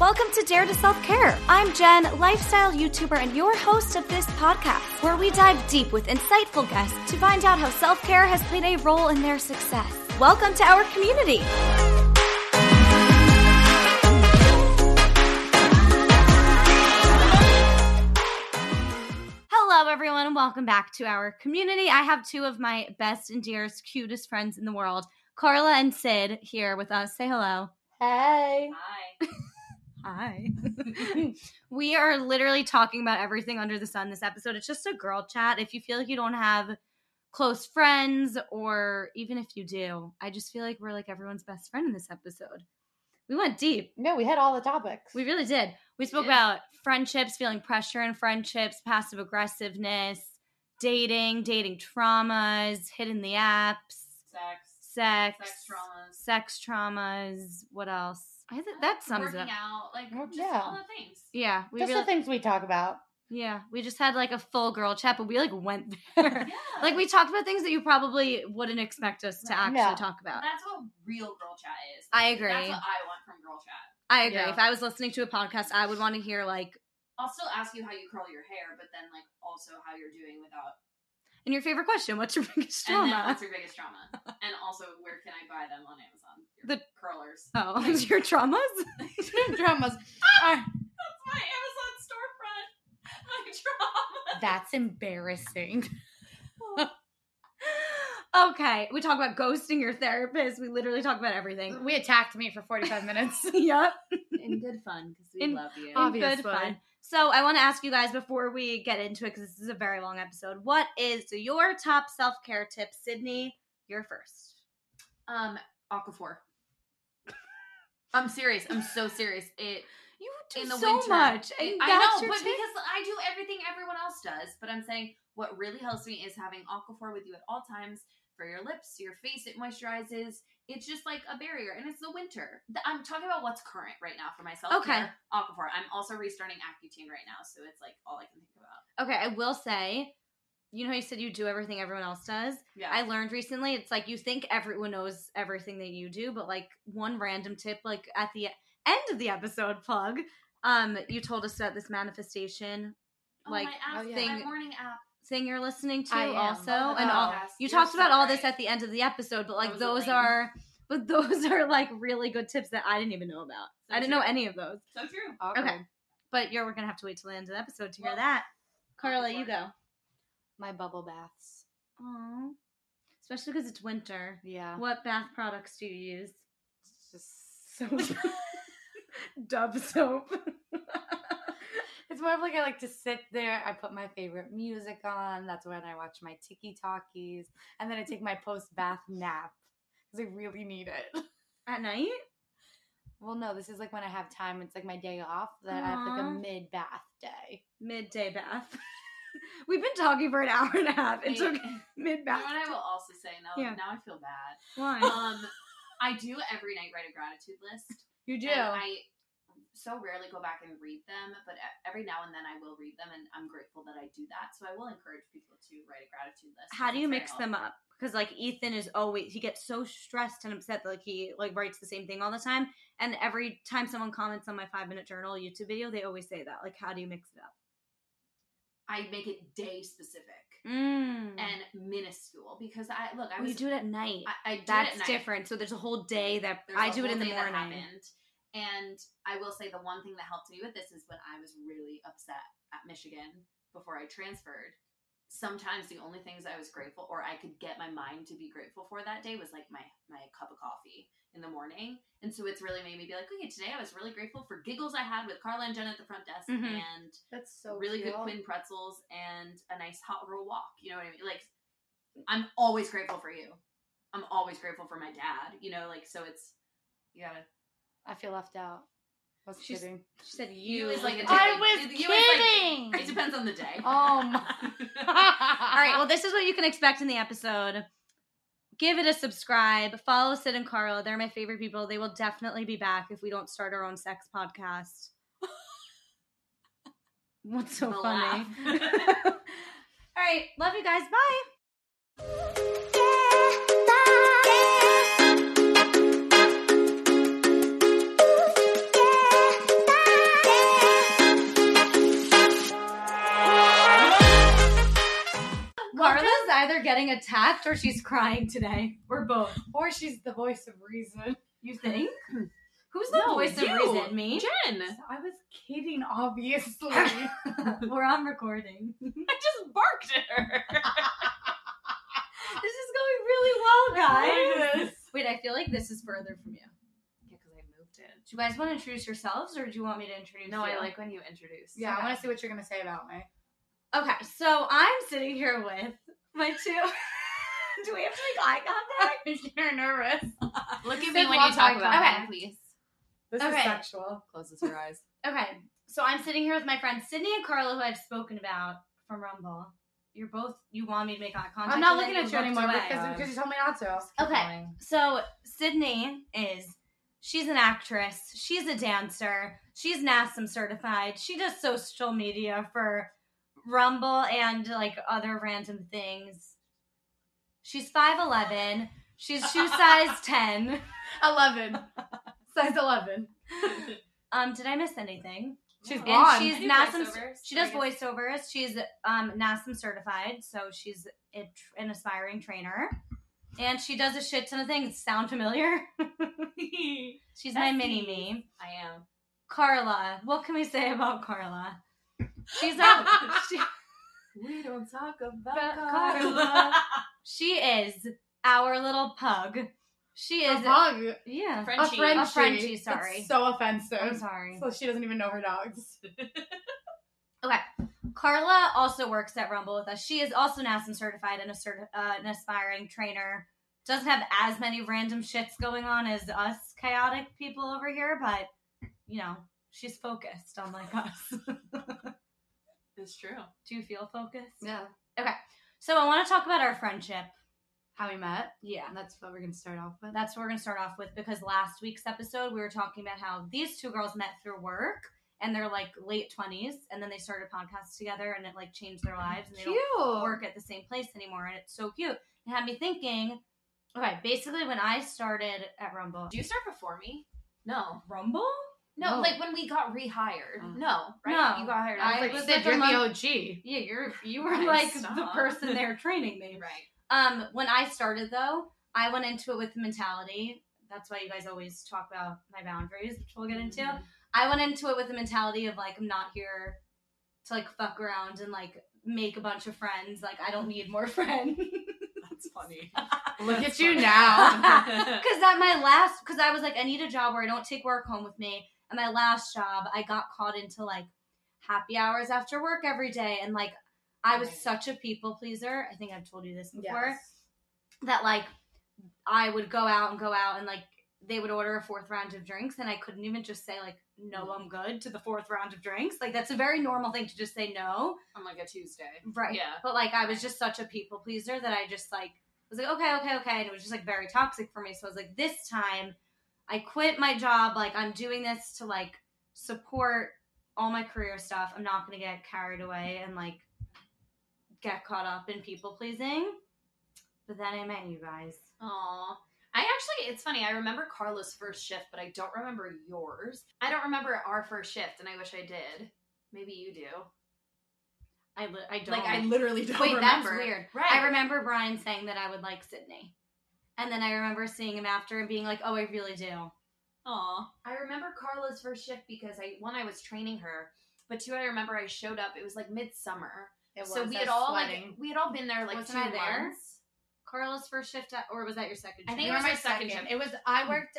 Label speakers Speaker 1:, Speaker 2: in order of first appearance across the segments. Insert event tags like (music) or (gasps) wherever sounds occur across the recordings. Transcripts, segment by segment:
Speaker 1: Welcome to Dare to Self Care. I'm Jen, lifestyle YouTuber and your host of this podcast, where we dive deep with insightful guests to find out how self care has played a role in their success. Welcome to our community. Hello, everyone, and welcome back to our community. I have two of my best and dearest, cutest friends in the world, Carla and Sid, here with us. Say hello.
Speaker 2: Hey.
Speaker 1: Hi. (laughs) Hi. (laughs) we are literally talking about everything under the sun this episode. It's just a girl chat. If you feel like you don't have close friends, or even if you do, I just feel like we're like everyone's best friend in this episode. We went deep.
Speaker 2: No, we hit all the topics.
Speaker 1: We really did. We spoke about friendships, feeling pressure in friendships, passive aggressiveness, dating, dating traumas, hidden the apps,
Speaker 3: sex,
Speaker 1: sex,
Speaker 3: sex traumas,
Speaker 1: sex traumas. What else? I th- that sums it
Speaker 3: working
Speaker 1: up.
Speaker 3: out, like
Speaker 2: Well,
Speaker 3: just
Speaker 2: yeah.
Speaker 3: all the things.
Speaker 1: Yeah, we
Speaker 2: Just
Speaker 1: really,
Speaker 2: the things we talk about.
Speaker 1: yeah, we just had like a full girl chat, but we like went (laughs) there. like we talked about things that you probably wouldn't expect us to
Speaker 3: Right.
Speaker 1: actually
Speaker 2: No.
Speaker 1: talk about.
Speaker 3: that's what real girl chat is.
Speaker 1: I agree.
Speaker 3: That's what I want from girl chat.
Speaker 1: I agree.
Speaker 2: Yeah.
Speaker 1: If I was listening to a podcast, I would want to hear like
Speaker 3: I'll still ask you how you curl your hair, but then like also how you're doing without.
Speaker 1: and your favorite question, what's your (laughs) biggest
Speaker 3: And then
Speaker 1: trauma?
Speaker 3: what's your biggest
Speaker 1: (laughs)
Speaker 3: trauma? and also where can I buy them on Amazon? Your
Speaker 1: The-
Speaker 3: curlers.
Speaker 1: Oh, (laughs) is your traumas?
Speaker 2: Dramas.
Speaker 3: That's my Amazon storefront. (laughs) My trauma.
Speaker 2: That's embarrassing.
Speaker 1: (laughs) okay, we talk about ghosting your therapist. We literally talk about everything. (laughs)
Speaker 4: We attacked me for
Speaker 2: (laughs)
Speaker 4: 45 minutes.
Speaker 1: yep.
Speaker 3: In good fun, because we
Speaker 1: In-
Speaker 3: love you.
Speaker 1: in good
Speaker 4: Obviously.
Speaker 1: fun. So I want to ask you guys before we get into it because this is a very long episode. What is your top self care tip, Sydney? You're first.
Speaker 3: Um, Aquaphor. I'm serious. I'm so serious. It
Speaker 1: You
Speaker 3: in the winter.
Speaker 1: and
Speaker 3: I
Speaker 1: that's
Speaker 3: know,
Speaker 1: your
Speaker 3: but
Speaker 1: tip?
Speaker 3: because I do everything everyone else does, but I'm saying what really helps me is having Aquaphor with you at all times for your lips, your face. It moisturizes. It's just like a barrier, and it's the winter. Th- I'm talking about what's current right now for myself.
Speaker 1: Okay.
Speaker 3: here, Aquaphor. I'm also restarting Accutane right now, so it's like all I can think about.
Speaker 1: okay, I will say, you know, how you said you do everything everyone else does.
Speaker 3: Yeah,
Speaker 1: I learned recently, it's like you think everyone knows everything that you do, but like one random tip, like at the end of the episode plug, um, you told us about this manifestation
Speaker 3: oh,
Speaker 1: like,
Speaker 3: my app,
Speaker 4: oh, yeah.
Speaker 3: my
Speaker 1: thing-
Speaker 3: morning app.
Speaker 1: thing you're listening to
Speaker 4: I am.
Speaker 1: also
Speaker 3: Oh,
Speaker 1: and all
Speaker 3: yes,
Speaker 1: you
Speaker 3: you're
Speaker 1: talked
Speaker 3: so
Speaker 1: about all this
Speaker 3: right.
Speaker 1: at the end of the episode but like those
Speaker 3: Those are lame.
Speaker 1: are but (laughs) those are like really good tips that i didn't even know about
Speaker 3: So
Speaker 1: i didn't know
Speaker 3: true.
Speaker 1: any of those
Speaker 3: So true.
Speaker 1: okay but you're we're gonna have to wait till the end of the episode to hear
Speaker 3: Well,
Speaker 1: that carla you
Speaker 3: forward.
Speaker 1: go
Speaker 4: My bubble baths.
Speaker 1: Aww. especially because it's winter
Speaker 4: Yeah.
Speaker 1: what bath products do you use
Speaker 4: It's just
Speaker 1: (laughs)
Speaker 3: (laughs)
Speaker 1: dove soap
Speaker 4: (laughs) It's more of like I like to sit there. I put my favorite music on. That's when I watch my tiki talkies. And then I take my post bath nap because I really need it. (laughs)
Speaker 1: at night
Speaker 4: Well, no, this is like when I have time. It's like my day off that I have like a
Speaker 1: Aw.
Speaker 4: mid bath day.
Speaker 1: midday bath (laughs) we've been talking for an hour and a half it took mid
Speaker 3: (laughs) You know
Speaker 1: bath
Speaker 3: what I will also say now.
Speaker 1: Yeah.
Speaker 3: Now I
Speaker 1: (laughs)
Speaker 3: feel bad.
Speaker 1: why
Speaker 3: Um, I do every night write a gratitude list.
Speaker 4: You do?
Speaker 3: And I so rarely go back and read them, but e- every now and then I will read them, and I'm grateful that I do that. So I will encourage people to write a gratitude list.
Speaker 1: how do you mix them up because like ethan is always he gets so stressed and upset that like he like writes the same thing all the time and every time someone comments on my five minute journal youtube video they always say that like how do you mix it up
Speaker 3: I make it day specific
Speaker 1: mm.
Speaker 3: and minuscule because I look. I
Speaker 1: well,
Speaker 3: was
Speaker 1: you do it at night
Speaker 3: I, I do
Speaker 1: that's
Speaker 3: it at night.
Speaker 1: different so there's a whole day that
Speaker 3: There's
Speaker 1: i
Speaker 3: a
Speaker 1: do it
Speaker 3: whole
Speaker 1: in the
Speaker 3: day that
Speaker 1: morning
Speaker 3: happened. And I will say the one thing that helped me with this is when I was really upset at Michigan before I transferred. Sometimes the only things I was grateful or I could get my mind to be grateful for that day was like my my cup of coffee in the morning. And so it's really made me be like, okay, today I was really grateful for giggles I had with Carla and Jen at the front desk
Speaker 1: Mhm.
Speaker 3: and
Speaker 4: That's so
Speaker 3: really good
Speaker 4: cute.
Speaker 3: Quinn pretzels and a nice hot roll walk. You know what I mean? Like I'm always grateful for you. I'm always grateful for my dad. You know, like so it's you gotta
Speaker 4: I feel left out. I was
Speaker 1: She's-
Speaker 4: kidding.
Speaker 1: She said
Speaker 3: You
Speaker 1: you.
Speaker 3: is
Speaker 4: I
Speaker 3: like a different-
Speaker 4: was
Speaker 3: you- you was like-
Speaker 4: kidding.
Speaker 3: it depends on the day.
Speaker 4: Oh
Speaker 3: my (laughs)
Speaker 1: All
Speaker 4: (laughs)
Speaker 1: right. Well, this is what you can expect in the episode. Give it a subscribe. Follow Sid and Carla. They're my favorite people. They will definitely be back if we don't start our own sex podcast. What's so
Speaker 3: The
Speaker 1: funny?
Speaker 3: laugh.
Speaker 1: All right. Love you guys. Bye. Carla's either getting attacked or she's crying today. Or both.
Speaker 4: or she's the voice of reason.
Speaker 1: You think? (clears throat) Who's (laughs) the
Speaker 3: No,
Speaker 1: voice
Speaker 3: you.
Speaker 1: of
Speaker 3: (laughs)
Speaker 1: reason? Me?
Speaker 3: Jen.
Speaker 4: I was kidding, (laughs) obviously.
Speaker 1: We're on recording. (laughs) this is
Speaker 3: I just barked at
Speaker 1: (laughs)
Speaker 3: her.
Speaker 1: going really well, guys.
Speaker 4: Yes.
Speaker 1: Wait, I feel like this is further from you.
Speaker 3: Yeah, because I moved it.
Speaker 1: Do you guys want to introduce yourselves or do you want me to introduce
Speaker 3: No,
Speaker 1: you?
Speaker 3: I like when you introduce.
Speaker 4: Yeah, I want to see what you're gonna say about me.
Speaker 1: Okay, so I'm sitting here with my two. (laughs) Do we have to make eye contact? (laughs)
Speaker 4: you're nervous.
Speaker 3: (laughs) Look at
Speaker 4: Sid
Speaker 3: me when you
Speaker 4: walked
Speaker 3: talk
Speaker 4: on
Speaker 3: about
Speaker 4: time.
Speaker 3: me, please.
Speaker 4: This
Speaker 1: Okay.
Speaker 4: is sexual.
Speaker 3: Closes her eyes.
Speaker 1: Okay, so I'm sitting here with my friends Sydney and Carla, who I've spoken about from Rumble. You're both. You want me to make eye contact?
Speaker 4: I'm not
Speaker 1: and then
Speaker 4: looking at you
Speaker 1: looked
Speaker 4: anymore
Speaker 1: away.
Speaker 4: because, because you told me not to.
Speaker 1: Okay. So Sydney is she's an actress, she's a dancer, she's NASM certified, she does social media for Rumble and like other random things. She's five eleven. She's shoe size ten.
Speaker 4: Eleven, size eleven.
Speaker 1: Um, did I miss anything?
Speaker 4: She's
Speaker 3: No.
Speaker 1: And
Speaker 4: blonde.
Speaker 1: she's
Speaker 3: I do
Speaker 1: NASM.
Speaker 3: voiceovers,
Speaker 1: She
Speaker 3: so I
Speaker 1: does voiceovers. She's um NASM certified, so she's a, tr- an aspiring trainer, and she does a shit ton of things. Sound familiar? (laughs) she's my
Speaker 3: Besties.
Speaker 1: mini me.
Speaker 3: I am.
Speaker 1: Carla. What can we say about Carla? She's a she,
Speaker 3: We don't talk
Speaker 1: About Carla. she is our little pug. She
Speaker 4: a
Speaker 1: is
Speaker 4: pug.
Speaker 1: yeah.
Speaker 4: A
Speaker 3: Frenchie.
Speaker 4: Frenchie.
Speaker 1: A Frenchie, sorry.
Speaker 4: It's so offensive.
Speaker 1: I'm sorry.
Speaker 4: So she doesn't even know her dogs.
Speaker 1: Okay. Carla also works at Rumble with us. She is also NASM certified and a certi- uh, an aspiring trainer. Doesn't have as many random shits going on as us chaotic people over here, but you know she's focused, unlike us. (laughs)
Speaker 3: It's true.
Speaker 1: Do you feel focused?
Speaker 4: Yeah.
Speaker 1: So I want to talk about our friendship.
Speaker 4: How we met.
Speaker 1: Yeah.
Speaker 4: And that's what we're gonna start off with.
Speaker 1: That's what we're going to start off with because last week's episode, we were talking about how these two girls met through work and they're like late 20s and then they started podcasts together and it like changed their lives and they
Speaker 4: cute.
Speaker 1: don't work at the same place anymore. And it's so cute. It had me thinking, okay, basically when I started at Rumble,
Speaker 3: Do you start before me? No.
Speaker 1: Rumble?
Speaker 3: No,
Speaker 4: No.
Speaker 3: like when we got rehired.
Speaker 4: Oh.
Speaker 3: no, right?
Speaker 1: No.
Speaker 3: You got hired.
Speaker 1: I
Speaker 3: after
Speaker 1: was
Speaker 3: you.
Speaker 1: like, Sid, you're the
Speaker 4: OG.
Speaker 1: Yeah, you're you were
Speaker 3: Nice.
Speaker 1: like the
Speaker 3: Uh-huh.
Speaker 1: person they're training
Speaker 3: (laughs)
Speaker 1: me. (laughs)
Speaker 3: right.
Speaker 1: Um, when I started though, I went into it with the mentality. That's why you guys always talk about my boundaries, which we'll get into. I went into it with the mentality of like I'm not here to like fuck around and like make a bunch of friends. Like I don't need more (laughs) friends.
Speaker 3: That's funny.
Speaker 4: Look at you now.
Speaker 3: now.
Speaker 1: Because at my last, because I was like I need a job where I don't take work home with me. And my last job, I got caught into like happy hours after work every day, and like I was
Speaker 3: Right.
Speaker 1: such a people pleaser. I think I've told you this before. that like I would go out and go out and like they would order a fourth round of drinks and I couldn't even just say like no I'm good to the fourth round of drinks. Like that's a very normal thing to just say no.
Speaker 3: On like a Tuesday.
Speaker 1: Right.
Speaker 3: Yeah.
Speaker 1: But like I was just such a people pleaser that I just like was like okay, okay, okay and it was just like very toxic for me. So I was like this time I quit my job like I'm doing this to like support all my career stuff. I'm not going to get carried away and like get caught up in people pleasing. But then I met you guys.
Speaker 3: Aw. I actually, it's funny. I remember Carla's first shift, but I don't remember yours. I don't remember our first shift, and I wish I did. Maybe you do.
Speaker 1: I, li- I don't.
Speaker 3: Like I literally don't
Speaker 1: Wait,
Speaker 3: remember.
Speaker 1: that's weird.
Speaker 3: Right.
Speaker 1: I remember Brian saying that I would like Sydney. And then I remember seeing him after and being like, oh, I really do.
Speaker 3: Aw. I remember Carla's first shift because I one I was training her, but two I remember I showed up. It was like midsummer,
Speaker 4: It
Speaker 3: so
Speaker 4: was
Speaker 3: we
Speaker 4: us
Speaker 3: had all
Speaker 4: sweating.
Speaker 3: like we had all been there like
Speaker 1: Wasn't
Speaker 3: two
Speaker 1: I there?
Speaker 3: months.
Speaker 1: Carla's first shift, at, or was that your second
Speaker 3: I
Speaker 1: shift?
Speaker 3: think it
Speaker 4: You
Speaker 3: was
Speaker 4: were
Speaker 3: my second Mm. shift.
Speaker 4: It was I worked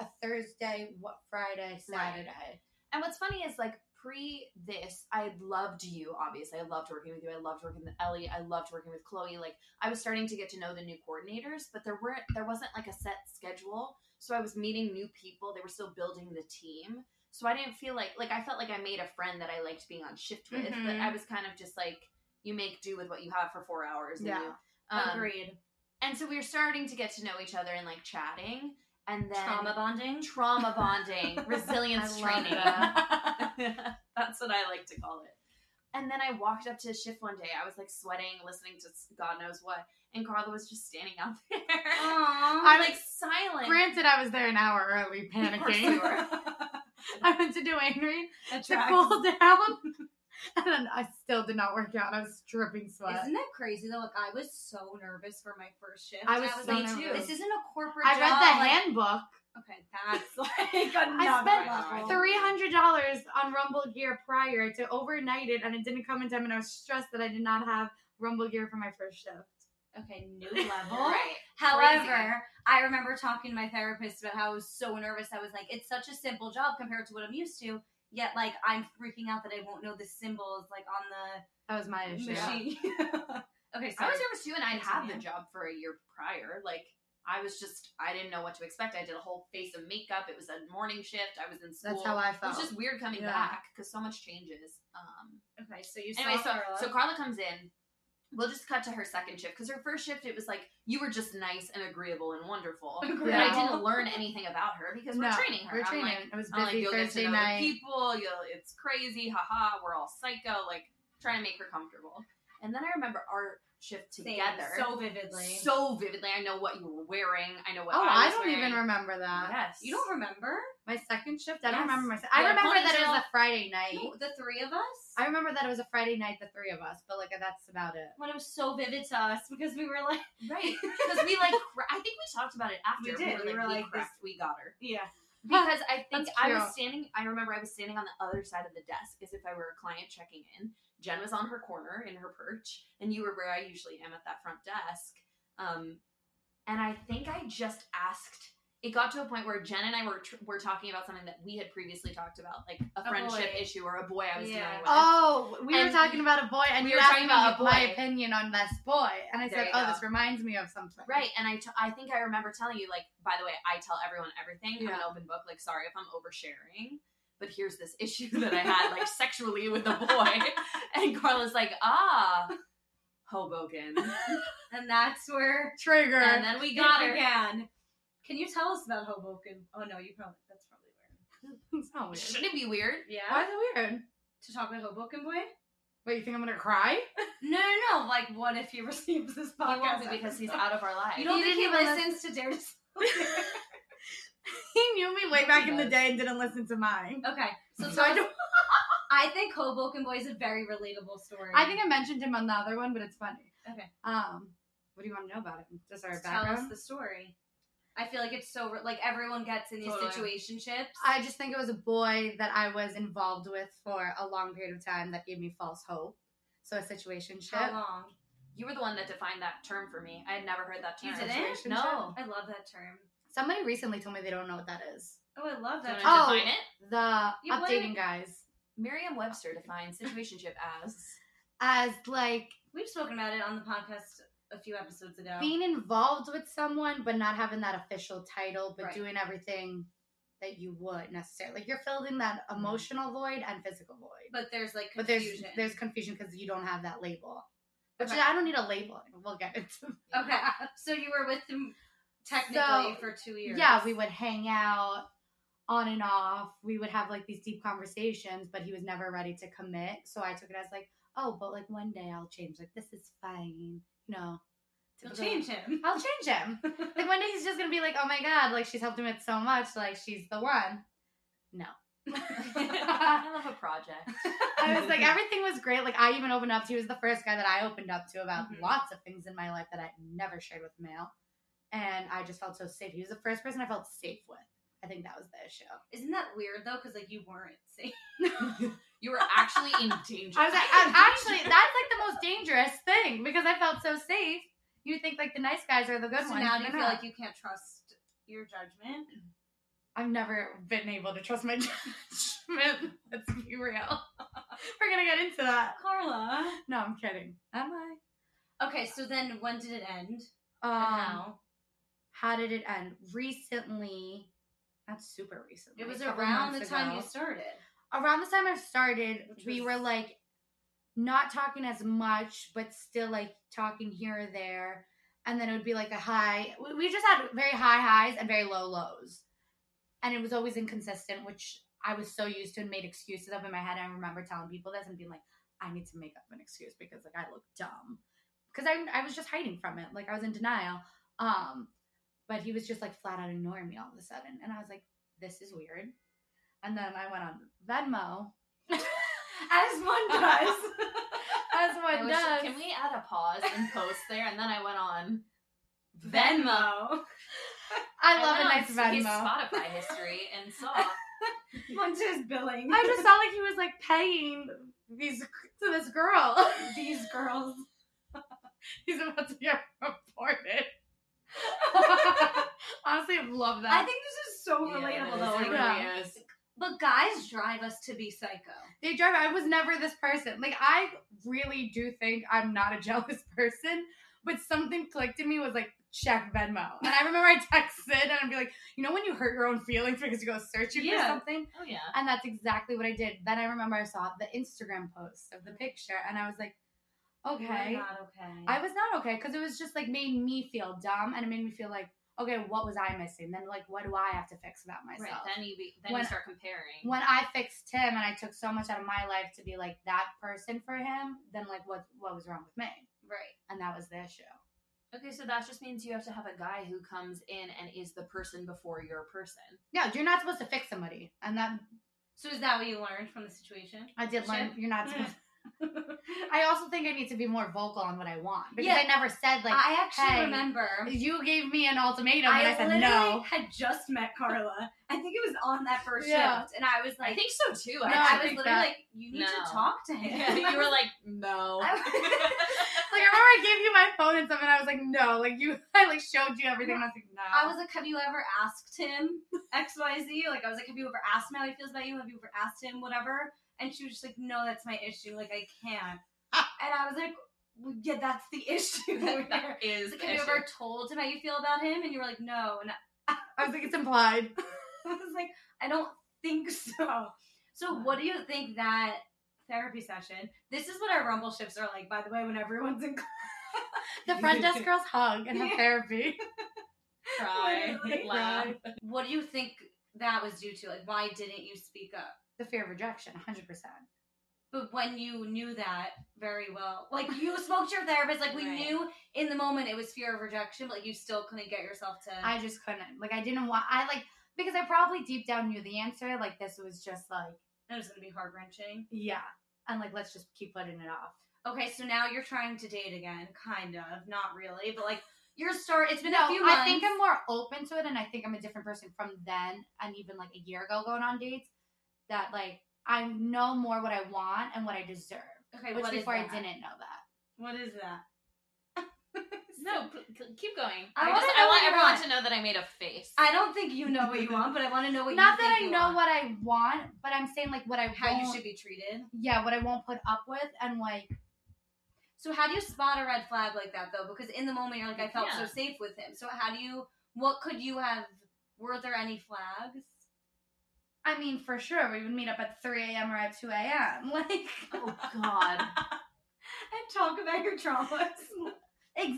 Speaker 4: a Thursday, what Friday, Saturday.
Speaker 3: And what's funny is like pre this, I loved you, obviously. I loved working with you. I loved working with Ellie. I loved working with Chloe. Like I was starting to get to know the new coordinators, but there weren't there wasn't like a set schedule. So I was meeting new people. They were still building the team. So I didn't feel like like I felt like I made a friend that I liked being on shift with, but
Speaker 1: Mhm.
Speaker 3: I was kind of just like you make do with what you have for four hours. and
Speaker 1: Yeah.
Speaker 3: you- um,
Speaker 1: Agreed.
Speaker 3: And so we were starting to get to know each other and like chatting, and then
Speaker 1: Trauma bonding.
Speaker 3: trauma bonding, resilience
Speaker 1: (laughs) I love
Speaker 3: training. (laughs) That's what I like to call it. And then I walked up to shift one day. I was like sweating, listening to s- God knows what, and Carla was just standing out there. (laughs)
Speaker 1: Aww.
Speaker 3: I'm like silent.
Speaker 4: Granted, I was there an hour early
Speaker 3: (laughs) Of course you
Speaker 1: (laughs)
Speaker 4: panicking.
Speaker 3: were.
Speaker 4: (laughs) I went to do Angry to
Speaker 1: Attracts. (laughs)
Speaker 4: cool (laughs) down, and then I still did not work out. I was dripping sweat.
Speaker 1: Isn't that crazy though? Like I was so nervous for my first shift.
Speaker 4: I was so
Speaker 1: like,
Speaker 4: nervous.
Speaker 1: This isn't a corporate.
Speaker 4: I read
Speaker 1: job,
Speaker 4: the
Speaker 1: like-
Speaker 4: handbook.
Speaker 1: Okay,
Speaker 3: (laughs)
Speaker 1: that's like another
Speaker 4: spent
Speaker 1: level.
Speaker 4: Three hundred dollars on Rumble Gear prior to overnight it, and it didn't come in time, and I was stressed that I did not have Rumble Gear for my first shift.
Speaker 1: Okay, new level.
Speaker 3: Right.
Speaker 1: However, I remember talking to my therapist about how I was so nervous. I was like, it's such a simple job compared to what I'm used to. Yet, like, I'm freaking out that I won't know the symbols, like, on the
Speaker 4: That was my issue.
Speaker 1: machine. (laughs) okay,
Speaker 3: I
Speaker 1: sorry.
Speaker 3: was nervous too, and I'd had the
Speaker 1: Continue.
Speaker 3: job for a year prior. Like I was just, I didn't know what to expect. I did a whole face of makeup. It was a morning shift. I was in school.
Speaker 4: That's how I
Speaker 3: it
Speaker 4: felt.
Speaker 3: was just weird coming
Speaker 4: Yeah.
Speaker 3: back because so much changes. Um,
Speaker 1: okay, so you
Speaker 3: anyway,
Speaker 1: saw
Speaker 3: so
Speaker 1: Carla.
Speaker 3: so Carla comes in. We'll just cut to her second shift because her first shift it was like you were just nice and agreeable and wonderful, but I
Speaker 4: Yeah.
Speaker 3: didn't learn anything about her because we're
Speaker 4: No,
Speaker 3: training her.
Speaker 4: We're
Speaker 3: I'm
Speaker 4: training.
Speaker 3: like,
Speaker 4: I was
Speaker 3: I'm like,
Speaker 4: busy
Speaker 3: you'll get
Speaker 4: Thursday
Speaker 3: to know the
Speaker 4: night.
Speaker 3: people. You'll, it's crazy. Haha. We're all psycho. Like trying to make her comfortable. And then I remember our shift
Speaker 1: Same,
Speaker 3: together
Speaker 1: so vividly.
Speaker 3: so vividly. I know what you were wearing. I know what.
Speaker 4: oh, I,
Speaker 3: I, was
Speaker 4: don't even
Speaker 3: wearing.
Speaker 4: remember that.
Speaker 3: Yes,
Speaker 1: you don't remember?
Speaker 4: My second shift. I don't
Speaker 3: Yes.
Speaker 4: remember my. Se-
Speaker 3: You
Speaker 4: I
Speaker 3: had a
Speaker 4: remember that it was
Speaker 3: ponytail.
Speaker 4: a Friday night.
Speaker 1: No, the three of us?
Speaker 4: I remember that it was a Friday night, the three of us. But like that's about it.
Speaker 1: when it was so vivid to us because we were like, (laughs)
Speaker 3: right because we like. Cra- I think we talked about it
Speaker 1: We
Speaker 3: after.
Speaker 1: did.
Speaker 3: We were like,
Speaker 1: like,
Speaker 3: we, cracked. we got her
Speaker 1: yeah.
Speaker 3: because
Speaker 1: (laughs)
Speaker 3: I think
Speaker 4: That's
Speaker 3: I
Speaker 4: cute.
Speaker 3: was standing. I remember I was standing on the other side of the desk as if I were a client checking in. Jen was on her corner in her perch, and you were where I usually am at that front desk. Um, and I think I just asked. It got to a point where Jen and I were tr- were talking about something that we had previously talked about, like a
Speaker 1: A
Speaker 3: friendship
Speaker 1: boy.
Speaker 3: issue or a boy I was
Speaker 1: Yeah.
Speaker 3: dealing with.
Speaker 4: Oh, we were
Speaker 3: And
Speaker 4: talking about a boy, and
Speaker 3: we
Speaker 4: you
Speaker 3: were
Speaker 4: asked
Speaker 3: talking
Speaker 4: me
Speaker 3: about a
Speaker 4: my
Speaker 3: boy.
Speaker 4: opinion on best boy, and I
Speaker 3: There
Speaker 4: said,
Speaker 3: you
Speaker 4: "Oh,
Speaker 3: go.
Speaker 4: this reminds me of something."
Speaker 3: Right, and I, t- I think I remember telling you, like, by the way, I tell everyone everything. I'm an
Speaker 4: Yeah.
Speaker 3: open book. Like, sorry if I'm oversharing, but here's this issue (laughs) that I had, like, sexually with a boy. (laughs) And Carla's like, ah, Hoboken.
Speaker 1: And that's where
Speaker 4: Trigger.
Speaker 3: And
Speaker 4: (laughs)
Speaker 3: then we got
Speaker 1: it
Speaker 3: her.
Speaker 1: began. Can you tell us about Hoboken? Oh, no, you probably, that's probably weird.
Speaker 4: it's not weird.
Speaker 3: Shouldn't it be weird?
Speaker 1: Yeah?
Speaker 4: Why is it weird?
Speaker 1: To talk about Hoboken Boy?
Speaker 4: Wait, you think I'm gonna cry? (laughs)
Speaker 1: No, no, no. Like, what if he (laughs) receives this podcast?
Speaker 3: He won't be
Speaker 1: (laughs)
Speaker 3: because he's
Speaker 1: episode?
Speaker 3: out of our lives.
Speaker 1: You don't
Speaker 4: He
Speaker 1: think he
Speaker 4: didn't even
Speaker 1: listens to Dare to (laughs)
Speaker 4: he knew me way
Speaker 3: Yes,
Speaker 4: back
Speaker 3: he
Speaker 4: in the
Speaker 3: does.
Speaker 4: day and didn't listen to mine.
Speaker 1: Okay, (laughs) so,
Speaker 4: So I
Speaker 1: tell us-
Speaker 4: don't.
Speaker 1: I think Hoboken Boy is a very relatable story.
Speaker 4: I think I mentioned him on the other one, but it's funny.
Speaker 1: Okay.
Speaker 4: Um, what do you want to know about him? Just our
Speaker 1: Just tell us
Speaker 4: background.
Speaker 1: the story. I feel like it's so re- like everyone gets in these
Speaker 3: Totally.
Speaker 1: situationships.
Speaker 4: I just think it was a boy that I was involved with for a long period of time that gave me false hope. So a situation
Speaker 1: How long?
Speaker 3: You were the one that defined that term for me. I had never heard that term.
Speaker 1: You didn't?
Speaker 3: No.
Speaker 1: I love that term.
Speaker 4: Somebody recently told me they don't know what that is.
Speaker 1: Oh, I love
Speaker 3: Do you
Speaker 1: that.
Speaker 3: want to
Speaker 1: term.
Speaker 4: Oh.
Speaker 3: define it?
Speaker 4: The
Speaker 1: Yeah, what-
Speaker 4: updating guys
Speaker 3: Merriam-Webster defines situationship as...
Speaker 4: as like
Speaker 1: we've spoken about it on the podcast a few episodes ago.
Speaker 4: being involved with someone but not having that official title, but
Speaker 1: Right.
Speaker 4: doing everything that you would necessarily. Like you're filling that emotional void and physical void.
Speaker 1: Mm-hmm. but there's like
Speaker 4: But there's
Speaker 1: confusion.
Speaker 4: there's confusion because you don't have that label. Which
Speaker 1: Okay.
Speaker 4: I don't need a label. We'll get into
Speaker 1: Okay, (laughs) so you were with him technically
Speaker 4: So,
Speaker 1: for two years.
Speaker 4: Yeah, we would hang out on and off. We would have like these deep conversations, but he was never ready to commit. So I took it as like, oh, but like one day I'll change. Like this is fine, you know.
Speaker 1: You'll
Speaker 4: typical-
Speaker 1: change him. (laughs)
Speaker 4: I'll change him. (laughs) like one day he's just gonna be like, oh my god, like she's helped him with so much. Like she's the one. No. (laughs)
Speaker 3: I love a project.
Speaker 4: I was like,
Speaker 1: (laughs)
Speaker 4: everything was great. Like I even opened up to. He was the first guy that I opened up to about
Speaker 1: Mhm.
Speaker 4: lots of things in my life that I never shared with male, and I just felt so safe. He was the first person I felt safe with. I think that was the issue.
Speaker 1: Isn't that weird though? Because like you weren't (laughs) safe.
Speaker 3: You were actually in (laughs) danger.
Speaker 4: I
Speaker 1: (laughs)
Speaker 4: was like, I'm actually, that's like the most dangerous thing because I felt so safe. You think like the nice guys are the good
Speaker 1: so
Speaker 4: ones.
Speaker 1: now
Speaker 4: and
Speaker 1: do you
Speaker 4: they're
Speaker 1: feel like
Speaker 4: not.
Speaker 1: you can't trust your judgment?
Speaker 4: I've never been able to trust my (laughs) judgment. Let's be real. (laughs) We're gonna get into that.
Speaker 1: Carla.
Speaker 4: No, I'm kidding. Am I?
Speaker 1: Okay, so then when did it end?
Speaker 4: Um,
Speaker 1: And how?
Speaker 4: How did it end? Recently, not super recently.
Speaker 1: It was
Speaker 4: a couple
Speaker 1: around the
Speaker 4: months
Speaker 1: time
Speaker 4: ago.
Speaker 1: you started.
Speaker 4: (laughs)
Speaker 1: (laughs)
Speaker 4: around the time I started,
Speaker 1: Which
Speaker 4: we
Speaker 1: was-
Speaker 4: were like not talking as much, but still like talking here or there. And then it would be like a high. we- We just had very high highs and very low lows, and it was always inconsistent, which I was so used to and made excuses up in my head. I remember telling people this and being like, "I need to make up an excuse because like I look dumb," because I I was just hiding from it, like I was in denial. Um, but he was just like flat out ignoring me all of a sudden, and I was like, "This is weird." And then I went on Venmo, (laughs) as one does, as
Speaker 3: I
Speaker 4: one
Speaker 3: wish-
Speaker 4: does.
Speaker 3: Can we add a pause and post there? And then I went on.
Speaker 1: Venmo.
Speaker 4: I love a
Speaker 3: went on
Speaker 4: nice
Speaker 3: his
Speaker 4: Venmo.
Speaker 3: Spotify history
Speaker 4: (laughs)
Speaker 3: and saw.
Speaker 1: Once is billing.
Speaker 4: I just saw like he was like paying these to this girl. (laughs)
Speaker 1: (laughs) these girls.
Speaker 4: He's about to get reported. (laughs) Honestly, I love that.
Speaker 1: I think this is so
Speaker 3: Yeah,
Speaker 1: relatable
Speaker 3: that
Speaker 1: though.
Speaker 3: is-
Speaker 1: Like,
Speaker 3: it
Speaker 4: Yeah.
Speaker 3: really is.
Speaker 1: But guys drive us to be psycho.
Speaker 4: they drive. I was never this person. Like I really do think I'm not a (laughs) jealous person, but something clicked in me was like check Venmo. And I remember I texted and I'd be like, you know when you hurt your own feelings because you go searching
Speaker 1: Yeah.
Speaker 4: for something,
Speaker 3: Oh yeah.
Speaker 4: and that's exactly what I did. Then I remember I saw the Instagram post of the picture, and I was like, okay,
Speaker 1: We're not okay.
Speaker 4: I was not okay because it was just like made me feel dumb and it made me feel like, okay, what was I missing? Then like, what do I have to fix about
Speaker 3: Right.
Speaker 4: myself?
Speaker 3: Then you be, then
Speaker 4: When-
Speaker 3: you start comparing.
Speaker 4: when I fixed him and I took so much out of my life to be like that person for him, then like what what was wrong with me?
Speaker 1: right.
Speaker 4: And that was the issue.
Speaker 3: okay, so that just means you have to have a guy who comes in and is the person before your person.
Speaker 4: Yeah, you're not supposed to fix somebody, and that
Speaker 1: So is that what you learned from the situation?
Speaker 4: I did learn.
Speaker 1: Shit.
Speaker 4: You're not supposed. (laughs) I also think I need to be more vocal on what I want because
Speaker 1: Yeah.
Speaker 4: I never said like
Speaker 1: I actually
Speaker 4: hey,
Speaker 1: remember.
Speaker 4: you gave me an ultimatum and
Speaker 1: I,
Speaker 4: I, said
Speaker 1: literally
Speaker 4: no.
Speaker 1: had just met Carla. I think it was on that first
Speaker 4: Yeah.
Speaker 1: shift, and I was like,
Speaker 3: I think so too.
Speaker 4: No,
Speaker 1: and
Speaker 4: I
Speaker 1: I,
Speaker 3: actually.
Speaker 1: was
Speaker 4: think
Speaker 1: literally
Speaker 4: that-
Speaker 1: like, you need
Speaker 3: No.
Speaker 1: to talk to him.
Speaker 3: Yeah,
Speaker 1: (laughs)
Speaker 3: (laughs) you were like,
Speaker 4: (laughs)
Speaker 3: no. (laughs)
Speaker 1: I
Speaker 4: Like I remember I gave you my phone and stuff, and I was like no. Like you, (laughs) I like showed you everything. And I was like no.
Speaker 3: "Oh."
Speaker 1: I was like, have you ever asked him X Y Z? Like, I was like, have you ever asked him how he feels about you? Have you ever asked him whatever? And she was just like, no, that's my issue. Like, I can't. And I was like, well, yeah, that's the (laughs)
Speaker 3: (laughs)
Speaker 1: issue. right there.
Speaker 3: that
Speaker 1: It's
Speaker 3: is.
Speaker 1: like,
Speaker 3: the
Speaker 1: have you
Speaker 3: issue.
Speaker 1: ever told him how you feel about him? And you were like, no. And (laughs) I-
Speaker 4: I was like it's implied.
Speaker 1: (laughs) I was like, I don't think so. So, what do you think that therapy session? This is what our rumble shifts are like, by the way, when everyone's in class.
Speaker 4: The front
Speaker 3: (laughs)
Speaker 4: desk girls hug and have (laughs)
Speaker 1: Yeah.
Speaker 4: therapy. Oh (laughs)
Speaker 3: Cry,
Speaker 1: Literally.
Speaker 3: laugh.
Speaker 1: What do you think that was due to? Like, why didn't you speak up?
Speaker 4: the fear of rejection 100%
Speaker 1: But when you knew that very well, like
Speaker 3: (laughs)
Speaker 1: you spoke to your therapist, like we
Speaker 3: Right.
Speaker 1: knew in the moment it was fear of rejection, but like you still couldn't get yourself to.
Speaker 4: i just couldn't like i didn't want i like because i probably deep down knew the answer like this was just like
Speaker 1: it was going to be heart wrenching.
Speaker 4: yeah and like let's just keep putting it off
Speaker 1: Okay, so now you're trying to date again, kind of, not really, but like you're start. It's been
Speaker 4: no
Speaker 1: a few months.
Speaker 4: i think i'm more open to it and i think i'm a different person from then and even like a year ago going on dates that like i know more what i want and what i deserve
Speaker 1: Okay,
Speaker 4: which
Speaker 1: what is
Speaker 4: before i
Speaker 1: that?
Speaker 4: didn't know that
Speaker 1: What is that?
Speaker 3: No, p- c- keep going.
Speaker 1: I
Speaker 3: I,
Speaker 1: wanna
Speaker 3: just
Speaker 1: know
Speaker 3: I
Speaker 1: what
Speaker 3: want
Speaker 1: you
Speaker 3: everyone
Speaker 1: want.
Speaker 3: to know that I made a face.
Speaker 1: I don't think you know what you want, but I want to know what.
Speaker 4: not
Speaker 1: you
Speaker 4: that
Speaker 1: think
Speaker 4: i
Speaker 1: you
Speaker 4: know
Speaker 1: want.
Speaker 4: what i want but i'm saying like what i
Speaker 1: how you
Speaker 4: won't-
Speaker 1: should be treated.
Speaker 4: yeah what i won't put up with and like
Speaker 1: So how do you spot a red flag like that though? Because in the moment you're like, I felt so
Speaker 3: Yeah.
Speaker 1: safe with him. So how do you? What could you have? Were there any flags?
Speaker 4: I mean, for sure, we would meet up at 3 a.m. or at 2 a.m. (laughs) Like,
Speaker 3: oh God.
Speaker 1: And talk about your traumas.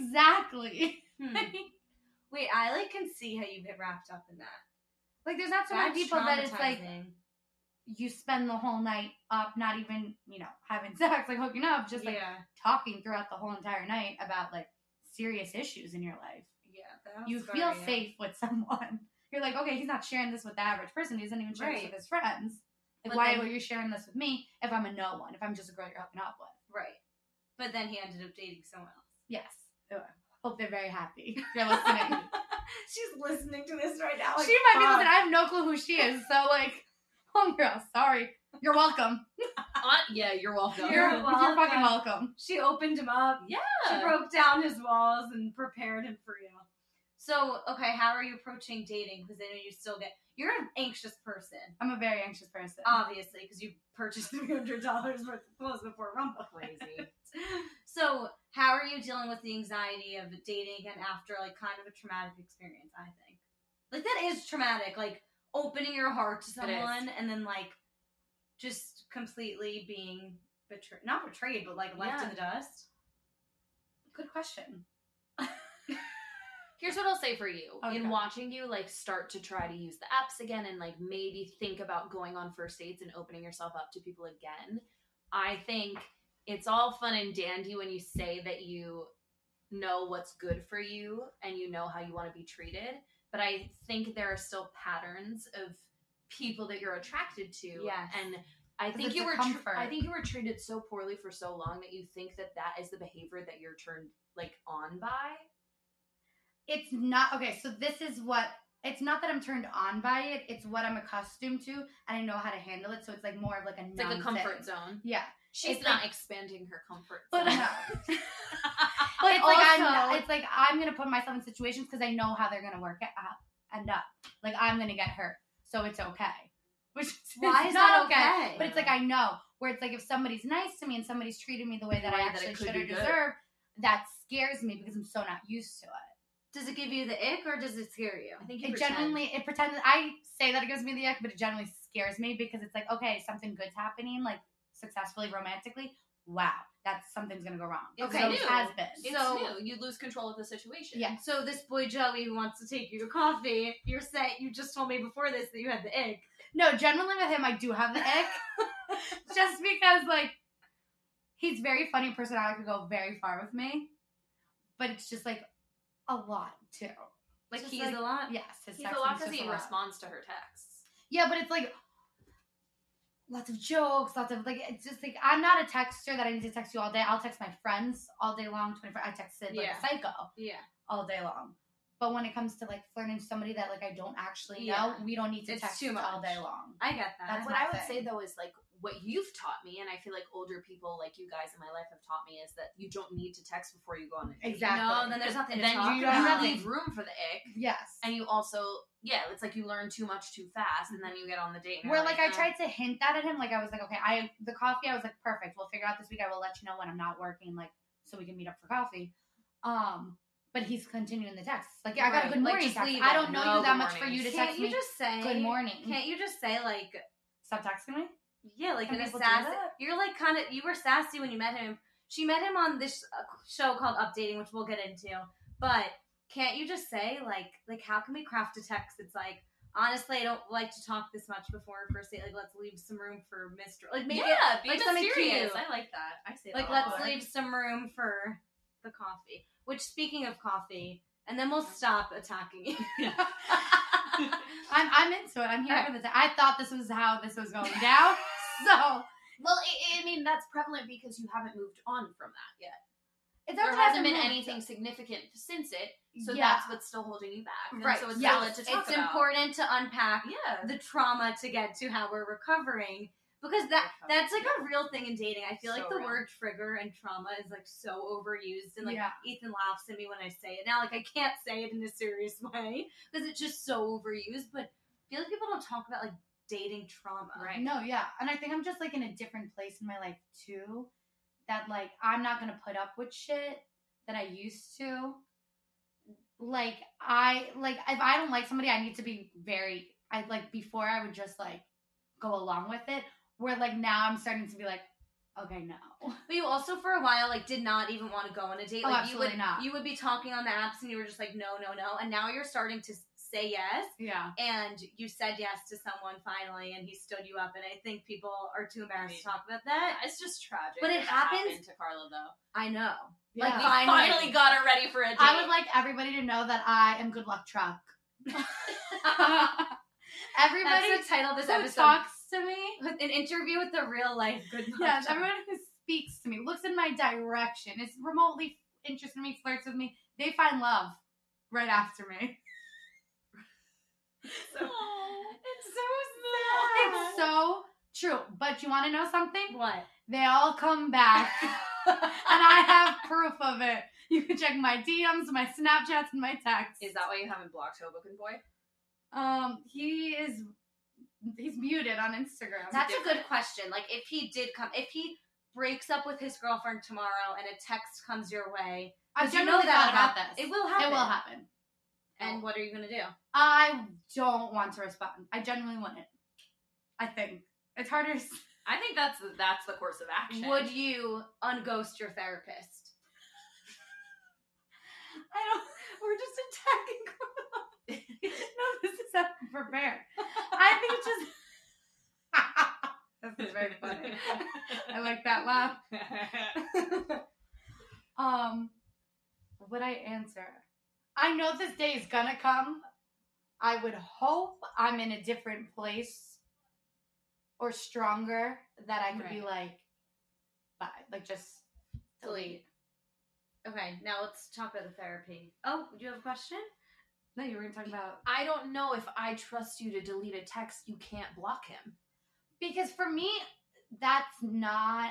Speaker 4: exactly.
Speaker 1: Hmm.
Speaker 4: like,
Speaker 1: Wait, I like can see how you get wrapped up in that.
Speaker 4: there's not so many people that it's like
Speaker 1: traumatizing.
Speaker 4: you spend the whole night up, not even, you know, having (laughs) sex, like hooking up, just like
Speaker 1: yeah,
Speaker 4: talking throughout the whole entire night about like serious issues in your life.
Speaker 1: yeah. That's
Speaker 4: you feel
Speaker 1: very-
Speaker 4: safe with (laughs) someone. You're like, okay, he's not sharing this with the average person. He doesn't even share this
Speaker 1: Right.
Speaker 4: with his friends. Like,
Speaker 1: But
Speaker 4: why
Speaker 1: then-
Speaker 4: are you sharing this with me if I'm a no one, if I'm just a girl you're hooking up with?
Speaker 1: right? But then he ended up dating someone else.
Speaker 4: Yes. Ugh. Hope they're very happy. (laughs) if They're listening.
Speaker 1: (laughs) (laughs) She's listening to this right now.
Speaker 4: she might be listening. I have no clue who she is. So like, homegirl, sorry. You're welcome.
Speaker 3: (laughs) Uh, yeah, you're welcome.
Speaker 4: You're, you're fucking
Speaker 1: welcome.
Speaker 4: welcome.
Speaker 1: She opened him up.
Speaker 3: Yeah.
Speaker 1: She broke down his walls and prepared him for you. So, okay, how are you approaching dating? Because I know you still get you're an anxious person,
Speaker 4: I'm a very anxious person.
Speaker 1: obviously, because you purchased (laughs) three hundred dollars worth of clothes before Rumble.
Speaker 3: Crazy.
Speaker 1: (laughs) So, how are you dealing with the anxiety of dating again after like kind of a traumatic experience? I think, like that is traumatic. Like opening your heart to someone and then like just completely being betrayed, not betrayed, but like left in the dust.
Speaker 4: Good question.
Speaker 3: Here's what I'll say for you.
Speaker 4: Okay.
Speaker 3: In watching you like start to try to use the apps again and like maybe think about going on first dates and opening yourself up to people again, I think it's all fun and dandy when you say that you know what's good for you and you know how you want to be treated, but I think there are still patterns of people that you're attracted to
Speaker 4: Yes.
Speaker 3: and I
Speaker 4: 'Cause
Speaker 3: think
Speaker 4: it's
Speaker 3: you
Speaker 4: a
Speaker 3: were
Speaker 4: comfort.
Speaker 3: tr- I think you were treated so poorly for so long that you think that that is the behavior that you're turned like on by.
Speaker 4: It's not okay. So this is what it's not that I'm turned on by it. It's what I'm accustomed to, and I know how to handle it. So it's like more of like a
Speaker 3: It's like a comfort
Speaker 4: non-thing.
Speaker 3: zone. (laughs)
Speaker 4: Yeah,
Speaker 3: She's
Speaker 4: It's
Speaker 3: not expanding her comfort.
Speaker 4: but
Speaker 3: zone.
Speaker 4: no.
Speaker 3: (laughs) but
Speaker 4: it's like I'm.
Speaker 3: also-
Speaker 4: It's like I'm gonna put myself in situations because I know how they're gonna work it up, end up. Like I'm gonna get hurt, so it's okay. (laughs) Which is
Speaker 1: Why is
Speaker 4: not
Speaker 1: that
Speaker 4: okay?
Speaker 1: okay?
Speaker 4: But it's like I know where it's like if somebody's nice to me and somebody's treated me the way that I
Speaker 3: Right, that it
Speaker 4: actually
Speaker 3: could
Speaker 4: should
Speaker 3: be
Speaker 4: or
Speaker 3: good.
Speaker 4: deserve, that scares me because I'm so not used to it.
Speaker 1: Does it give you the ick or does it scare you?
Speaker 3: I think you
Speaker 4: it
Speaker 3: pretend.
Speaker 4: genuinely it pretends I say that it gives me the ick, but it generally scares me because it's like, okay, something good's happening, like successfully romantically. Wow, that's something's gonna go wrong.
Speaker 3: It's
Speaker 4: so
Speaker 1: new.
Speaker 4: it has been.
Speaker 3: It's
Speaker 1: So-
Speaker 3: new. You lose control of the situation.
Speaker 4: Yeah.
Speaker 1: So this boy Joey who wants to take you to coffee, you're saying you just told me before this that you had the ick.
Speaker 4: No, generally with him I do have the
Speaker 3: (laughs)
Speaker 4: ick. just because like he's very funny person, I could go very far with me. But it's just like a lot too.
Speaker 1: Like
Speaker 4: Just
Speaker 1: he's a lot.
Speaker 4: Yes, his
Speaker 3: He's
Speaker 4: sex
Speaker 3: a lot
Speaker 4: is
Speaker 3: because
Speaker 4: just
Speaker 3: he
Speaker 4: a lot.
Speaker 3: responds to her texts.
Speaker 4: Yeah, but it's like lots of jokes, lots of like it's just like I'm not a texter that I need to text you all day. I'll text my friends all day long, 24 I texted like
Speaker 1: Yeah.
Speaker 4: a psycho
Speaker 1: Yeah.
Speaker 4: all day long. But when it comes to like flirting with somebody that like I don't actually know,
Speaker 1: Yeah.
Speaker 4: we don't need to
Speaker 1: It's
Speaker 4: text
Speaker 1: too
Speaker 4: all
Speaker 1: much.
Speaker 4: day long.
Speaker 1: I get that.
Speaker 4: That's
Speaker 3: what
Speaker 4: my
Speaker 3: I would
Speaker 4: thing.
Speaker 3: say though is like what you've taught me, and I feel like older people like you guys in my life have taught me is that you don't need to text before you go on a date.
Speaker 4: Exactly.
Speaker 1: No, then there's nothing to
Speaker 3: then
Speaker 1: talk
Speaker 3: you
Speaker 1: about.
Speaker 4: nothing.
Speaker 3: leave room for the ick,
Speaker 4: Yes.
Speaker 3: and you also yeah, it's like you learn too much too fast, and then you get on the date. and
Speaker 4: Where
Speaker 3: you're
Speaker 4: like I
Speaker 3: "Oh,
Speaker 4: tried to hint that at him, like I was like, okay, I the coffee, I was like, perfect. We'll figure out this week. I will let you know when I'm not working, like so we can meet up for coffee. Um, but he's continuing the text. Like yeah, I got a
Speaker 3: Right,
Speaker 4: good
Speaker 3: like,
Speaker 4: morning
Speaker 3: just
Speaker 4: text.
Speaker 3: leave
Speaker 4: I
Speaker 3: it.
Speaker 4: don't know
Speaker 3: No,
Speaker 4: you that
Speaker 3: good
Speaker 4: much for
Speaker 3: morning.
Speaker 4: you to
Speaker 1: Can't
Speaker 4: text
Speaker 1: you
Speaker 4: me.
Speaker 1: just say
Speaker 4: good morning.
Speaker 1: Can't you just say like
Speaker 4: Stop texting
Speaker 3: (laughs)
Speaker 4: me.
Speaker 1: yeah, like
Speaker 4: Can
Speaker 1: in a
Speaker 4: people do
Speaker 1: sassy?
Speaker 4: that?
Speaker 1: You're like kind of you were sassy when you met him. She met him on this uh, show called Updating, which we'll get into. But can't you just say like like how can we craft a text that's like honestly I don't like to talk this much before our first date. Like let's leave some room for Mister. Like make it
Speaker 3: yeah, be
Speaker 1: like something
Speaker 3: mysterious.
Speaker 1: cute.
Speaker 3: I like that. I say
Speaker 1: Like,
Speaker 3: that a
Speaker 1: let's
Speaker 3: lot.
Speaker 1: leave some room for the coffee. Which, speaking of coffee, and then we'll stop attacking
Speaker 4: (laughs)
Speaker 1: you.
Speaker 3: (laughs)
Speaker 4: I'm I'm into it. I'm here for the. Te- I thought this was how this was going down. (laughs) So
Speaker 3: Well, I, I mean that's prevalent because you haven't moved on from that yet.
Speaker 4: it's
Speaker 3: There
Speaker 4: okay.
Speaker 3: hasn't been anything significant since it, so that's what's still holding you back. And
Speaker 1: Right,
Speaker 3: So it's
Speaker 4: yes.
Speaker 3: valid to talk
Speaker 1: it's
Speaker 3: about.
Speaker 1: important to unpack
Speaker 3: Yeah.
Speaker 1: the trauma to get to how we're recovering because that that's like a real thing in dating. I feel like
Speaker 3: So
Speaker 1: the
Speaker 3: real.
Speaker 1: word trigger and trauma is like so overused and like
Speaker 4: Yeah.
Speaker 1: Ethan laughs at me when I say it now. Like I can't say it in a serious (laughs) way because it's just so overused. But I feel like people don't talk about like dating trauma.
Speaker 3: Right.
Speaker 4: No, yeah. And I think I'm just like in a different place in my life too. That like I'm not gonna put up with shit that I used to. Like I like if I don't like somebody, I need to be very I like before I would just like go along with it. Where like now I'm starting to be like, okay, no.
Speaker 1: But you also for a while like did not even want to go on a date.
Speaker 4: Oh,
Speaker 1: Like you
Speaker 4: absolutely
Speaker 1: would
Speaker 4: not.
Speaker 1: you would be talking on the apps and you were just like no no no and now you're starting to s- say yes
Speaker 4: Yeah.
Speaker 1: and you said yes to someone finally and he stood you up and I think people are too embarrassed
Speaker 3: mean,
Speaker 1: to talk about that.
Speaker 3: It's just tragic.
Speaker 1: But it
Speaker 3: that that happened
Speaker 1: happens-
Speaker 3: to Carla though.
Speaker 1: I know.
Speaker 4: Like
Speaker 1: Like,
Speaker 3: We
Speaker 4: yeah.
Speaker 1: Finally.
Speaker 3: finally, got her ready for a date.
Speaker 4: I would like everybody to know that I am good luck truck. (laughs) everybody
Speaker 1: That's the title of this
Speaker 4: who
Speaker 1: episode.
Speaker 4: talks to me.
Speaker 1: With an interview with the real life good luck
Speaker 4: Yes,
Speaker 1: charm.
Speaker 4: everyone who speaks to me, looks in my direction, is remotely interested in me, flirts with me, they find love right after me.
Speaker 1: It's so sad.
Speaker 4: It's so true. But you want to know something?
Speaker 1: what? (laughs)
Speaker 4: They all come back, and I have proof of it. You can check my DMs, my Snapchats, and my texts.
Speaker 3: Is that why you haven't blocked Hoboken Boy?
Speaker 4: Um, he is. He's muted on Instagram.
Speaker 1: That's a good question. Like, if he did come, if he breaks up with his girlfriend tomorrow and a text comes your way,
Speaker 4: I've
Speaker 1: 'cause you
Speaker 4: generally
Speaker 1: know
Speaker 4: thought
Speaker 1: that'll
Speaker 4: about
Speaker 1: hap-
Speaker 4: this.
Speaker 1: It will happen.
Speaker 4: It will happen.
Speaker 1: And what are you gonna do?
Speaker 4: I don't want to respond. I genuinely wouldn't. I think it's harder. s-
Speaker 3: I think that's the, that's the course of action. (laughs)
Speaker 1: Would you unghost your
Speaker 4: (laughs)
Speaker 1: therapist?
Speaker 4: I don't. We're just attacking. Corona. (laughs) no, this is unprepared. I think it's just. (laughs) this is very funny. I like that laugh. Um, would I answer? I know this day is gonna come. I would hope I'm in a different place or stronger that I could be like, bye, like just
Speaker 1: Delete. Okay, now let's talk about the therapy. Oh, do you have a question?
Speaker 4: No, you were gonna talk about
Speaker 3: I don't know if I trust you to delete a text. You can't block him.
Speaker 4: because for me, that's not.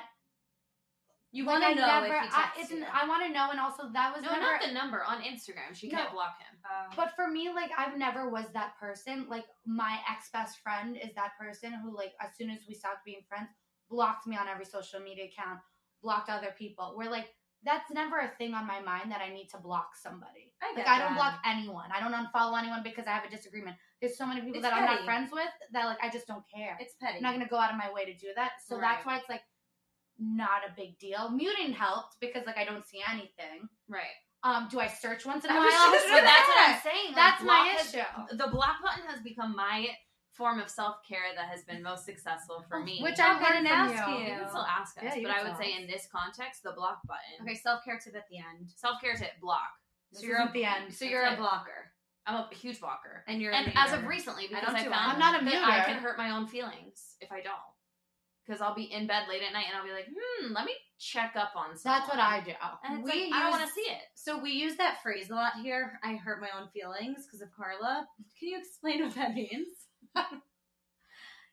Speaker 1: You
Speaker 4: Like,
Speaker 1: want to
Speaker 4: I
Speaker 1: know
Speaker 4: never,
Speaker 1: if he
Speaker 4: I,
Speaker 1: texts
Speaker 4: it's,
Speaker 1: you.
Speaker 4: I want to know, and also that was
Speaker 3: No,
Speaker 4: never.
Speaker 3: not the number on Instagram. She
Speaker 4: No.
Speaker 3: can't block him.
Speaker 1: Oh.
Speaker 4: But for me, like I've never was that person. Like my ex best friend is that person who, like, as soon as we stopped being friends, blocked me on every social media account, blocked other people. We're like, that's never a thing on my mind that I need to block somebody.
Speaker 1: I
Speaker 4: Like
Speaker 1: get
Speaker 4: I don't
Speaker 1: that.
Speaker 4: block anyone. I don't unfollow anyone because I have a disagreement. There's so many people
Speaker 1: It's
Speaker 4: that I'm
Speaker 1: petty.
Speaker 4: not friends with that like I just don't care.
Speaker 1: It's petty.
Speaker 4: I'm not gonna go out of my way to do that. So that's why it's like not a big deal. Muting helped because like I don't see anything.
Speaker 3: Right.
Speaker 4: Um, do I search once in a
Speaker 3: I
Speaker 4: while?
Speaker 3: was just
Speaker 4: Who
Speaker 3: gonna-
Speaker 4: does
Speaker 3: that's what
Speaker 4: that? (laughs)
Speaker 3: I'm saying. like,
Speaker 4: That's my
Speaker 3: block has-
Speaker 4: issue.
Speaker 3: the block button has become my form of self care that has been most successful for me.
Speaker 4: Which
Speaker 1: I
Speaker 4: I
Speaker 1: wouldn't
Speaker 4: wouldn't
Speaker 1: ask
Speaker 4: ask
Speaker 1: you.
Speaker 4: you.
Speaker 3: you can still ask us,
Speaker 4: Yeah, you
Speaker 3: but
Speaker 4: can
Speaker 3: I would
Speaker 4: still
Speaker 3: say
Speaker 4: ask.
Speaker 3: in this context, the block button.
Speaker 1: Okay, self care tip at the end.
Speaker 3: Self care tip block.
Speaker 4: This
Speaker 1: So you're a,
Speaker 4: isn't the end.
Speaker 1: so you're a
Speaker 3: That's it.
Speaker 1: blocker,
Speaker 3: I'm a huge blocker.
Speaker 1: and you're a
Speaker 3: And as
Speaker 1: leader.
Speaker 3: of recently, because
Speaker 1: don't
Speaker 3: I,
Speaker 1: do it.
Speaker 3: found
Speaker 4: I'm not a
Speaker 3: that
Speaker 4: muter.
Speaker 3: I can hurt my own feelings if I don't. Because I'll be in bed late at night and I'll be like, hmm, let me check up on someone.
Speaker 4: That's what I do.
Speaker 3: And it's
Speaker 1: We
Speaker 3: like, I don't
Speaker 1: use-
Speaker 3: want to see it.
Speaker 1: So we use that phrase a lot here. I hurt my own feelings because of Carla. Can you explain what that means?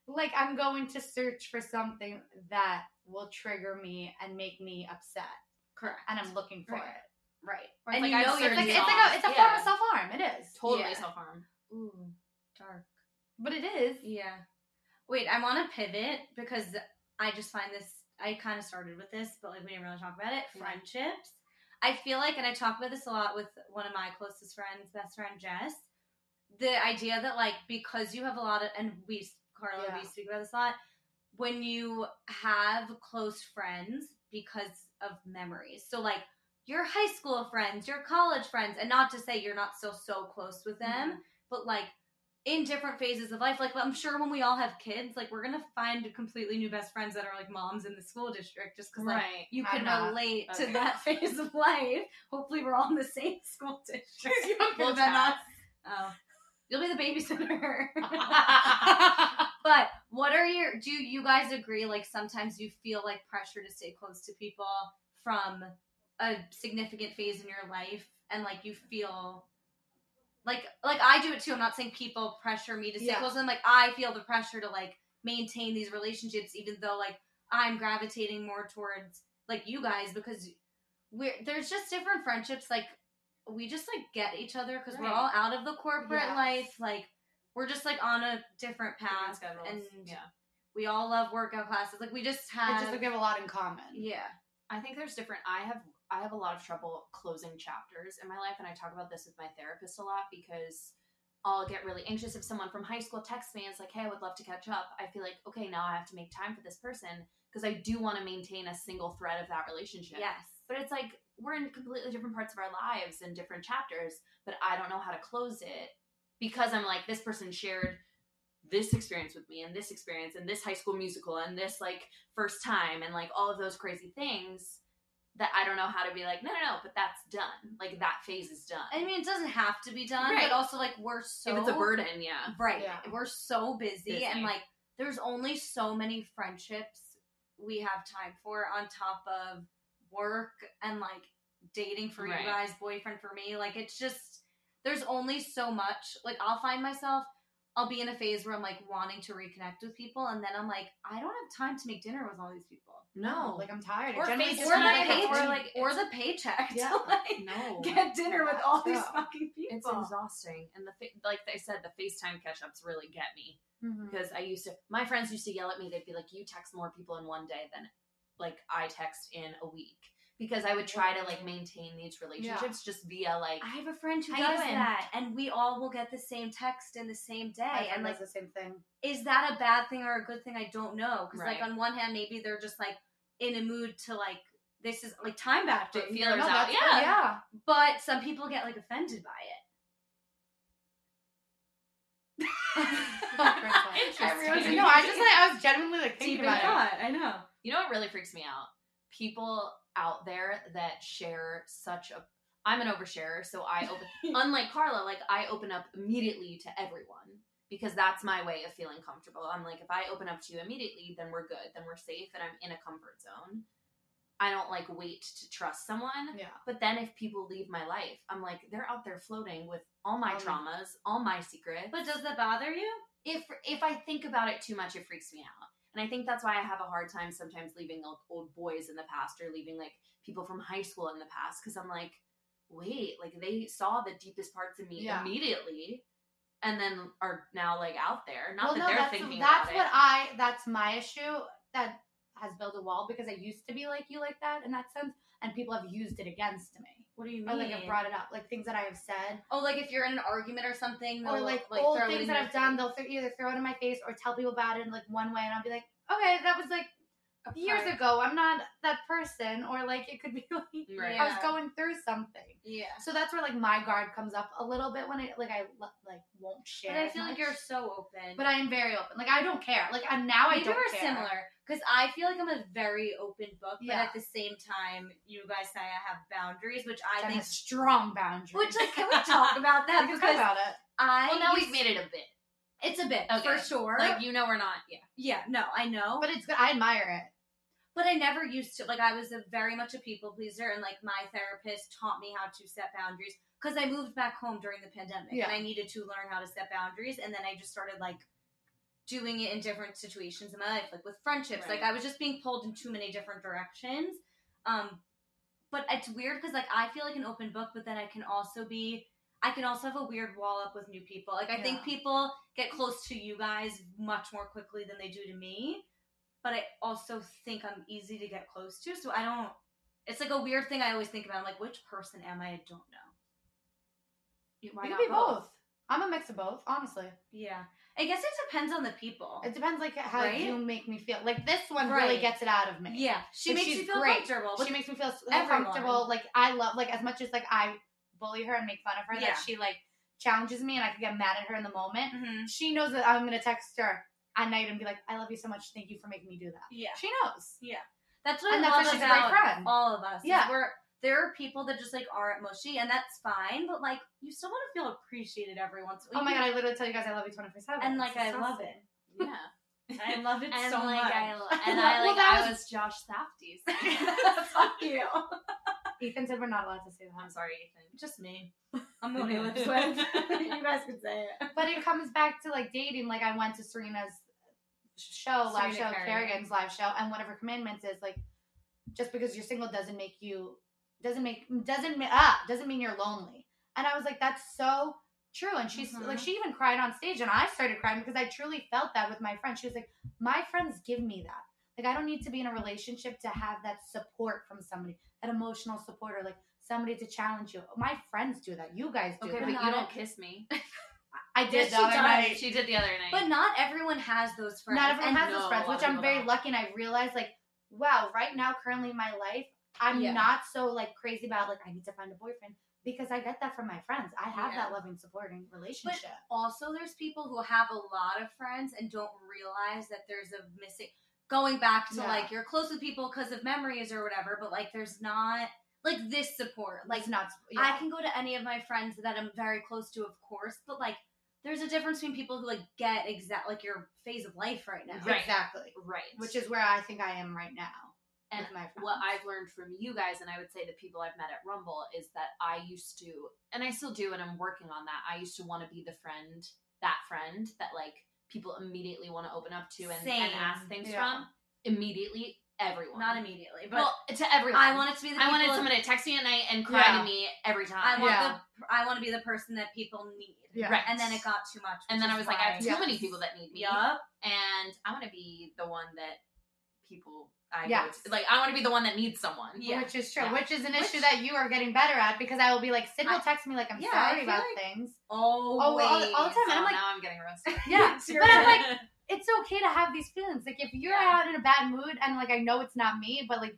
Speaker 4: Like I'm going to search for something that will trigger me and make me upset,
Speaker 1: Correct.
Speaker 4: and I'm looking for
Speaker 1: Right.
Speaker 4: it.
Speaker 1: Right.
Speaker 3: Or
Speaker 1: And
Speaker 3: it's
Speaker 1: you
Speaker 3: like,
Speaker 1: know
Speaker 3: I've
Speaker 1: you're
Speaker 4: It's
Speaker 3: searched
Speaker 4: like it's like
Speaker 3: songs.
Speaker 4: a it's a form
Speaker 3: Yeah.
Speaker 4: of self harm. It is
Speaker 3: Totally
Speaker 1: Yeah.
Speaker 3: self harm.
Speaker 1: Ooh, dark.
Speaker 4: but it is.
Speaker 1: Yeah. Wait, I want to pivot because I just find this. I kind of started with this, but like we didn't really talk about it.
Speaker 3: Yeah.
Speaker 1: Friendships. I feel like, and I talk about this a lot with one of my closest friends, best friend Jess. The idea that like because you have a lot of, and we Carla, we
Speaker 4: Yeah.
Speaker 1: speak about this a lot. When you have close friends because of memories, so like your high school friends, your college friends, and not to say you're not still so close with them, but like in different phases of life. Like I'm sure when we all have kids, like we're gonna find completely new best friends that are like moms in the school district, just because like
Speaker 3: (laughs) Right.
Speaker 1: you
Speaker 4: I'm
Speaker 1: can
Speaker 4: not.
Speaker 1: relate to
Speaker 3: Okay.
Speaker 1: that (laughs) phase of life. Hopefully, we're all in the same (laughs) school
Speaker 3: (laughs)
Speaker 1: district.
Speaker 3: We'll
Speaker 1: (laughs) Well, then
Speaker 3: chat.
Speaker 1: Oh, you'll be the
Speaker 3: (laughs)
Speaker 1: babysitter. (laughs) but what are your? Do you guys agree? Like sometimes you feel like pressure to stay close to people from a significant phase in your life, and like you feel. Like, like I do it too. I'm not saying people pressure me to stay
Speaker 4: Yeah.
Speaker 1: close. I'm like, I feel the pressure to like maintain these relationships, even though like I'm gravitating more towards like you guys because we're there's just different friendships. Like we just like get each other because we're
Speaker 3: Right.
Speaker 1: all out of the corporate
Speaker 4: Yes.
Speaker 1: life. Like we're just like on a different path,
Speaker 3: Schedules.
Speaker 1: and
Speaker 3: yeah.
Speaker 1: we all love workout classes. Like we just
Speaker 4: It's
Speaker 1: have,
Speaker 4: just like we have a lot in common.
Speaker 1: yeah,
Speaker 3: I think there's different. I have I have a lot of trouble closing chapters in my life, and I talk about this with my therapist a lot because I'll get really anxious if someone from high school texts me and is like, "Hey, I would love to catch up." I feel like, okay, now I have to make time for this person because I do want to maintain a single thread of that relationship.
Speaker 1: yes,
Speaker 3: But it's like we're in completely different parts of our lives and different chapters, but I don't know how to close it because I'm like, this person shared this experience with me and this experience and this high school musical and this like first time and like all of those crazy things that I don't know how to be like, no, no, no, but that's done. Like that phase is done.
Speaker 1: I mean it doesn't have to be done,
Speaker 3: Right.
Speaker 1: but also like we're so
Speaker 3: if it's a burden, yeah.
Speaker 1: right?
Speaker 4: Yeah.
Speaker 1: We're so busy, and
Speaker 3: Busy.
Speaker 1: like there's only so many friendships we have time for on top of work and like dating for
Speaker 3: Right.
Speaker 1: you guys, boyfriend for me. Like it's just there's only so much. Like I'll find myself I'll be in a phase where I'm like wanting to reconnect with people, and then I'm like, I don't have time to make dinner with all these people.
Speaker 3: No.
Speaker 4: like I'm tired.
Speaker 5: Or
Speaker 4: It generally
Speaker 5: face-
Speaker 4: just
Speaker 1: or
Speaker 4: another
Speaker 1: my pay-
Speaker 4: hour.
Speaker 1: or like or the paycheck (laughs)
Speaker 4: Yeah.
Speaker 1: to like
Speaker 3: (laughs)
Speaker 4: (laughs)
Speaker 3: no.
Speaker 1: get dinner with all these
Speaker 4: Yeah.
Speaker 1: fucking people.
Speaker 3: It's exhausting, oh. and the fa- like I said, the FaceTime catch-ups really get me because I used to. My friends used to yell at me. They'd be like, "You text more people in one day than like I text in a week," because I would try to like maintain these relationships just via like.
Speaker 1: I have a friend who
Speaker 3: How you
Speaker 1: does
Speaker 3: doing?
Speaker 1: that, and we all will get the same text in the same
Speaker 4: My
Speaker 1: day.
Speaker 4: friend
Speaker 1: And like,
Speaker 4: does the same thing.
Speaker 1: is that a bad thing or a good thing? I don't know. Because
Speaker 3: Right.
Speaker 1: like on one hand, maybe they're just like in a mood to like this is like time back
Speaker 3: Put
Speaker 1: you
Speaker 3: feelers
Speaker 1: know?
Speaker 3: out.
Speaker 1: Yeah.
Speaker 4: (laughs)
Speaker 5: Yeah.
Speaker 1: But some people get like offended by it.
Speaker 4: (laughs)
Speaker 3: (laughs) Interesting.
Speaker 4: No, I just like I was genuinely like thinking
Speaker 1: Deep in
Speaker 4: about it.
Speaker 1: thought, I know.
Speaker 3: You know what really freaks me out? People out there that share such a I'm an oversharer, so I open unlike Carla, like I open up immediately to everyone because that's my way of feeling comfortable. I'm like if I open up to you immediately, then we're good, then we're safe and I'm in a comfort zone. I don't like wait to trust someone.
Speaker 4: Yeah.
Speaker 3: But then if people leave my life, I'm like they're out there floating with all my
Speaker 4: Um,
Speaker 3: traumas, all my secrets
Speaker 1: But does that bother you?
Speaker 3: if if I think about it too much, it freaks me out. And I think that's why I have a hard time sometimes leaving like old boys in the past or leaving like people from high school in the past because I'm like, wait, like they saw the deepest parts of me
Speaker 4: Yeah.
Speaker 3: immediately, and then are now like out there. Not
Speaker 4: well,
Speaker 3: that
Speaker 4: no,
Speaker 3: they're
Speaker 4: that's
Speaker 3: thinking
Speaker 4: that's
Speaker 3: about
Speaker 4: what
Speaker 3: it.
Speaker 4: I that's my issue that has built a wall because I used to be like you like that in that sense, and people have used it against me.
Speaker 1: What do you mean?
Speaker 4: Or Oh, like have brought it up, like things that I have said,
Speaker 1: oh, like if you're in an argument or something,
Speaker 4: or
Speaker 1: they'll,
Speaker 4: like,
Speaker 1: like
Speaker 4: old
Speaker 1: throw it
Speaker 4: things
Speaker 1: in
Speaker 4: that
Speaker 1: your
Speaker 4: I've
Speaker 1: face.
Speaker 4: done. They'll th- either throw it in my face or tell people about it in like one way, and I'll be like, okay, that was like years ago. I'm not that person, or like it could be (laughs) like
Speaker 3: Right.
Speaker 4: I was
Speaker 1: Yeah.
Speaker 4: going through something.
Speaker 1: Yeah.
Speaker 4: So that's where like my guard comes up a little bit when I like I lo- like won't share.
Speaker 1: But I
Speaker 4: as
Speaker 1: feel like
Speaker 4: much.
Speaker 1: you're so open.
Speaker 4: But I am very open. Like I don't care. Like I, now I
Speaker 1: you two
Speaker 4: don't
Speaker 1: are
Speaker 4: care.
Speaker 1: similar because I feel like I'm a very open book, but
Speaker 4: Yeah.
Speaker 1: at the same time, you guys say I have boundaries, which I
Speaker 4: Jen
Speaker 1: think.
Speaker 4: has strong boundaries.
Speaker 1: Which like,
Speaker 4: (laughs)
Speaker 1: can we talk about that?
Speaker 4: Let's talk
Speaker 1: because
Speaker 4: about it.
Speaker 1: I
Speaker 3: Well, now
Speaker 1: used-
Speaker 3: we've made it a bit.
Speaker 1: it's a bit
Speaker 3: Okay.
Speaker 1: for sure.
Speaker 3: Like you know, we're not. Yeah,
Speaker 4: (laughs)
Speaker 1: yeah, no, I know,
Speaker 4: But it's good. I admire
Speaker 1: but I never used to like I was a very much a people pleaser and like my therapist taught me how to set boundaries because I moved back home during the pandemic
Speaker 4: Yeah.
Speaker 1: and I needed to learn how to set boundaries and then I just started like doing it in different situations in my life like with friendships like
Speaker 3: Right.
Speaker 1: I was just being pulled in too many different directions um but it's weird because like I feel like an open book but then I can also be I can also have a weird wall up with new people like I think
Speaker 4: Yeah.
Speaker 1: people get close to you guys much more quickly than they do to me but I also think I'm easy to get close to. So I don't. It's like a weird thing I always think about. I'm like, which person am I? I don't know. You-
Speaker 4: it.
Speaker 1: Why
Speaker 4: You
Speaker 1: not
Speaker 4: could be both. I'm a mix of both, honestly.
Speaker 1: Yeah, I guess it depends on the people.
Speaker 4: It depends like how
Speaker 1: Right?
Speaker 4: you make me feel. Like this one really
Speaker 1: Right.
Speaker 4: gets it out of me.
Speaker 1: yeah, she
Speaker 4: Like,
Speaker 1: makes
Speaker 4: she's
Speaker 1: you feel
Speaker 4: great.
Speaker 1: comfortable.
Speaker 4: She makes me feel so
Speaker 1: everyone.
Speaker 4: comfortable. Like I love like as much as like I bully her and make fun of her
Speaker 1: Yeah.
Speaker 4: that she like challenges me and I could get mad at her in the moment.
Speaker 1: hmm
Speaker 4: She knows that I'm gonna text her at night and be like, I love you so much, thank you for making me do that.
Speaker 1: Yeah,
Speaker 4: She knows.
Speaker 1: that's what
Speaker 4: And
Speaker 1: I
Speaker 4: that's why
Speaker 1: love
Speaker 4: she's a great
Speaker 1: about
Speaker 4: friend.
Speaker 1: all of us. is
Speaker 4: Yeah.
Speaker 1: we're there are people that just like are at mushy, and that's fine. But like, you still want to feel appreciated every once. in a
Speaker 4: Oh my
Speaker 1: while.
Speaker 4: god, I literally tell you guys I love you 24 7.
Speaker 1: And like, I love
Speaker 4: (laughs)
Speaker 1: it.
Speaker 3: yeah.
Speaker 1: (laughs) I love it
Speaker 3: And
Speaker 1: so
Speaker 3: like
Speaker 1: much.
Speaker 3: I,
Speaker 1: (laughs)
Speaker 3: lo- and I
Speaker 4: Well,
Speaker 3: like
Speaker 4: that
Speaker 3: I
Speaker 4: was-
Speaker 3: was Josh Safdie's.
Speaker 4: (laughs)
Speaker 3: (laughs)
Speaker 1: Fuck you.
Speaker 4: Ethan said we're not allowed to say that.
Speaker 3: I'm sorry, Ethan.
Speaker 1: Just me. I'm the one who lives with.
Speaker 4: (laughs)
Speaker 1: you guys can say it.
Speaker 4: But it comes back to like dating. Like I went to Serena's show, live
Speaker 1: Serena
Speaker 4: show,
Speaker 1: Kerrigan.
Speaker 4: Kerrigan's live show, and one of her commandments is like, just because you're single doesn't make you doesn't make doesn't ma- ah, doesn't mean you're lonely. And I was like, that's so true. And she's
Speaker 1: Mhm.
Speaker 4: like, she even cried on stage, and I started crying because I truly felt that with my friend. She was like, my friends give me that. Like I don't need to be in a relationship to have that support from somebody, that emotional support, or like somebody to challenge you. My friends do that. You guys do
Speaker 3: Okay,
Speaker 4: that.
Speaker 3: but you don't kiss me.
Speaker 4: I
Speaker 1: Yes,
Speaker 4: did the
Speaker 1: she
Speaker 4: other
Speaker 1: does.
Speaker 4: night.
Speaker 3: She did the other night.
Speaker 1: But not everyone has those friends.
Speaker 4: Not everyone
Speaker 1: and
Speaker 4: has
Speaker 3: no,
Speaker 4: those
Speaker 3: a
Speaker 4: friends,
Speaker 3: lot
Speaker 4: which
Speaker 3: of
Speaker 4: I'm
Speaker 3: people
Speaker 4: very
Speaker 3: don't.
Speaker 4: lucky, and I realize like, wow, right now, currently in my life, I'm
Speaker 1: Yeah.
Speaker 4: not so like crazy about like I need to find a boyfriend because I get that from my friends. I have
Speaker 3: Yeah.
Speaker 4: that loving, supporting relationship.
Speaker 1: Also, there's people who have a lot of friends and don't realize that there's a missing. Going back to
Speaker 4: Yeah.
Speaker 1: like you're close with people because of memories or whatever, but like there's not like this support. Like
Speaker 4: It's not.
Speaker 1: I
Speaker 4: yeah.
Speaker 1: can go to any of my friends that I'm very close to, of course, but like there's a difference between people who like get exact like your phase of life right now.
Speaker 3: Right.
Speaker 4: exactly,
Speaker 3: right.
Speaker 4: which is where I think I am right now.
Speaker 3: And
Speaker 4: with my friends.
Speaker 3: what I've learned from you guys, and I would say the people I've met at Rumble, is that I used to, and I still do, and I'm working on that. I used to want to be the friend that friend that like people immediately want to open up to and, and
Speaker 1: Same.
Speaker 3: ask things
Speaker 4: Yeah.
Speaker 3: from. Immediately, everyone.
Speaker 1: Not immediately, but
Speaker 3: well, to everyone.
Speaker 1: I want it to be the
Speaker 3: I wanted
Speaker 1: people-
Speaker 3: someone to text me at night and cry
Speaker 4: Yeah.
Speaker 3: to me every time.
Speaker 1: I want
Speaker 4: Yeah.
Speaker 1: the I want to be the person that people need.
Speaker 4: Yeah.
Speaker 3: Right.
Speaker 1: And then it got too much.
Speaker 3: And then I was like, I have too
Speaker 4: Yeah.
Speaker 3: many people that need me,
Speaker 1: Yup.
Speaker 3: and I want to be the one that people. I go
Speaker 4: Yes.
Speaker 3: to. like. I want to be the one that needs someone.
Speaker 1: Yeah.
Speaker 2: Which is true,
Speaker 3: Yeah.
Speaker 2: which is an
Speaker 3: Which-
Speaker 2: issue that you are getting better at because I will be like, Sid
Speaker 3: I-
Speaker 2: will text me like, I'm
Speaker 1: Yeah, I
Speaker 2: sorry
Speaker 1: feel
Speaker 2: about
Speaker 1: like-
Speaker 2: things.
Speaker 1: Oh,
Speaker 2: all- all the
Speaker 3: So
Speaker 2: time, and I'm like-
Speaker 3: now I'm getting (laughs) roasted.
Speaker 2: Yeah,
Speaker 1: You're
Speaker 2: but I'm
Speaker 1: right.
Speaker 3: (laughs)
Speaker 2: like, it's okay to have these feelings. Like if you're
Speaker 3: Yeah.
Speaker 2: out in a bad mood and like I know it's not me, but like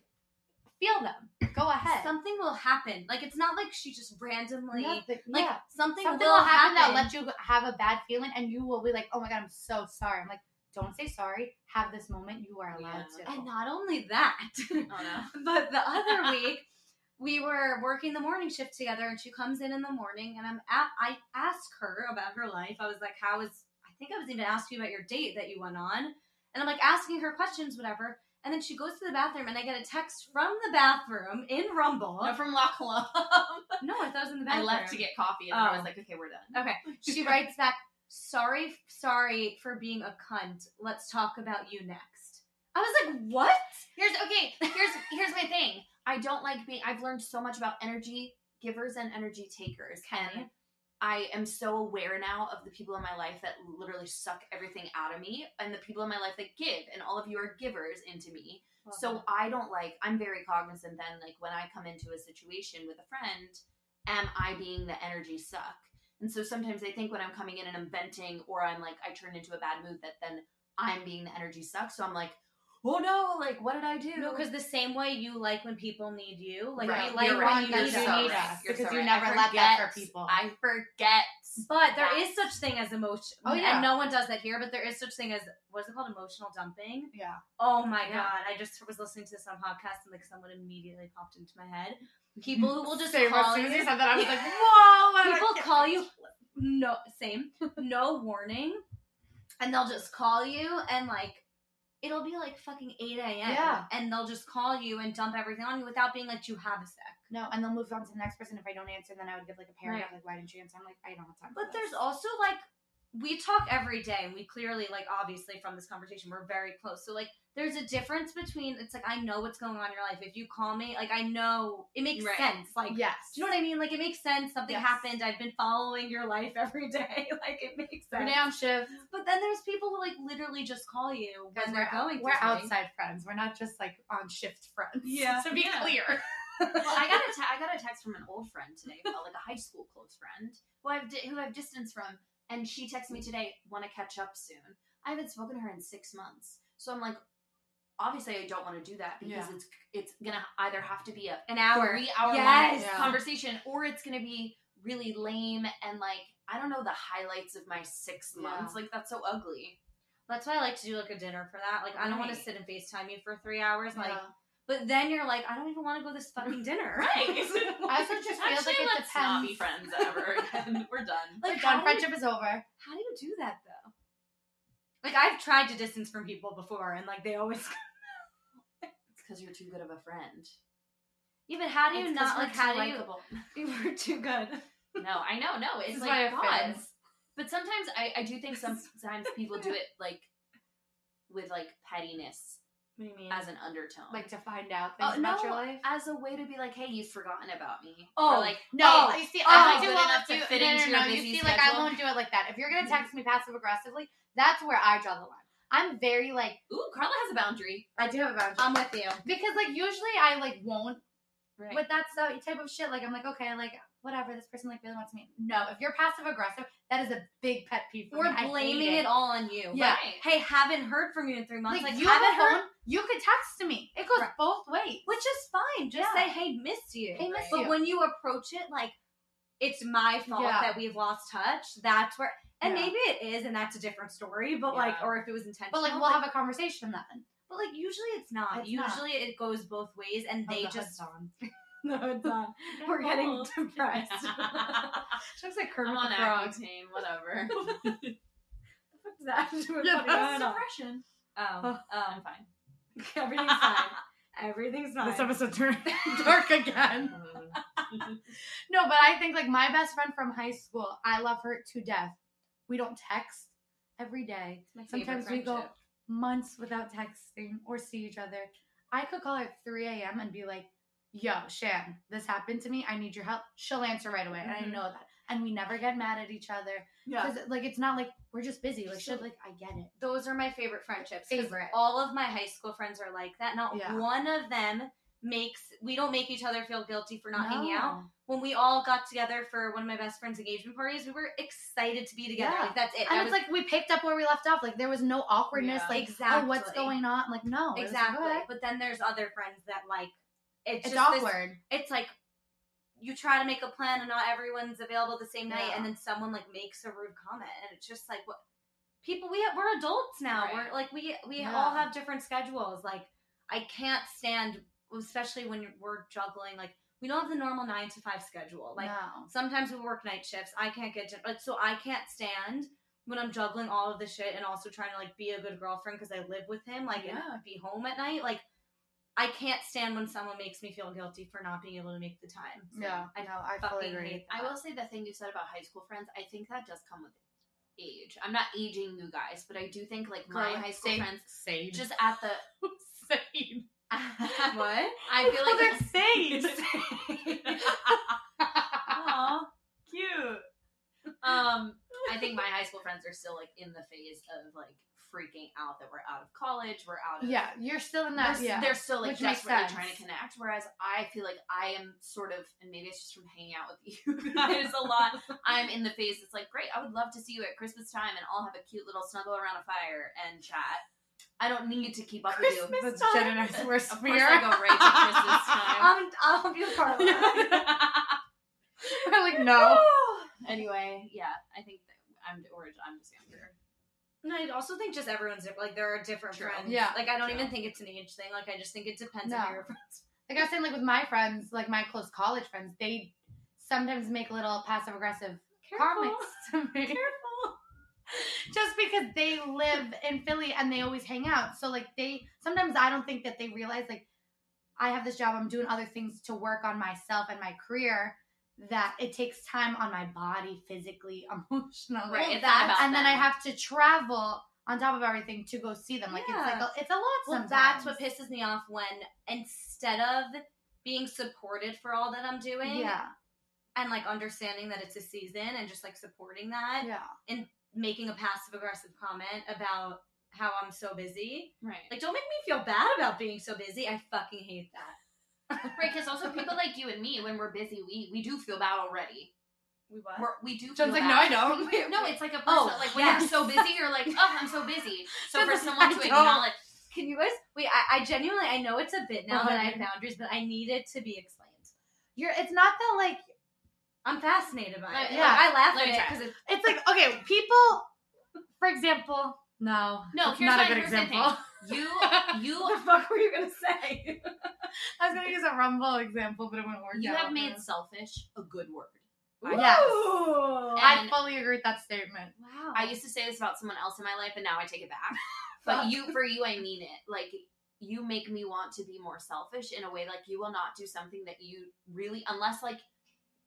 Speaker 2: feel them. Go ahead.
Speaker 1: something will happen. Like it's not like she just randomly
Speaker 2: Nothing-
Speaker 1: like
Speaker 2: yeah.
Speaker 1: something,
Speaker 2: something will happen, that lets you have a bad feeling, and you will be like, "Oh my god, I'm so sorry." I'm like, "Don't say sorry. Have this moment. You are allowed
Speaker 3: Yeah.
Speaker 2: to."
Speaker 1: and not only that, (laughs)
Speaker 3: Oh
Speaker 1: but the
Speaker 3: (laughs)
Speaker 1: other week we were working the morning shift together and she comes in in the morning and i'm at i ask her about her life i was like how is i think i was even asking you about your date that you went on and i'm like asking her questions whatever and then she goes to the bathroom and i get a text from the bathroom in rumble
Speaker 3: no. No, from La Club.
Speaker 1: (laughs)
Speaker 3: (laughs)
Speaker 1: no i thought it was in the
Speaker 3: I
Speaker 1: bathroom
Speaker 3: left to get coffee, and then I
Speaker 1: Oh.
Speaker 3: was like, okay, we're done.
Speaker 1: Okay.
Speaker 3: (laughs)
Speaker 1: she writes back, sorry, sorry for being a cunt. Let's talk about you next. I was like, what?
Speaker 3: Here's okay. Here's here's my thing. I don't like being. I've learned so much about energy givers and energy takers.
Speaker 1: Okay.
Speaker 3: And I am so aware now of the people in my life that literally suck everything out of me, and the people in my life that give. And all of you are givers into me. So I don't like. I'm very cognizant then. Like when I come into a situation with a friend, am I being the energy suck? And so sometimes I think when I'm coming in and I'm venting, or I'm like I turn into a bad mood, that then I'm being the energy suck. So I'm like. Oh no! Like, what did I do?
Speaker 1: no, because the same way you like when people need you, like
Speaker 3: Right.
Speaker 1: you like
Speaker 3: You're
Speaker 1: when
Speaker 3: right.
Speaker 1: you
Speaker 3: You're
Speaker 1: need
Speaker 3: so
Speaker 1: us.
Speaker 3: right. You're
Speaker 2: because
Speaker 3: so
Speaker 2: you
Speaker 3: right.
Speaker 2: never
Speaker 3: I
Speaker 2: let that
Speaker 3: forget.
Speaker 2: for people.
Speaker 3: I forget. (laughs)
Speaker 1: But there
Speaker 3: That.
Speaker 1: is such thing as emotion,
Speaker 4: Oh, yeah.
Speaker 1: and no one does that here. But there is such thing as what's it called, emotional dumping.
Speaker 4: Yeah.
Speaker 1: Oh my
Speaker 3: Yeah.
Speaker 1: god! I just was listening to some podcast and like someone immediately popped into my head. People who will just
Speaker 4: Same, as
Speaker 1: call
Speaker 4: soon
Speaker 1: you.
Speaker 4: as you said that, I
Speaker 1: (laughs)
Speaker 4: was like,
Speaker 3: Oh,
Speaker 1: whoa! People call you no same no warning, and they'll just call you and like it'll be like fucking eight a.m.
Speaker 4: Yeah.
Speaker 1: and they'll just call you and dump everything on you without being like you have a sec.
Speaker 2: no, and they'll move on to the next person. If I don't answer, then I would give like a paragraph,
Speaker 1: Right.
Speaker 2: like, "Why didn't you answer?" I'm like, "I don't have time." for
Speaker 1: But
Speaker 2: this."
Speaker 1: there's also like we talk every day and we clearly like obviously from this conversation we're very close. So like there's a difference between it's like I know what's going on in your life. If you call me, like I know it makes
Speaker 3: Right.
Speaker 1: sense. Like
Speaker 4: yes.
Speaker 1: do you know what I mean? Like it makes sense. Something
Speaker 4: Yes.
Speaker 1: happened. I've been following your life (laughs) every day. Like it makes sense.
Speaker 4: Renee on shift.
Speaker 1: But then there's people who like literally just call you
Speaker 4: Guys,
Speaker 1: when they're
Speaker 4: out-
Speaker 1: going.
Speaker 4: We're
Speaker 1: through something.
Speaker 4: outside friends. We're not just like on shift
Speaker 2: (laughs)
Speaker 4: friends.
Speaker 1: Yeah.
Speaker 4: to be
Speaker 3: Yeah.
Speaker 4: clear.
Speaker 3: Well, I got a te- I got a text from an old friend today, about, like a high school close friend who I've di- who I've distanced from, and she texted me today, "Want to catch up soon." I haven't spoken to her in six months, so I'm like, obviously, I don't want to do that because
Speaker 4: Yeah.
Speaker 3: it's it's gonna either have to be a
Speaker 1: An hour.
Speaker 3: three hour
Speaker 1: Yes.
Speaker 3: long
Speaker 4: Yeah.
Speaker 3: conversation, or it's gonna be really lame and like I don't know the highlights of my six
Speaker 4: Yeah.
Speaker 3: months. Like that's so ugly.
Speaker 1: That's why I like to do like a dinner for that. Like I don't want to
Speaker 3: Right.
Speaker 1: sit and Facetime you for three hours. Like,
Speaker 4: Yeah.
Speaker 1: but then you're like, I don't even want to go to this (laughs) fucking dinner. (laughs)
Speaker 2: I also just feel
Speaker 3: Actually,
Speaker 2: like it
Speaker 3: let's not be
Speaker 2: depends.
Speaker 3: friends ever again. We're (laughs) done.
Speaker 1: like
Speaker 2: We're
Speaker 1: how
Speaker 2: done.
Speaker 1: do,
Speaker 2: Friendship is over.
Speaker 1: you, how do you do that though? Like I've tried to distance from people before, and like they always. (laughs)
Speaker 3: It's because you're too good of a friend.
Speaker 1: Yeah, but how do you
Speaker 3: It's 'cause
Speaker 1: not
Speaker 3: we're
Speaker 1: like? How
Speaker 3: too
Speaker 1: do you?
Speaker 3: likable.
Speaker 1: You were too good.
Speaker 3: No, I know, no.
Speaker 4: This
Speaker 3: It's
Speaker 4: is
Speaker 3: like
Speaker 4: why I fit in.
Speaker 3: gods. But sometimes I, I do think sometimes people do it like with like pettiness
Speaker 1: What do you mean?
Speaker 3: as an undertone.
Speaker 4: Like to find out things
Speaker 3: oh, no,
Speaker 4: about your life.
Speaker 3: as a way to be like, hey, you've forgotten about me.
Speaker 1: Oh,
Speaker 3: or like
Speaker 2: No,
Speaker 1: Oh,
Speaker 2: you see,
Speaker 1: oh,
Speaker 2: I won't do
Speaker 3: good
Speaker 2: well
Speaker 3: enough
Speaker 2: if
Speaker 3: to
Speaker 2: you,
Speaker 3: fit
Speaker 2: no, no,
Speaker 3: into your
Speaker 2: no,
Speaker 3: busy
Speaker 2: You see, like I
Speaker 3: schedule. Mm-hmm.
Speaker 2: won't do it like that. If you're gonna text me passive aggressively, that's where I draw the line. I'm very like
Speaker 3: ooh, Carla has a boundary. Um,
Speaker 2: I do have a boundary
Speaker 1: I'm with you.
Speaker 2: because like usually I like won't
Speaker 3: Right.
Speaker 2: with that so- type of shit. Like I'm like okay, like whatever. This person like really wants me. No, if you're passive aggressive, that is a big pet peeve. For
Speaker 1: We're
Speaker 2: me. I hate
Speaker 1: blaming it. all on you.
Speaker 2: Yeah.
Speaker 3: Right.
Speaker 1: Hey, haven't heard from you in three months.
Speaker 2: Like,
Speaker 1: Like,
Speaker 2: you
Speaker 1: haven't
Speaker 2: have a
Speaker 1: heard,
Speaker 2: phone, you could text me. It goes
Speaker 1: Right.
Speaker 2: both ways.
Speaker 1: which is fine. Just
Speaker 2: Yeah.
Speaker 1: say, "Hey, missed you."
Speaker 2: Hey, miss
Speaker 1: but
Speaker 2: you.
Speaker 1: when you approach it like it's my fault
Speaker 4: Yeah.
Speaker 1: that we've lost touch, that's where. And
Speaker 4: Yeah.
Speaker 1: maybe it is, and that's a different story. But like,
Speaker 3: Yeah.
Speaker 1: or if it was intentional.
Speaker 2: but like we'll have a conversation then.
Speaker 1: But like, usually it's not.
Speaker 2: It's not.
Speaker 1: usually it goes both ways, and they just. (laughs)
Speaker 2: on.
Speaker 1: No,
Speaker 2: (laughs)
Speaker 1: it's not. We're getting (laughs) depressed.
Speaker 4: She looks like Kermit
Speaker 3: I'm
Speaker 4: the
Speaker 3: on
Speaker 4: Frog.
Speaker 3: Accutane,
Speaker 2: (laughs)
Speaker 3: whatever. (laughs)
Speaker 1: What's that? What's going on?
Speaker 3: depression.
Speaker 1: Oh,
Speaker 3: I'm
Speaker 1: um,
Speaker 3: fine.
Speaker 1: (laughs) everything's fine.
Speaker 2: (laughs)
Speaker 1: Everything's fine.
Speaker 4: This episode turned dark again.
Speaker 2: No, but I think like my best friend from high school, I love her to death.
Speaker 4: We don't text every day.
Speaker 3: My favorite
Speaker 4: Sometimes we go
Speaker 3: friendship.
Speaker 4: months without texting or see each other. I could call her at 3 a.m. and be like, yo, Shan, this happened to me. I need your help. She'll answer right away. And
Speaker 1: Mm-hmm.
Speaker 4: I
Speaker 3: Mhm.
Speaker 4: know that. And we never get mad at each other.
Speaker 3: Yeah.
Speaker 4: Because, like, it's not like we're just busy. Like,
Speaker 1: So-
Speaker 4: she'll be like, I get it.
Speaker 1: Those are my favorite friendships. 'cause
Speaker 4: Favorite.
Speaker 1: All of my high school friends are like that. Not
Speaker 4: Yeah.
Speaker 1: one of them makes we don't make each other feel guilty for not hanging out.
Speaker 4: No.
Speaker 1: When we all got together for one of my best friends' engagement parties, we were excited to be together.
Speaker 4: Yeah.
Speaker 1: Like that's it.
Speaker 4: And
Speaker 1: That was
Speaker 4: it's like we picked up where we left off. Like, there was no awkwardness.
Speaker 3: Yeah.
Speaker 4: Like,
Speaker 1: exactly
Speaker 4: oh, what's going on? Like, no. it was
Speaker 1: Exactly.
Speaker 4: good.
Speaker 1: But then there's other friends that like it's,
Speaker 4: It's
Speaker 1: just this-
Speaker 4: awkward.
Speaker 1: it's like you try to make a plan and not everyone's available the same night,
Speaker 4: Yeah.
Speaker 1: and then someone like makes a rude comment, and it's just like what people we we're adults now.
Speaker 3: Right.
Speaker 1: We're like we we
Speaker 4: Yeah.
Speaker 1: all have different schedules. Like I can't stand, especially when we're juggling. Like we don't have the normal nine to five schedule. Like
Speaker 4: no.
Speaker 1: sometimes we work night shifts. I can't get to, like, so I can't stand when I'm juggling all of this shit and also trying to like be a good girlfriend because I live with him, like
Speaker 3: Yeah.
Speaker 1: and be home at night. Like I can't stand when someone makes me feel guilty for not being able to make the time.
Speaker 4: Yeah.
Speaker 1: I
Speaker 4: no, I fully
Speaker 1: fucking
Speaker 4: agree.
Speaker 1: hate that.
Speaker 3: I will say the thing you said about high school friends, I think that does come with age. I'm not aging you guys, but I do think like my
Speaker 4: Girl,
Speaker 3: high school
Speaker 4: same-
Speaker 3: friends
Speaker 6: Sage.
Speaker 3: (laughs) just at
Speaker 4: (laughs)
Speaker 3: the
Speaker 6: Sage.
Speaker 3: I
Speaker 1: (laughs) what?
Speaker 3: feel like
Speaker 4: (laughs)
Speaker 1: Aw, (laughs) cute.
Speaker 3: um I think my high school friends are still like in the phase of like freaking out that we're out of college, we're out of
Speaker 4: Yeah, you're still in
Speaker 3: they're,
Speaker 4: that. yeah. (laughs)
Speaker 3: they're still like
Speaker 4: Which makes
Speaker 3: desperately
Speaker 4: sense.
Speaker 3: trying to connect. Whereas I feel like I am sort of, and maybe it's just from hanging out with (laughs) you guys a lot. I'm in the phase that's like, great, I would love to see you at Christmas time, and I'll have a cute little snuggle around a fire and chat. I don't need to keep up with you.
Speaker 6: That's Jen and I's worst
Speaker 3: Of course,
Speaker 6: fear.
Speaker 3: I go right to Christmas time.
Speaker 1: Um, I'll help you, Carla.
Speaker 6: We're
Speaker 1: (laughs)
Speaker 4: (laughs)
Speaker 6: like, no.
Speaker 3: (laughs) anyway, yeah, I think that I'm or I'm just younger.
Speaker 1: And I also think just everyone's different. Like there are different
Speaker 3: True.
Speaker 1: friends.
Speaker 4: Yeah,
Speaker 1: Like I don't
Speaker 3: true.
Speaker 1: even think it's an age thing. Like I just think it depends on
Speaker 4: No.
Speaker 1: who your friends.
Speaker 4: like I was saying, like with my friends, like my close college friends, they sometimes make little passive aggressive comments to me. (laughs) Just because they live in Philly and they always hang out. So like they sometimes I don't think that they realize like I have this job, I'm doing other things to work on myself and my career that it takes time on my body physically, (laughs) emotionally.
Speaker 3: Right, it's not
Speaker 4: that,
Speaker 3: about
Speaker 4: and then I
Speaker 3: them.
Speaker 4: have to travel on top of everything to go see them. Like it's
Speaker 1: Yeah.
Speaker 4: like a, it's a lot
Speaker 1: Well,
Speaker 4: sometimes.
Speaker 1: that's what pisses me off when instead of being supported for all that I'm doing
Speaker 4: Yeah.
Speaker 1: and like understanding that it's a season and just like supporting that,
Speaker 4: Yeah.
Speaker 1: making a passive aggressive comment about how I'm so busy.
Speaker 3: Right.
Speaker 1: Like, don't make me feel bad about being so busy. I fucking hate that.
Speaker 3: Right, because also people like you and me, when we're busy, we we do feel bad already.
Speaker 1: We what?
Speaker 3: We're, we do. feel
Speaker 6: Jen's like,
Speaker 3: bad.
Speaker 6: no, I don't.
Speaker 3: (laughs) No, it's like a person.
Speaker 1: Oh,
Speaker 3: like when you're
Speaker 1: yes. (laughs)
Speaker 3: so busy, you're like, oh, I'm so busy. So for
Speaker 4: Just
Speaker 3: someone
Speaker 4: I
Speaker 3: to
Speaker 4: don't.
Speaker 3: acknowledge,
Speaker 1: Can you guys wait? I, I genuinely I know it's a bit now that I have
Speaker 4: Uh-huh.
Speaker 1: boundaries, but I need it to be explained.
Speaker 4: You're it's not that like
Speaker 1: I'm fascinated by
Speaker 3: Let-
Speaker 1: it.
Speaker 4: yeah.
Speaker 1: Like, I laugh
Speaker 3: Let
Speaker 1: at
Speaker 3: me
Speaker 1: it
Speaker 3: try.
Speaker 1: because it's
Speaker 4: It's like okay, people. For example, no,
Speaker 3: no,
Speaker 4: It's
Speaker 3: here's
Speaker 4: not
Speaker 3: my,
Speaker 4: a good
Speaker 3: here's the
Speaker 4: example. (laughs)
Speaker 1: (laughs)
Speaker 3: thing. You, you,
Speaker 1: what the fuck were you gonna say? (laughs)
Speaker 4: I was gonna use a Rumble example, but it wouldn't work.
Speaker 3: you
Speaker 4: out.
Speaker 3: have made selfish a good word.
Speaker 4: Yes.
Speaker 1: Ooh.
Speaker 4: I
Speaker 3: and-
Speaker 4: fully agree with that statement.
Speaker 1: Wow.
Speaker 3: I used to say this about someone else in my life, and now I take
Speaker 1: (laughs)
Speaker 3: it back. But you, for you, I mean it. Like you make me want to be more selfish in a way. Like you will not do something that you really, unless like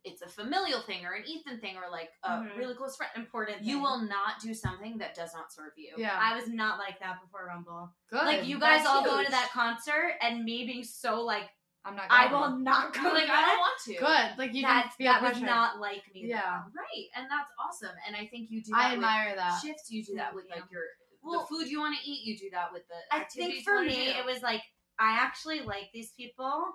Speaker 3: it's a familial thing or an Ethan thing or like a
Speaker 1: Mhm.
Speaker 3: really close friend.
Speaker 1: important.
Speaker 3: You
Speaker 1: thing.
Speaker 3: will not do something that does not serve you.
Speaker 4: Yeah,
Speaker 1: I was not like that before Rumble.
Speaker 4: good.
Speaker 1: Like you guys
Speaker 4: That's
Speaker 1: all going
Speaker 4: huge.
Speaker 1: to that concert and me being so like
Speaker 4: I'm not.
Speaker 1: I
Speaker 4: going.
Speaker 1: will (laughs) not go.
Speaker 3: You're (laughs) like
Speaker 1: to
Speaker 3: I
Speaker 1: that.
Speaker 3: don't want to.
Speaker 4: Good. Like you
Speaker 1: That,
Speaker 4: can feel
Speaker 1: that was
Speaker 4: pressure.
Speaker 1: not like me. though.
Speaker 4: Yeah.
Speaker 3: Right, and that's awesome. And I think you do. That
Speaker 4: I
Speaker 3: with
Speaker 4: admire that.
Speaker 3: shifts. You do that with like your
Speaker 1: Well-
Speaker 3: the food you want to eat. You do that with the.
Speaker 1: I
Speaker 3: activities
Speaker 1: think
Speaker 3: you
Speaker 1: for
Speaker 3: wanna
Speaker 1: me,
Speaker 3: do.
Speaker 1: it was like I actually like these people,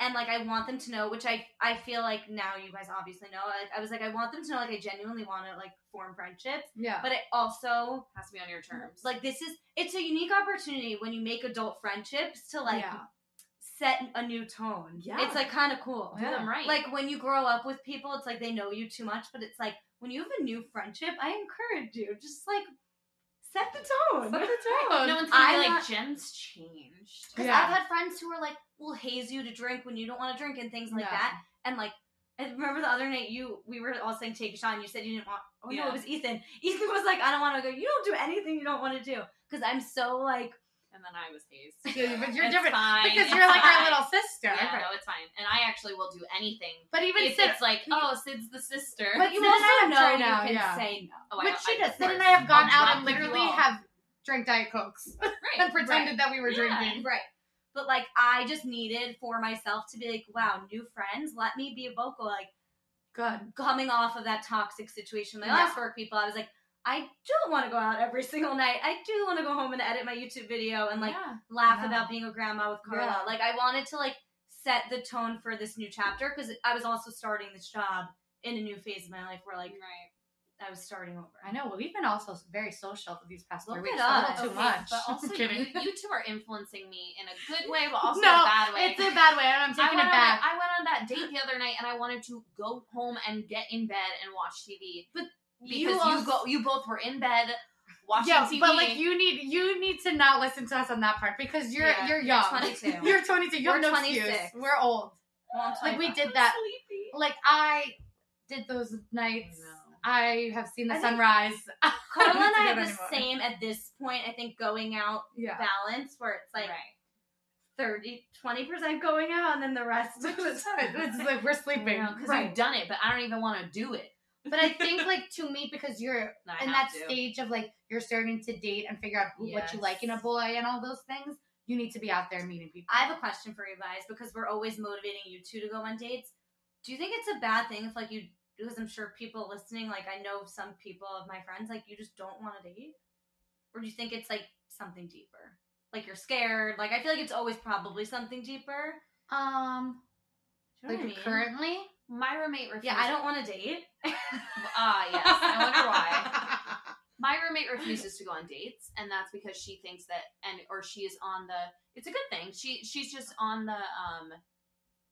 Speaker 1: and like I want them to know, which I I feel like now you guys obviously know. I, I was like I want them to know, like I genuinely want to like form friendships,
Speaker 4: Yeah.
Speaker 1: but I also
Speaker 3: has to be on your terms.
Speaker 1: like this is it's a unique opportunity when you make adult friendships to like
Speaker 4: Yeah.
Speaker 1: set a new tone.
Speaker 3: Yeah.
Speaker 1: it's like kind of cool.
Speaker 3: do them right.
Speaker 1: Like when you grow up with people, it's like they know you too much, but it's like when you have a new friendship, I encourage you just like set the tone. (laughs)
Speaker 4: Set the tone.
Speaker 3: no one's gonna
Speaker 1: I'm
Speaker 3: be like
Speaker 1: not-
Speaker 3: Jen's changed.
Speaker 1: Because
Speaker 4: Yeah.
Speaker 1: I've had friends who are like, will haze you to drink when you don't want to drink and things like
Speaker 4: Yeah.
Speaker 1: that. And like, I remember the other night you we were all saying take a shot and you said you didn't want. Oh no,
Speaker 3: Yeah.
Speaker 1: (laughs) it was Ethan. Ethan was like, I don't want to go. You don't do anything you don't want to do because I'm so like
Speaker 3: and then I was hazed.
Speaker 4: (laughs) Yeah, but you're
Speaker 3: It's
Speaker 4: different
Speaker 3: fine,
Speaker 4: because
Speaker 3: it's
Speaker 4: you're like our
Speaker 3: fine.
Speaker 4: little sister.
Speaker 3: Yeah, no, it's fine. And I actually will do anything.
Speaker 4: But even
Speaker 3: If
Speaker 4: Sid,
Speaker 3: it's like, oh, Sid's the sister.
Speaker 4: But you
Speaker 3: Sid and
Speaker 4: also
Speaker 3: I
Speaker 4: have
Speaker 3: know
Speaker 4: tried
Speaker 3: you
Speaker 4: out,
Speaker 3: can
Speaker 4: yeah.
Speaker 3: say no. Oh,
Speaker 4: which
Speaker 3: I,
Speaker 4: she
Speaker 3: I,
Speaker 4: does. Sid and I have gone
Speaker 3: I'll
Speaker 4: out
Speaker 3: drop
Speaker 4: and
Speaker 3: you
Speaker 4: literally
Speaker 3: all.
Speaker 4: have drank diet cokes (laughs)
Speaker 3: right,
Speaker 4: and pretended that we were
Speaker 3: Yeah.
Speaker 1: And
Speaker 4: drinking.
Speaker 1: Right. But like I just needed for myself to be like, wow, new friends, let me be vocal. Like uh,
Speaker 7: Good.
Speaker 1: coming off of that toxic situation, with my
Speaker 4: Yeah.
Speaker 1: last work people, I was like, I don't want to go out every single night. I do want to go home and edit my YouTube video and like
Speaker 3: yeah.
Speaker 1: laugh
Speaker 7: Yeah.
Speaker 1: about being a grandma with Carla.
Speaker 7: Yeah.
Speaker 1: Like I wanted to like set the tone for this new chapter because I was also starting this job in a new phase of my life where like
Speaker 3: right.
Speaker 1: I was starting over.
Speaker 4: I know. Well, we've been also very social for these past
Speaker 1: Look
Speaker 4: three weeks.
Speaker 1: at us.
Speaker 4: A little too
Speaker 1: Okay,
Speaker 4: much. (laughs)
Speaker 3: But also,
Speaker 4: I'm
Speaker 3: you,
Speaker 4: kidding.
Speaker 3: you two are influencing me in a good way, but also
Speaker 4: No,
Speaker 3: a bad way.
Speaker 4: It's a bad way. and I'm
Speaker 3: I
Speaker 4: taking
Speaker 3: went
Speaker 4: it
Speaker 3: on
Speaker 4: back.
Speaker 3: that- I went on that date the other night, and I wanted to go home and get in bed and watch TV. But because you,
Speaker 4: also-
Speaker 3: go, you both were in bed watching
Speaker 4: Yeah,
Speaker 3: TV.
Speaker 4: but like you need you need to not listen to us on that part because you're
Speaker 1: Yeah,
Speaker 4: you're young.
Speaker 1: 22.
Speaker 4: Oh. (laughs) You're 22. You have
Speaker 1: We're
Speaker 4: no
Speaker 1: 26.
Speaker 4: excuse. We're old.
Speaker 1: Well, I'm
Speaker 4: Like (laughs) we
Speaker 1: 25.
Speaker 4: did that.
Speaker 3: sleepy.
Speaker 4: Like I did those nights. I have seen the
Speaker 1: I think-
Speaker 4: sunrise. (laughs)
Speaker 1: Carla and I
Speaker 4: I
Speaker 1: have
Speaker 4: don't
Speaker 1: the
Speaker 4: anymore.
Speaker 1: same at this point. I think going out
Speaker 4: yeah. (laughs)
Speaker 1: balance where it's like
Speaker 3: right.
Speaker 1: 30 20% going out and then the rest
Speaker 3: (laughs)
Speaker 1: of the time
Speaker 4: It's like we're
Speaker 3: I
Speaker 4: sleeping.
Speaker 3: know, 'cause
Speaker 1: Right.
Speaker 3: I've done it, but I don't even want to do it.
Speaker 4: (laughs) But I think like to me because you're
Speaker 3: No, I
Speaker 4: in that
Speaker 3: have to.
Speaker 4: stage of like you're starting to date and figure out who, what you like in a
Speaker 3: Yes.
Speaker 4: boy and all those things. You need to be out there meeting people.
Speaker 1: i have a question for you guys because we're always motivating you two to go on dates do you think it's a bad thing if like you because i'm sure people listening like i know some people of my friends like you just don't want to date or do you think it's like something deeper like you're scared like i feel like it's always probably something deeper
Speaker 4: um
Speaker 1: Do you know
Speaker 4: like
Speaker 1: what I mean?
Speaker 4: currently.
Speaker 3: My roommate refused.
Speaker 1: yeah i don't want to date
Speaker 3: Ah, yes. I
Speaker 4: (laughs)
Speaker 3: wonder why. My roommate refuses to go on dates, and that's because she thinks that, and or she is on the. It's a good thing. She she's just on the um,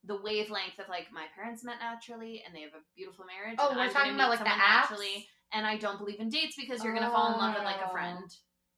Speaker 3: the wavelength of like my parents met naturally, and they have a beautiful marriage.
Speaker 4: Oh,
Speaker 3: and
Speaker 4: we're
Speaker 3: I'm
Speaker 4: talking
Speaker 3: gonna
Speaker 4: about,
Speaker 3: meet
Speaker 4: like, the
Speaker 3: someone
Speaker 4: apps?
Speaker 3: and I don't believe in dates because you're gonna fall in love with like a
Speaker 4: Oh.
Speaker 3: friend,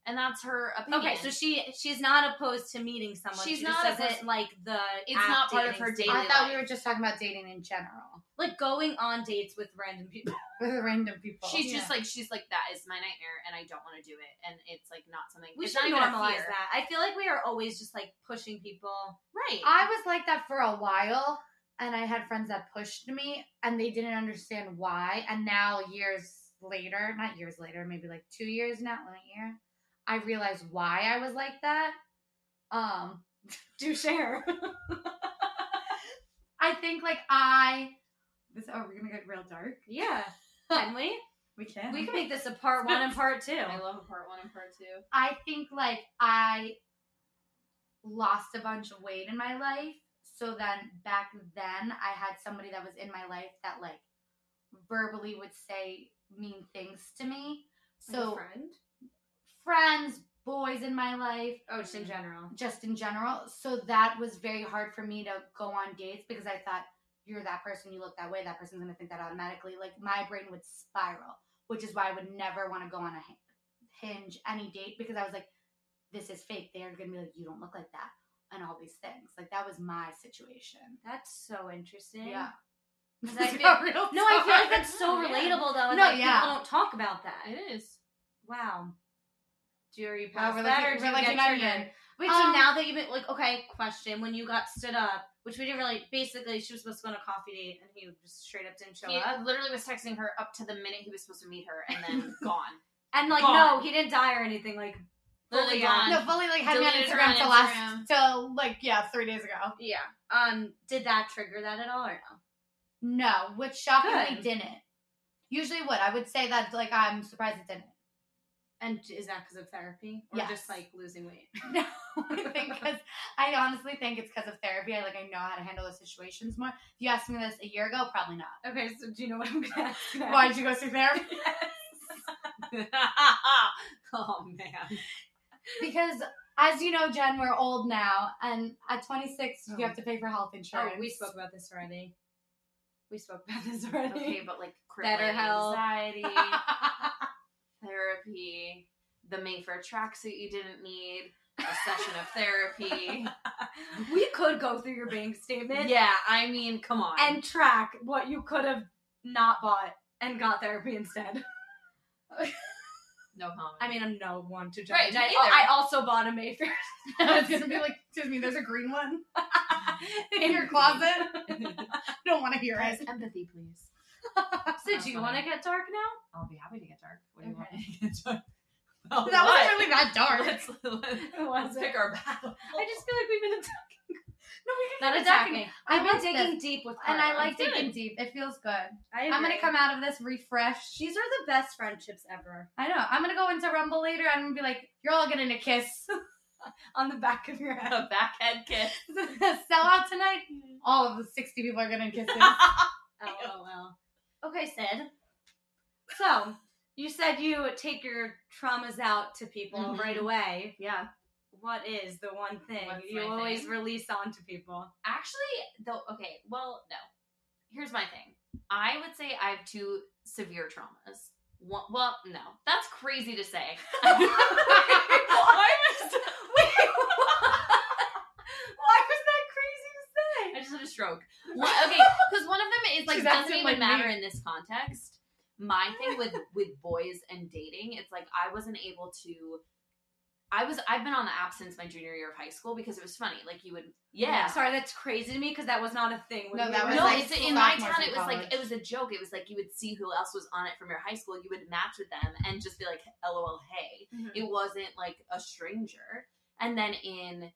Speaker 3: and that's her opinion.
Speaker 1: okay so she she's not opposed to meeting someone
Speaker 3: She's
Speaker 1: she just
Speaker 3: not
Speaker 1: doesn't
Speaker 3: opposed-
Speaker 1: like the
Speaker 3: It's
Speaker 1: app
Speaker 3: not part of
Speaker 1: dating
Speaker 3: her
Speaker 1: scene.
Speaker 3: daily
Speaker 4: I thought we
Speaker 3: life.
Speaker 4: were just talking about dating in general (laughs)
Speaker 1: like going on dates with random people.
Speaker 4: with random people.
Speaker 3: she's
Speaker 1: Yeah.
Speaker 3: just like she's like that is my nightmare, and I don't want to do it, and it's like not something
Speaker 1: We
Speaker 3: it's
Speaker 1: should
Speaker 3: not even a
Speaker 1: normalize
Speaker 3: fear.
Speaker 1: that. I feel like we are always just like pushing people.
Speaker 3: right?
Speaker 4: I was like that for a while, and I had friends that pushed me, and they didn't understand why. And now, years later, not years later, maybe like two years now, one year, I realized why I was like that. Um,
Speaker 1: Do share.
Speaker 4: I think like I
Speaker 7: This, oh, we're gonna get real dark.
Speaker 1: yeah. (laughs) Can we?
Speaker 7: We can.
Speaker 1: We can make this a part one and part two.
Speaker 3: I love a part one and part two.
Speaker 4: I think like I lost a bunch of weight in my life. So then back then I had somebody that was in my life that like verbally would say mean things to me. So
Speaker 1: friend.
Speaker 4: friends, boys in my life,
Speaker 1: Oh, just in general.
Speaker 4: just in general. So that was very hard for me to go on dates because I thought you're that person, you look that way, that person's gonna think that automatically. Like my brain would spiral, which is why I would never want to go on a hi- hinge any date because I was like, this is fake. They're gonna be like, you don't look like that, and all these things. Like that was my situation.
Speaker 1: That's so interesting.
Speaker 4: Yeah. (laughs)
Speaker 1: 'Cause I
Speaker 4: It's
Speaker 1: feel-
Speaker 4: a real
Speaker 1: No, I feel
Speaker 4: story.
Speaker 1: like that's
Speaker 3: (laughs)
Speaker 1: so
Speaker 4: (laughs)
Speaker 3: Oh, Yeah.
Speaker 1: relatable though. And
Speaker 4: No,
Speaker 1: like,
Speaker 4: yeah.
Speaker 1: People don't talk about that.
Speaker 3: It is.
Speaker 1: Wow. Do you, are you
Speaker 4: Wow,
Speaker 1: past
Speaker 4: we're
Speaker 1: that
Speaker 4: like,
Speaker 1: or do
Speaker 4: we're
Speaker 1: you
Speaker 4: like
Speaker 1: get
Speaker 4: an onion.
Speaker 1: triggered? Wait, so
Speaker 4: Um,
Speaker 1: now that you've been like, okay, question. When you got stood up, which we didn't really, basically, she was supposed to go on a coffee date and he just straight up didn't show
Speaker 3: He uh,
Speaker 1: up.
Speaker 3: literally was texting her up to the minute he was supposed to meet her, and
Speaker 1: (laughs)
Speaker 3: then gone.
Speaker 1: And like,
Speaker 3: Gone.
Speaker 1: no, he didn't die or anything. Like,
Speaker 3: Literally
Speaker 1: fully gone.
Speaker 3: gone.
Speaker 4: No, fully like had me on
Speaker 3: Deleted her
Speaker 4: Instagram
Speaker 3: on
Speaker 4: till
Speaker 3: Instagram.
Speaker 4: last till like yeah three days ago.
Speaker 1: Yeah. Um. Did that trigger that at all or no?
Speaker 4: No, which shockingly
Speaker 1: Good.
Speaker 4: didn't. Usually would. I would say that like I'm surprised it didn't. (laughs)
Speaker 1: And is that because of therapy or
Speaker 4: Yes.
Speaker 1: just like losing weight?
Speaker 4: No, I
Speaker 1: (laughs)
Speaker 4: think because I honestly think it's because of therapy. I like I know how to handle those situations more. If you asked me this a year ago, probably not.
Speaker 1: Okay. So do you know what I'm gonna ask? now?
Speaker 4: Why'd you go through therapy?
Speaker 1: (laughs)
Speaker 3: oh man.
Speaker 4: because as you know, Jen, we're old now, and at 26,
Speaker 1: Oh.
Speaker 4: you have to pay for health
Speaker 1: Oh,
Speaker 4: insurance.
Speaker 1: we spoke about this already. We spoke about this already.
Speaker 3: Okay, but like crippling
Speaker 1: Better health.
Speaker 3: anxiety, therapy,
Speaker 1: (laughs)
Speaker 3: the Mayfair tracksuit you didn't need, a session of
Speaker 1: (laughs)
Speaker 3: therapy.
Speaker 1: We could go through your bank statement.
Speaker 3: yeah, I mean, come on.
Speaker 1: and track what you could have not bought and got therapy instead.
Speaker 3: No comment.
Speaker 1: I mean, I'm no one to judge.
Speaker 3: Right, me
Speaker 1: I,
Speaker 3: either.
Speaker 1: I also bought a Mayfair.
Speaker 4: (laughs) I was gonna be like, excuse me, there's a green one in your closet.
Speaker 3: (laughs)
Speaker 4: Don't want to hear it.
Speaker 3: empathy, please.
Speaker 1: (laughs) so do you want to get dark now?
Speaker 3: I'll be happy to get dark. What do you want me to get
Speaker 1: (laughs)
Speaker 3: dark? Well,
Speaker 4: That
Speaker 3: what?
Speaker 4: wasn't really that dark.
Speaker 2: (laughs)
Speaker 3: (laughs) Let's, let's
Speaker 1: wasn't.
Speaker 3: pick our battle.
Speaker 1: I just feel like we've been attacking. (laughs)
Speaker 4: No, we
Speaker 1: Not
Speaker 2: keep
Speaker 1: attacking.
Speaker 2: attacking.
Speaker 1: I've
Speaker 2: I
Speaker 1: been
Speaker 2: like
Speaker 1: digging deep with
Speaker 2: and I
Speaker 1: Carla.
Speaker 2: like
Speaker 1: Good.
Speaker 2: digging deep. It feels good.
Speaker 1: I
Speaker 2: I'm gonna
Speaker 1: agree.
Speaker 2: come out of this refreshed.
Speaker 1: These are the best friendships ever.
Speaker 2: I know. I'm gonna go into Rumble later. and I'm gonna be like, you're all getting a kiss. (laughs)
Speaker 1: On the back of your head.
Speaker 3: a backhead kiss.
Speaker 2: Sell out tonight.
Speaker 1: Mm-hmm.
Speaker 2: All of the 60 people are getting kisses.
Speaker 1: (laughs)
Speaker 3: LOL.
Speaker 1: Okay, Sid. So you said you take your traumas out to people
Speaker 3: Mhm.
Speaker 1: right away. Yeah. What is the one thing
Speaker 3: What's
Speaker 1: you
Speaker 3: my
Speaker 1: always
Speaker 3: thing?
Speaker 1: release onto people?
Speaker 3: Actually, though, okay, well, no. Here's my thing. I would say I have two severe traumas. One, well, no, that's crazy to
Speaker 1: (laughs)
Speaker 3: say. (laughs) Why was-
Speaker 1: Why was that crazy to say?
Speaker 3: I just had a stroke.
Speaker 1: (laughs)
Speaker 3: One, okay, because one of them is like
Speaker 4: She's
Speaker 3: doesn't
Speaker 4: acting
Speaker 3: even
Speaker 4: like me.
Speaker 3: matter in this context. My
Speaker 1: (laughs)
Speaker 3: thing with with boys and dating, it's like I wasn't able to. I was I've been on the app since my junior year of high school because it was funny. Like you would, yeah.
Speaker 1: Sorry, that's crazy to me because that was not a thing. when
Speaker 4: No,
Speaker 1: we
Speaker 4: that
Speaker 1: were-
Speaker 4: was,
Speaker 3: no,
Speaker 4: like,
Speaker 3: it's in my
Speaker 4: sophomores
Speaker 3: town.
Speaker 4: in
Speaker 3: It was like
Speaker 4: college.
Speaker 3: it was a joke. It was like you would see who else was on it from your high school. You would match with them and just be like, "LOL, hey."
Speaker 1: Mhm.
Speaker 3: It wasn't like a stranger. And then in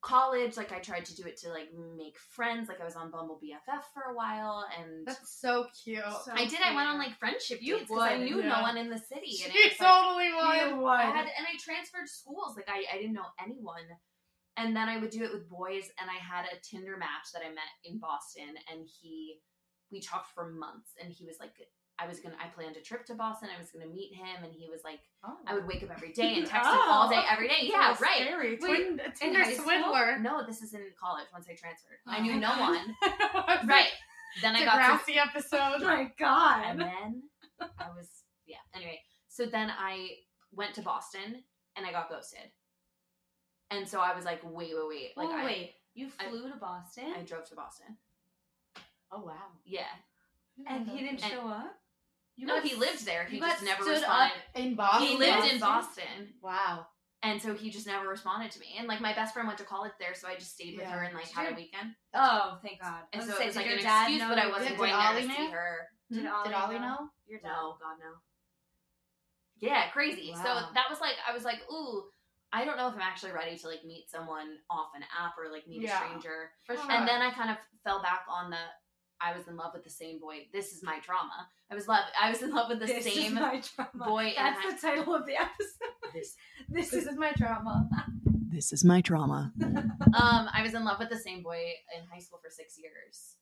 Speaker 3: college, like I tried to do it to like make friends. Like I was on Bumble BFF for a while, and
Speaker 4: That's so cute.
Speaker 1: So
Speaker 3: I did. I went on
Speaker 1: cute.
Speaker 3: like friendship
Speaker 1: You
Speaker 3: dates because I
Speaker 1: would,
Speaker 3: knew
Speaker 4: yeah.
Speaker 3: no one in the city.
Speaker 4: she
Speaker 3: And it was, like,
Speaker 4: totally
Speaker 1: You
Speaker 4: was.
Speaker 1: would.
Speaker 2: (laughs)
Speaker 3: I had, and I transferred schools. Like I, I didn't know anyone. And then I would do it with boys, and I had a Tinder match that I met in Boston, and he, we talked for months, and he was like, I was gonna, I planned a trip to Boston, I was gonna meet him, and he was like,
Speaker 1: "Oh."
Speaker 3: I would wake up every day and text him
Speaker 4: (laughs)
Speaker 3: all day, every day. Yeah, right.
Speaker 4: Scary.
Speaker 3: Wait,
Speaker 4: Twin,
Speaker 3: In
Speaker 4: Oh, Tinder
Speaker 3: high school?
Speaker 4: swindler.
Speaker 3: No, this is in college. Once I transferred, I
Speaker 4: Oh
Speaker 3: knew
Speaker 4: my
Speaker 3: no
Speaker 4: God.
Speaker 3: one.
Speaker 4: (laughs) I was
Speaker 3: Right. Then I
Speaker 4: like,
Speaker 3: got to
Speaker 4: Degrassi
Speaker 1: Oh (laughs)
Speaker 4: episode.
Speaker 1: my god.
Speaker 3: and then I was yeah. Anyway, so then I went to Boston and I got ghosted, and so I was like, wait, wait, wait. Like,
Speaker 1: Whoa,
Speaker 3: I,
Speaker 1: wait, you
Speaker 3: I-
Speaker 1: flew to Boston,
Speaker 3: I drove to Boston.
Speaker 2: Oh wow.
Speaker 3: Yeah,
Speaker 1: and he didn't
Speaker 3: And-
Speaker 1: show up.
Speaker 3: you no, he lived there. He just never
Speaker 2: stood up
Speaker 3: responded.
Speaker 2: in Boston.
Speaker 3: He lived in Boston,
Speaker 2: Wow.
Speaker 3: and so he just never responded to me. And like my best friend went to college there, so I just stayed with
Speaker 4: Yeah.
Speaker 3: her and like
Speaker 1: Did
Speaker 3: had a
Speaker 1: you-
Speaker 3: weekend.
Speaker 1: Oh, thank God. I
Speaker 3: And
Speaker 1: was
Speaker 3: so
Speaker 1: gonna
Speaker 3: it was
Speaker 1: say,
Speaker 3: like
Speaker 1: did
Speaker 3: an
Speaker 1: your dad
Speaker 3: excuse,
Speaker 1: know
Speaker 3: but I
Speaker 1: you-
Speaker 3: wasn't
Speaker 2: Did
Speaker 3: going there
Speaker 2: Ollie
Speaker 3: to see
Speaker 2: know?
Speaker 3: her. Hmm?
Speaker 1: Did Ollie,
Speaker 2: Did Ollie know?
Speaker 1: Your dad.
Speaker 3: No, God no. Yeah, crazy.
Speaker 2: Wow.
Speaker 3: So that was like I was like, ooh, I don't know if I'm actually ready to like meet someone off an app or like meet
Speaker 4: Yeah.
Speaker 3: a stranger.
Speaker 2: For
Speaker 4: Oh.
Speaker 2: sure.
Speaker 3: And then I kind of fell back on the I was in love with the same boy. This is my drama. I was love I was in love
Speaker 4: (laughs)
Speaker 3: with
Speaker 1: (laughs)
Speaker 3: the
Speaker 1: This is
Speaker 3: same
Speaker 1: my trauma.
Speaker 3: boy in
Speaker 1: That's
Speaker 3: high
Speaker 1: the title of the episode.
Speaker 3: This-
Speaker 1: (laughs) this
Speaker 2: this
Speaker 1: is
Speaker 2: is my drama.
Speaker 8: This is my trauma.
Speaker 3: um I was in love with the same boy in high school for six years.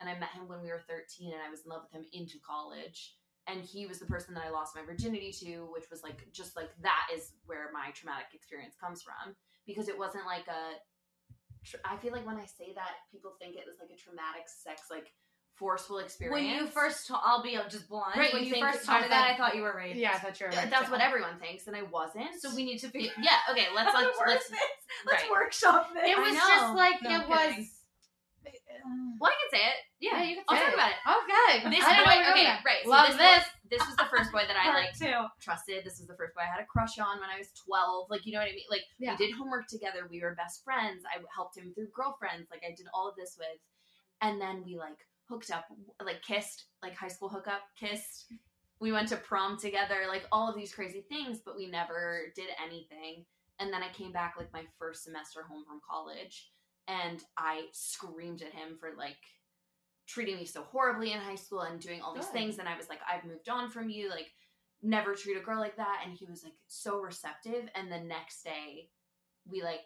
Speaker 3: And I met him when we were thirteen and I was in love with him into college. And he was the person that I lost my virginity to, which was like just like that is where my traumatic experience comes from. Because it wasn't like a tr- I feel like when I say that, people think it was like a traumatic sex, like forceful experience.
Speaker 1: when you first. Ta- I'll be just blind.
Speaker 3: Right,
Speaker 1: when
Speaker 3: you
Speaker 1: you
Speaker 3: think-
Speaker 1: first told me that, I thought you were raped.
Speaker 4: Yeah, I thought you were.
Speaker 3: Yeah,
Speaker 4: right.
Speaker 3: that's what everyone thinks, and I wasn't.
Speaker 1: So we need to
Speaker 3: (laughs)
Speaker 1: figure.
Speaker 3: yeah, okay, let's
Speaker 1: How to
Speaker 3: let's
Speaker 1: word
Speaker 3: let's,
Speaker 1: this. Let's
Speaker 3: right.
Speaker 1: workshop this.
Speaker 2: It
Speaker 3: I
Speaker 2: was
Speaker 3: know.
Speaker 2: just like
Speaker 1: No,
Speaker 2: it
Speaker 1: I'm
Speaker 2: was.
Speaker 1: kidding.
Speaker 3: Well, I can say it. Yeah,
Speaker 2: Yeah, you can
Speaker 3: I'll
Speaker 2: say
Speaker 3: talk
Speaker 2: it.
Speaker 3: about it.
Speaker 2: Oh good.
Speaker 3: This
Speaker 2: I don't know where to
Speaker 3: boy,
Speaker 2: go
Speaker 3: okay,
Speaker 2: there.
Speaker 3: right? So
Speaker 2: Love
Speaker 3: this,
Speaker 2: this.
Speaker 3: Was, this was the first boy that I
Speaker 2: (laughs)
Speaker 1: Part
Speaker 3: like
Speaker 1: two.
Speaker 3: trusted. This was the first boy I had a crush on when I was twelve. Like, you know what I mean? Like,
Speaker 2: Yeah.
Speaker 3: we did homework together. We were best friends. I helped him through girlfriends. Like, I did all of this with, and then we like hooked up, like kissed, like high school hookup, kissed. We went to prom together, like all of these crazy things, but we never did anything. And then I came back like my first semester home from college, and I screamed at him for like treating me so horribly in high school and doing all these
Speaker 2: Good.
Speaker 3: things. And I was like, I've moved on from you. Like, never treat a girl like that. And he was like so receptive. And the next day, we like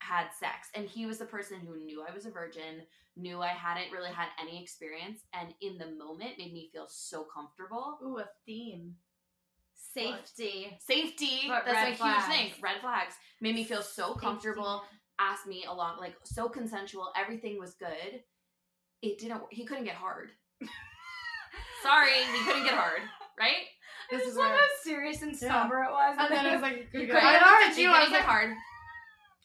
Speaker 3: had sex. And he was the person who knew I was a virgin, knew I hadn't really had any experience, and in the moment made me feel so comfortable.
Speaker 1: Ooh, a theme.
Speaker 3: (laughs)
Speaker 1: Safety.
Speaker 3: Safety,
Speaker 1: But red
Speaker 3: that's a huge
Speaker 1: flags.
Speaker 3: thing. Red flags made me feel so comfortable asked me a lot, like so consensual. Everything was good. It didn't. He couldn't get
Speaker 1: (laughs)
Speaker 3: hard. Sorry, he couldn't get (laughs) hard. Right?
Speaker 1: I
Speaker 4: This
Speaker 1: just
Speaker 4: is
Speaker 1: love
Speaker 4: where-
Speaker 1: how serious and somber it was.
Speaker 4: And then I was like,
Speaker 3: He
Speaker 4: good
Speaker 3: couldn't,
Speaker 4: girl.
Speaker 3: get,
Speaker 4: I looked at
Speaker 3: he
Speaker 4: you.
Speaker 3: couldn't
Speaker 4: I was
Speaker 3: get
Speaker 4: like,
Speaker 3: hard.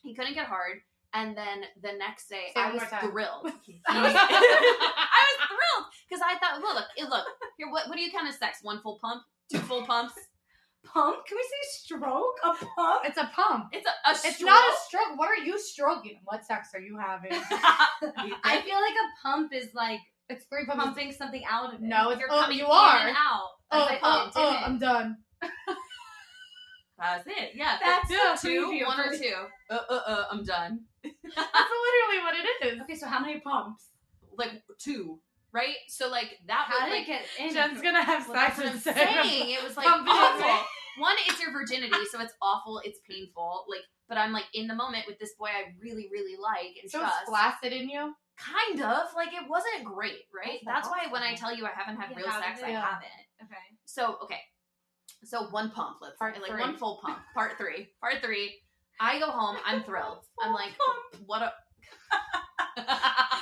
Speaker 3: He couldn't get hard. And then the next day,
Speaker 4: Say it
Speaker 3: I
Speaker 4: one
Speaker 3: was
Speaker 4: more time.
Speaker 3: (laughs) thrilled. I was thrilled because I thought, well, look, look, here. What? What do you count as sex? One full pump, two full pumps.
Speaker 1: pump? Can we say stroke? A pump?
Speaker 4: It's a pump.
Speaker 3: It's a, a
Speaker 4: It's not a stroke. What are you stroking? What sex are
Speaker 1: (laughs)
Speaker 4: you having?
Speaker 1: I feel like a pump is like
Speaker 4: it's three pumps.
Speaker 1: pumping something out of it.
Speaker 4: No, it's
Speaker 3: You're
Speaker 4: oh,
Speaker 3: coming
Speaker 4: you
Speaker 3: in
Speaker 4: are.
Speaker 3: and out.
Speaker 4: Oh,
Speaker 3: That's
Speaker 4: oh,
Speaker 3: like,
Speaker 4: oh,
Speaker 3: did it.
Speaker 4: I'm
Speaker 1: (laughs)
Speaker 4: done.
Speaker 3: That's it. Yeah.
Speaker 1: That's
Speaker 3: that's
Speaker 1: the
Speaker 3: two,
Speaker 1: preview
Speaker 3: one or
Speaker 1: for-
Speaker 3: two. Uh, uh, uh, I'm done.
Speaker 4: That's literally what it is.
Speaker 1: Okay, so how many pumps?
Speaker 3: Like two, right? So like that
Speaker 1: How
Speaker 3: was
Speaker 1: did
Speaker 3: like
Speaker 1: it get in?
Speaker 4: Jen's gonna have
Speaker 3: Well, that's
Speaker 4: sex
Speaker 3: what I'm
Speaker 4: with
Speaker 1: (laughs)
Speaker 4: Sam.
Speaker 3: saying. It was like
Speaker 4: Pumping it
Speaker 3: awful.
Speaker 4: up.
Speaker 3: One, it's your virginity, so it's awful. It's painful. Like, but I'm like in the moment with this boy I really, really like and
Speaker 4: So it's
Speaker 3: trust.
Speaker 4: flaccid in you.
Speaker 3: Kind of like it wasn't great, right? That's
Speaker 4: That's
Speaker 3: why when I
Speaker 4: awful.
Speaker 3: tell you I haven't had
Speaker 1: Yeah,
Speaker 3: real
Speaker 1: how
Speaker 3: sex,
Speaker 1: did
Speaker 3: I
Speaker 4: it-
Speaker 3: haven't.
Speaker 1: okay.
Speaker 3: So okay, so one pump, let's
Speaker 4: Part
Speaker 3: say, like
Speaker 4: three.
Speaker 3: one full
Speaker 4: (laughs)
Speaker 3: pump, part three, part three. I go home, I'm thrilled. I'm like, (laughs) what a.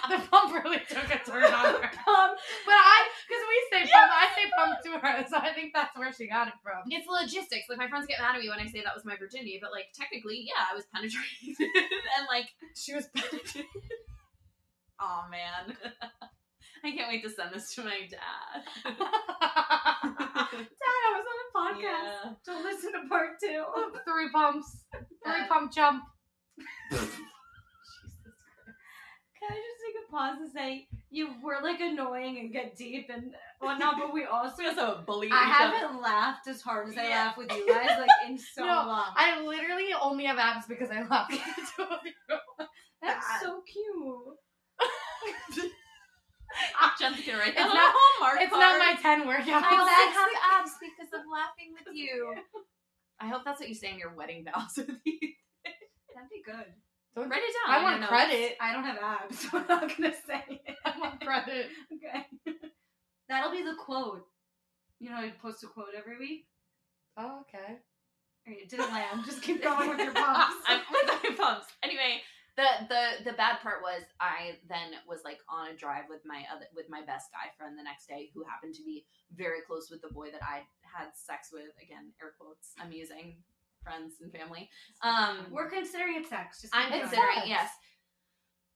Speaker 4: The pump
Speaker 3: (laughs)
Speaker 4: really took a turn on her.
Speaker 1: Pump.
Speaker 4: But I, because we say pump, I say pump to her, so I think that's where she got it from.
Speaker 3: it's logistics. Like my friends get mad at me when I say that was my virginity, but like technically, yeah, I was penetrated (laughs) and like
Speaker 4: She
Speaker 3: (laughs)
Speaker 4: was
Speaker 3: penetrated. oh man, (laughs) I can't wait to send this to my dad. (laughs)
Speaker 1: Dad, I was on a podcast.
Speaker 3: Yeah.
Speaker 1: Don't listen to part two.
Speaker 4: three pumps, three pump jump.
Speaker 3: Jesus Christ.
Speaker 1: (laughs) Can I just take a pause and say you were like annoying and get deep and whatnot,
Speaker 3: (laughs)
Speaker 1: but we also
Speaker 3: We also
Speaker 1: I
Speaker 3: bully each other.
Speaker 1: haven't laughed as hard as I
Speaker 3: Yeah.
Speaker 1: laugh with you guys like
Speaker 3: (laughs)
Speaker 1: in so
Speaker 4: No,
Speaker 1: long.
Speaker 4: I literally only have abs because I love (laughs) the two of you.
Speaker 1: That's
Speaker 4: I-
Speaker 1: so cute.
Speaker 3: Jen's gonna write
Speaker 4: It's
Speaker 3: that on a
Speaker 4: not-
Speaker 3: Hallmark
Speaker 4: It's not
Speaker 3: card. Oh,
Speaker 4: my ten workout.
Speaker 3: I then have abs because of laughing with (laughs) you. I hope that's what you say in your wedding vows with you.
Speaker 1: That'd be good.
Speaker 4: (laughs) Don't-
Speaker 3: Write it down.
Speaker 4: I want
Speaker 3: know.
Speaker 4: credit. (laughs)
Speaker 1: I don't have abs, (laughs) so I'm not gonna say it.
Speaker 4: I want credit.
Speaker 1: Okay. That'll be the quote. You know, I post a quote every week.
Speaker 4: Oh, okay.
Speaker 1: Or it didn't land. Just keep going
Speaker 3: (laughs)
Speaker 1: with your pumps.
Speaker 3: I'm with my pumps. Anyway, the the the bad part was I then was like on a drive with my other with my best guy friend the next day who happened to be very close with the boy that I had sex with. Again, air quotes. I'm using friends and family. Um,
Speaker 1: We're considering it sex. Just
Speaker 3: I'm
Speaker 1: keep going.
Speaker 3: considering,
Speaker 4: sucks.
Speaker 3: yes.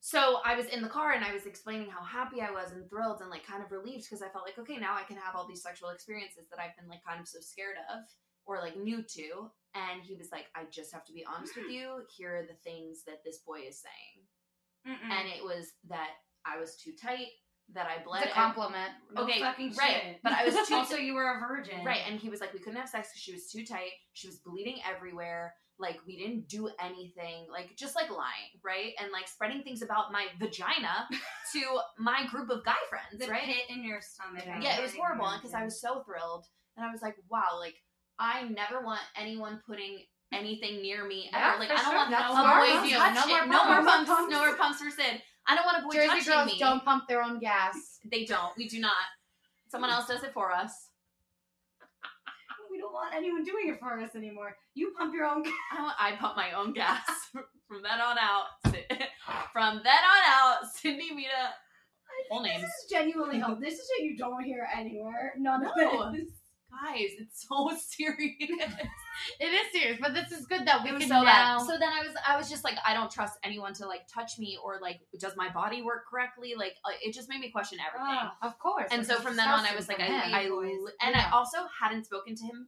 Speaker 3: So I was in the car and I was explaining how happy I was and thrilled and like kind of relieved because I felt like, okay, now I can have all these sexual experiences that I've been like kind of so scared of or like new to. And he was like, I just have to be honest with you. Here are the things that this boy is saying.
Speaker 1: Mm-mm.
Speaker 3: And it was that I was too tight, that I bled.
Speaker 4: It's a compliment.
Speaker 1: No
Speaker 3: okay,
Speaker 1: fucking
Speaker 3: right,
Speaker 1: shit.
Speaker 3: but
Speaker 1: (laughs)
Speaker 3: I was too-
Speaker 1: also you were a virgin,
Speaker 3: Right. And he was like, we couldn't have sex because she was too tight. She was bleeding everywhere. Like, we didn't do anything. Like, just like lying, right? And like spreading things about my
Speaker 4: (laughs)
Speaker 3: vagina to my group of guy friends,
Speaker 1: the
Speaker 3: right?
Speaker 1: pit in your stomach. I
Speaker 3: yeah, it was
Speaker 1: can't
Speaker 3: horrible because I
Speaker 1: imagine.
Speaker 3: was so thrilled. And I was like, wow, like, I never want anyone putting anything near me
Speaker 4: Yeah,
Speaker 3: ever. Like,
Speaker 4: for
Speaker 3: I don't
Speaker 4: sure.
Speaker 3: want
Speaker 4: That's
Speaker 3: a
Speaker 4: why
Speaker 3: boy
Speaker 4: I was
Speaker 3: feeling
Speaker 4: like, no
Speaker 3: shit.
Speaker 4: more
Speaker 3: No more
Speaker 4: pumps.
Speaker 3: pumps. No more pumps for Sid. I don't want a boy
Speaker 4: Jersey
Speaker 3: touching
Speaker 4: girls
Speaker 3: me.
Speaker 4: don't pump their own gas.
Speaker 3: They don't. We do not. Someone else does it for us.
Speaker 1: We don't want anyone doing it for us anymore. You pump your own.
Speaker 3: I, don't- I pump my own gas (laughs) from then on out. (laughs) From then on out, Cindy Mita. Full names.
Speaker 1: This is genuinely help. This is what you don't hear anywhere. None
Speaker 3: No.
Speaker 1: of this.
Speaker 3: Guys, it's so (laughs) serious.
Speaker 4: It is serious, but this is good that we
Speaker 3: It
Speaker 4: can
Speaker 3: was so
Speaker 4: now.
Speaker 3: bad. So then I was, I was just like, I don't trust anyone to like touch me or like, does my body work correctly? Like, uh, it just made me question everything.
Speaker 1: Ah.
Speaker 4: of course.
Speaker 3: and so from then on, I was like, I, I
Speaker 1: boys.
Speaker 3: and
Speaker 4: Yeah.
Speaker 3: I also hadn't spoken to him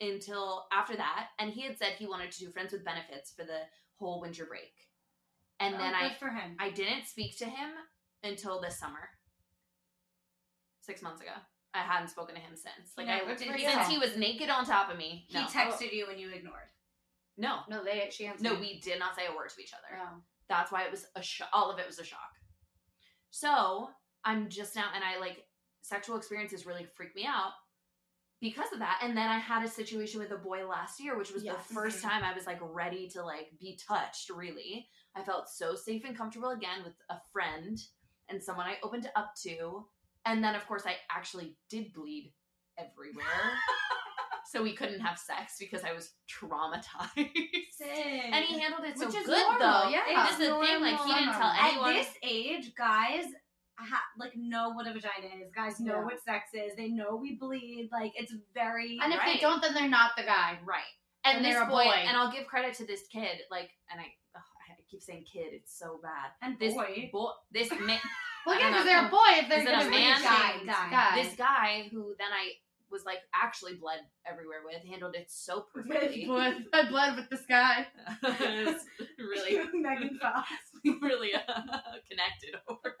Speaker 3: until after that, and he had said he wanted to do friends with benefits for the whole winter break, and then
Speaker 1: Oh,
Speaker 3: I
Speaker 1: good for him.
Speaker 3: I didn't speak to him until this summer. Six months ago. I hadn't spoken to him since. Like
Speaker 1: Yeah,
Speaker 3: I
Speaker 1: good for
Speaker 3: since
Speaker 1: you.
Speaker 3: he was naked on top of me.
Speaker 1: he
Speaker 3: No.
Speaker 1: texted you and you ignored.
Speaker 3: no.
Speaker 4: no, they she answered. Oh.
Speaker 3: No, we um, did not say a word to each other.
Speaker 4: No.
Speaker 3: That's why it was a sho- all of it was a shock. So I'm just now and I like sexual experiences really freak me out because of that. And then I had a situation with a boy last year, which was
Speaker 4: Yes.
Speaker 3: the first time I was like ready to like be touched, really. I felt so safe and comfortable again with a friend and someone I opened up to. And then of course I actually did bleed everywhere. so we couldn't have sex because I was traumatized. And he handled it so
Speaker 4: Which is
Speaker 3: good
Speaker 4: normal,
Speaker 3: though.
Speaker 4: yeah.
Speaker 3: It is the thing. Like he
Speaker 4: Normal.
Speaker 3: didn't tell
Speaker 4: At
Speaker 1: At
Speaker 3: anyone.
Speaker 1: this age, guys ha- like know what a vagina is. Guys know
Speaker 4: Yeah.
Speaker 1: what sex is. They know we bleed. Like it's very
Speaker 4: And if
Speaker 3: Right.
Speaker 4: they don't, then they're not the guy.
Speaker 3: right. And,
Speaker 4: And
Speaker 3: this
Speaker 4: they're a
Speaker 3: boy,
Speaker 4: boy.
Speaker 3: and I'll give credit to this kid. Like, and I, ugh, I keep saying kid. It's so bad.
Speaker 1: and
Speaker 3: This
Speaker 1: boy.
Speaker 3: boy,
Speaker 4: (laughs)
Speaker 3: this man,
Speaker 4: Well,
Speaker 3: I
Speaker 4: yeah,
Speaker 3: don't
Speaker 4: because
Speaker 3: know.
Speaker 4: they're a boy. If
Speaker 3: Is
Speaker 4: they're
Speaker 3: it a
Speaker 4: gonna be
Speaker 3: man?
Speaker 4: guy,
Speaker 1: Guy.
Speaker 4: guy.
Speaker 3: this guy who then I was like actually bled everywhere with, handled it so perfectly.
Speaker 4: blood, I bled with this guy.
Speaker 3: (laughs) It was
Speaker 1: (laughs)
Speaker 3: really,
Speaker 2: Megan Fox.
Speaker 3: (laughs) we really uh, connected over.